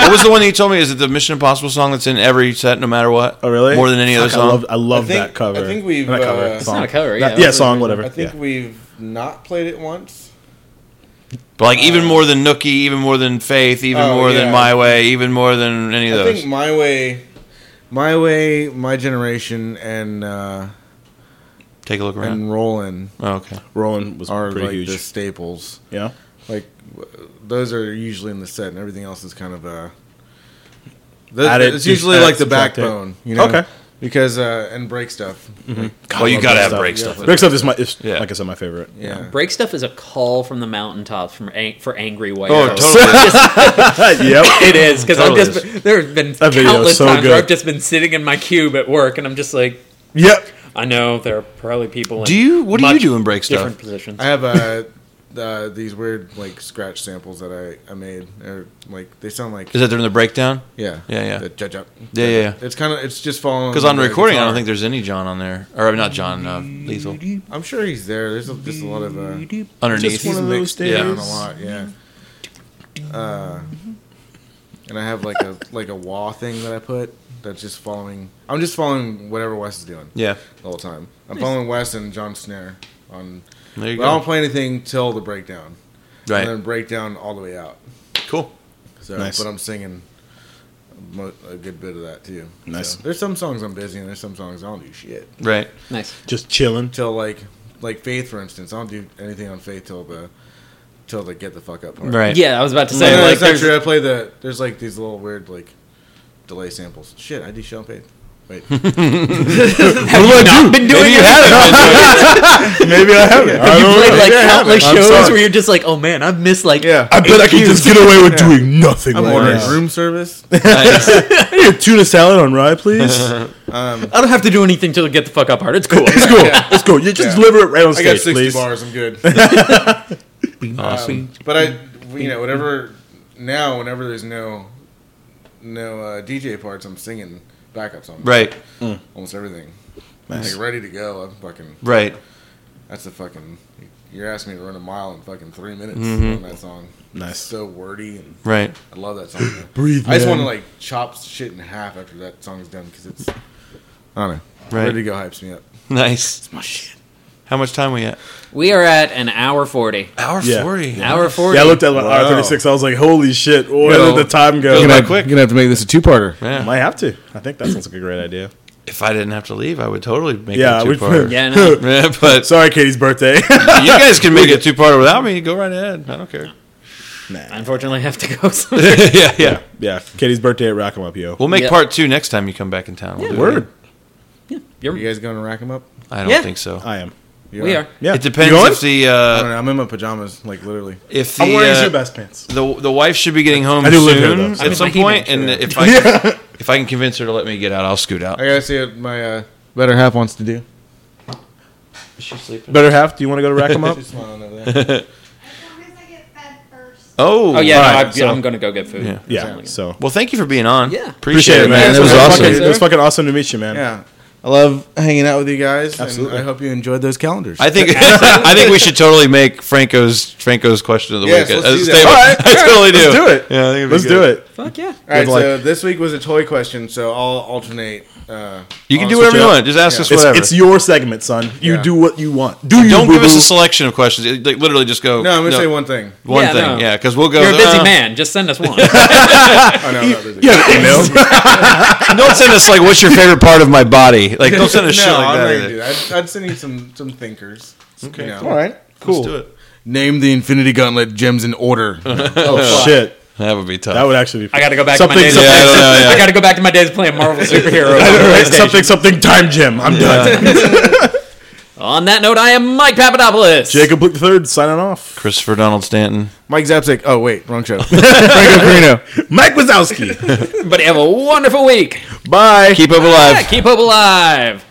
what was the one that you told me? Is it the Mission Impossible song that's in every set, no matter what?
Oh really?
More than any
Fuck,
other song.
I love, I love
I think-
that cover.
I think we've,
Not cover,
uh, It's
song.
not a cover,
That-
yeah.
song, whatever.
I think
yeah.
we've not played it once.
But like even more than Nookie, even more than Faith, even
Oh,
more
yeah.
than My Way, even more than any of
I
those.
think my way, my way, my generation, and uh,
Take a look around.
and Roland
oh, okay.
Roland was
are
pretty
like
huge.
the staples.
Yeah.
Like w- those are usually in the set, and everything else is kind of uh, th-
Added,
it's usually
added,
like the
subtracted.
backbone, you know?
Okay.
Because uh, and break stuff.
well, you
love
gotta
that
have
stuff.
break
Yeah.
stuff.
Break stuff is my is,
Yeah.
like I said my favorite.
Yeah.
Break stuff is a call from the mountaintops from ang- for angry white.
Oh,
folks.
totally.
yep.
It is because
Totally
I've just been, there have been
That video is
countless
so
times where
good.
I've just been sitting in my cube at work and I'm just like,
Yep.
I know there are probably people. In
Do you? What do you
much
do in break stuff?
Different positions.
I have uh, uh, these weird like scratch samples that I, I made. Or like they sound like
Is that during the breakdown?
yeah
Yeah, yeah.
The judge up.
Yeah, yeah, yeah.
It's kind of it's just following
Because on
the
recording, I don't
guitar.
think there's any John on there, or not John uh, Lethal
I'm sure he's there. There's a, just a lot of uh,
underneath.
one of those
mixed it down a
days.
lot, yeah. Uh, and I have like a like a wah thing that I put that's just following. I'm just following whatever Wes is doing
yeah,
the whole time. I'm following Wes and John Snare on.
there you
But I don't
go.
play anything till the breakdown, and then
Right,
breakdown all the way out.
cool.
So,
Nice.
but I'm singing mo- a good bit of that too.
Nice.
So, there's some songs I'm busy, and there's some songs I don't do shit
Right,
nice.
Just chilling.
till like like Faith, for instance. I don't do anything on Faith till the till the get the fuck up part.
right.
Yeah, I was about to
No,
say
no,
like
that's not
there's
true. I play the. There's like these little weird like delay samples. Shit, I do Sean Payton. Wait,
been doing
Maybe
it.
you had it.
Maybe I haven't.
Have you played like
I haven't.
countless
I'm
shows
sorry.
where you're just like, oh man, I've missed like
yeah.
I bet I can just get away with doing nothing.
I'm
like
ordering
this.
room service.
I need a tuna salad on rye, please.
I don't have to do anything to get the fuck up hard. It's cool.
Let's go. Let's go. You just
Yeah.
deliver it right on
I
stage,
got 60
please.
bars. I'm good.
Awesome.
But I, you know, whatever. Now, whenever there's no no uh, DJ parts, I'm singing backup songs.
Right,
Almost everything.
Nice.
Like ready to go. I'm fucking.
right.
That's the fucking. You're asking me to run a mile in fucking three minutes on that song.
Nice.
It's so wordy and
Right.
I love that song. though.
Breathe,
I just
man.
want to like chop shit in half after that song's done because it's. I don't know.
Right.
Ready to go hypes me up.
Nice. How much time we at?
we are at an hour forty.
Hour
Yeah.
forty.
Hour forty.
Yeah, I looked at like R thirty six. I was like, "Holy shit! Where
Yo.
did the time go?"
Goes by
I
quick.
gonna have to make this a two-parter.
Yeah.
might have to. I think that sounds like a great idea.
If I didn't have to leave, I would totally make
Yeah,
it
we
two part.
Yeah, no.
Yeah, but
Sorry, Katie's birthday.
you guys can make it two part without me. Go right ahead. I don't care.
Unfortunately, I have to go. somewhere.
yeah, yeah.
yeah, Katie's birthday at Rock 'em Up, yo.
We'll make
Yeah.
part two next time you come back in town. We'll do it.
Word,
You guys going to rack them up?
I don't
Yeah.
think so.
I am.
You
we
are?
are.
Yeah,
It depends
You going?
if the
I
uh,
don't know. I'm in my pajamas, like literally.
if the
I'm wearing
uh,
your best pants.
the the wife should be getting home
I do
soon
live here, though, so-
at some point, and if I if I can convince her to let me get out, I'll scoot out.
I gotta see what my uh, better half wants to do.
Better half. Do you want to go to Rack 'em Up?
She's smiling over there.
As long as I get fed first.
Oh,
Oh yeah, no,
Alright,
I,
so-
I'm gonna go get food.
Yeah.
yeah. So
Well, thank you for being on.
Yeah.
appreciate, it, man. It was
fucking-
awesome.
It was fucking awesome to meet you, man.
yeah, I love hanging out with you guys. Absolutely.
Absolutely.
And I hope you enjoyed those calendars.
I think I think we should totally make Franco's Franco's question of the
Yes,
week.
let's
a- a
do that.
staple.
All
right,
I totally do.
Let's do it.
Yeah, I think it'd be
Let's
good.
do it.
Fuck yeah.
All right.
Good luck.
So this week was a toy question, so I'll alternate. Uh,
You can
I'll
do whatever
switch
you
up.
want. Just ask
Yeah.
us
It's,
whatever.
it's your segment, son. You
Yeah.
do what you want. Do you?
don't give us a
boo-boo.
selection of questions. It- Like literally, just go.
No, I'm gonna say one thing.
one
Yeah,
thing.
no.
Yeah, because we'll go.
You're a busy
"Uh,
man. Just send us one.
Oh, no, I'm not busy.
Yeah, you know.
Don't send us like what's your favorite part of my body. Like don't send us
no,
shit like
I'm
that.
not gonna
either.
do that. I'd, I'd send you some some thinkers. Okay.
All right,
Let's
cool.
do it.
Name the Infinity Gauntlet gems in order.
Oh shit,
That would be tough.
that would actually be.
I gotta go back
something.
to my days.
Yeah,
Of,
I don't know, yeah.
I gotta go back to my days of playing Marvel superhero. on PlayStation.
something. Something. Time gem. I'm done.
On that note, I am Mike Papadopoulos.
Jacob Luke III signing off.
Christopher Donald Stanton.
Mike Zapsik. Oh wait, wrong show.
Mike Wazowski.
Everybody have a wonderful week.
Bye.
Keep up alive.
Keep up alive.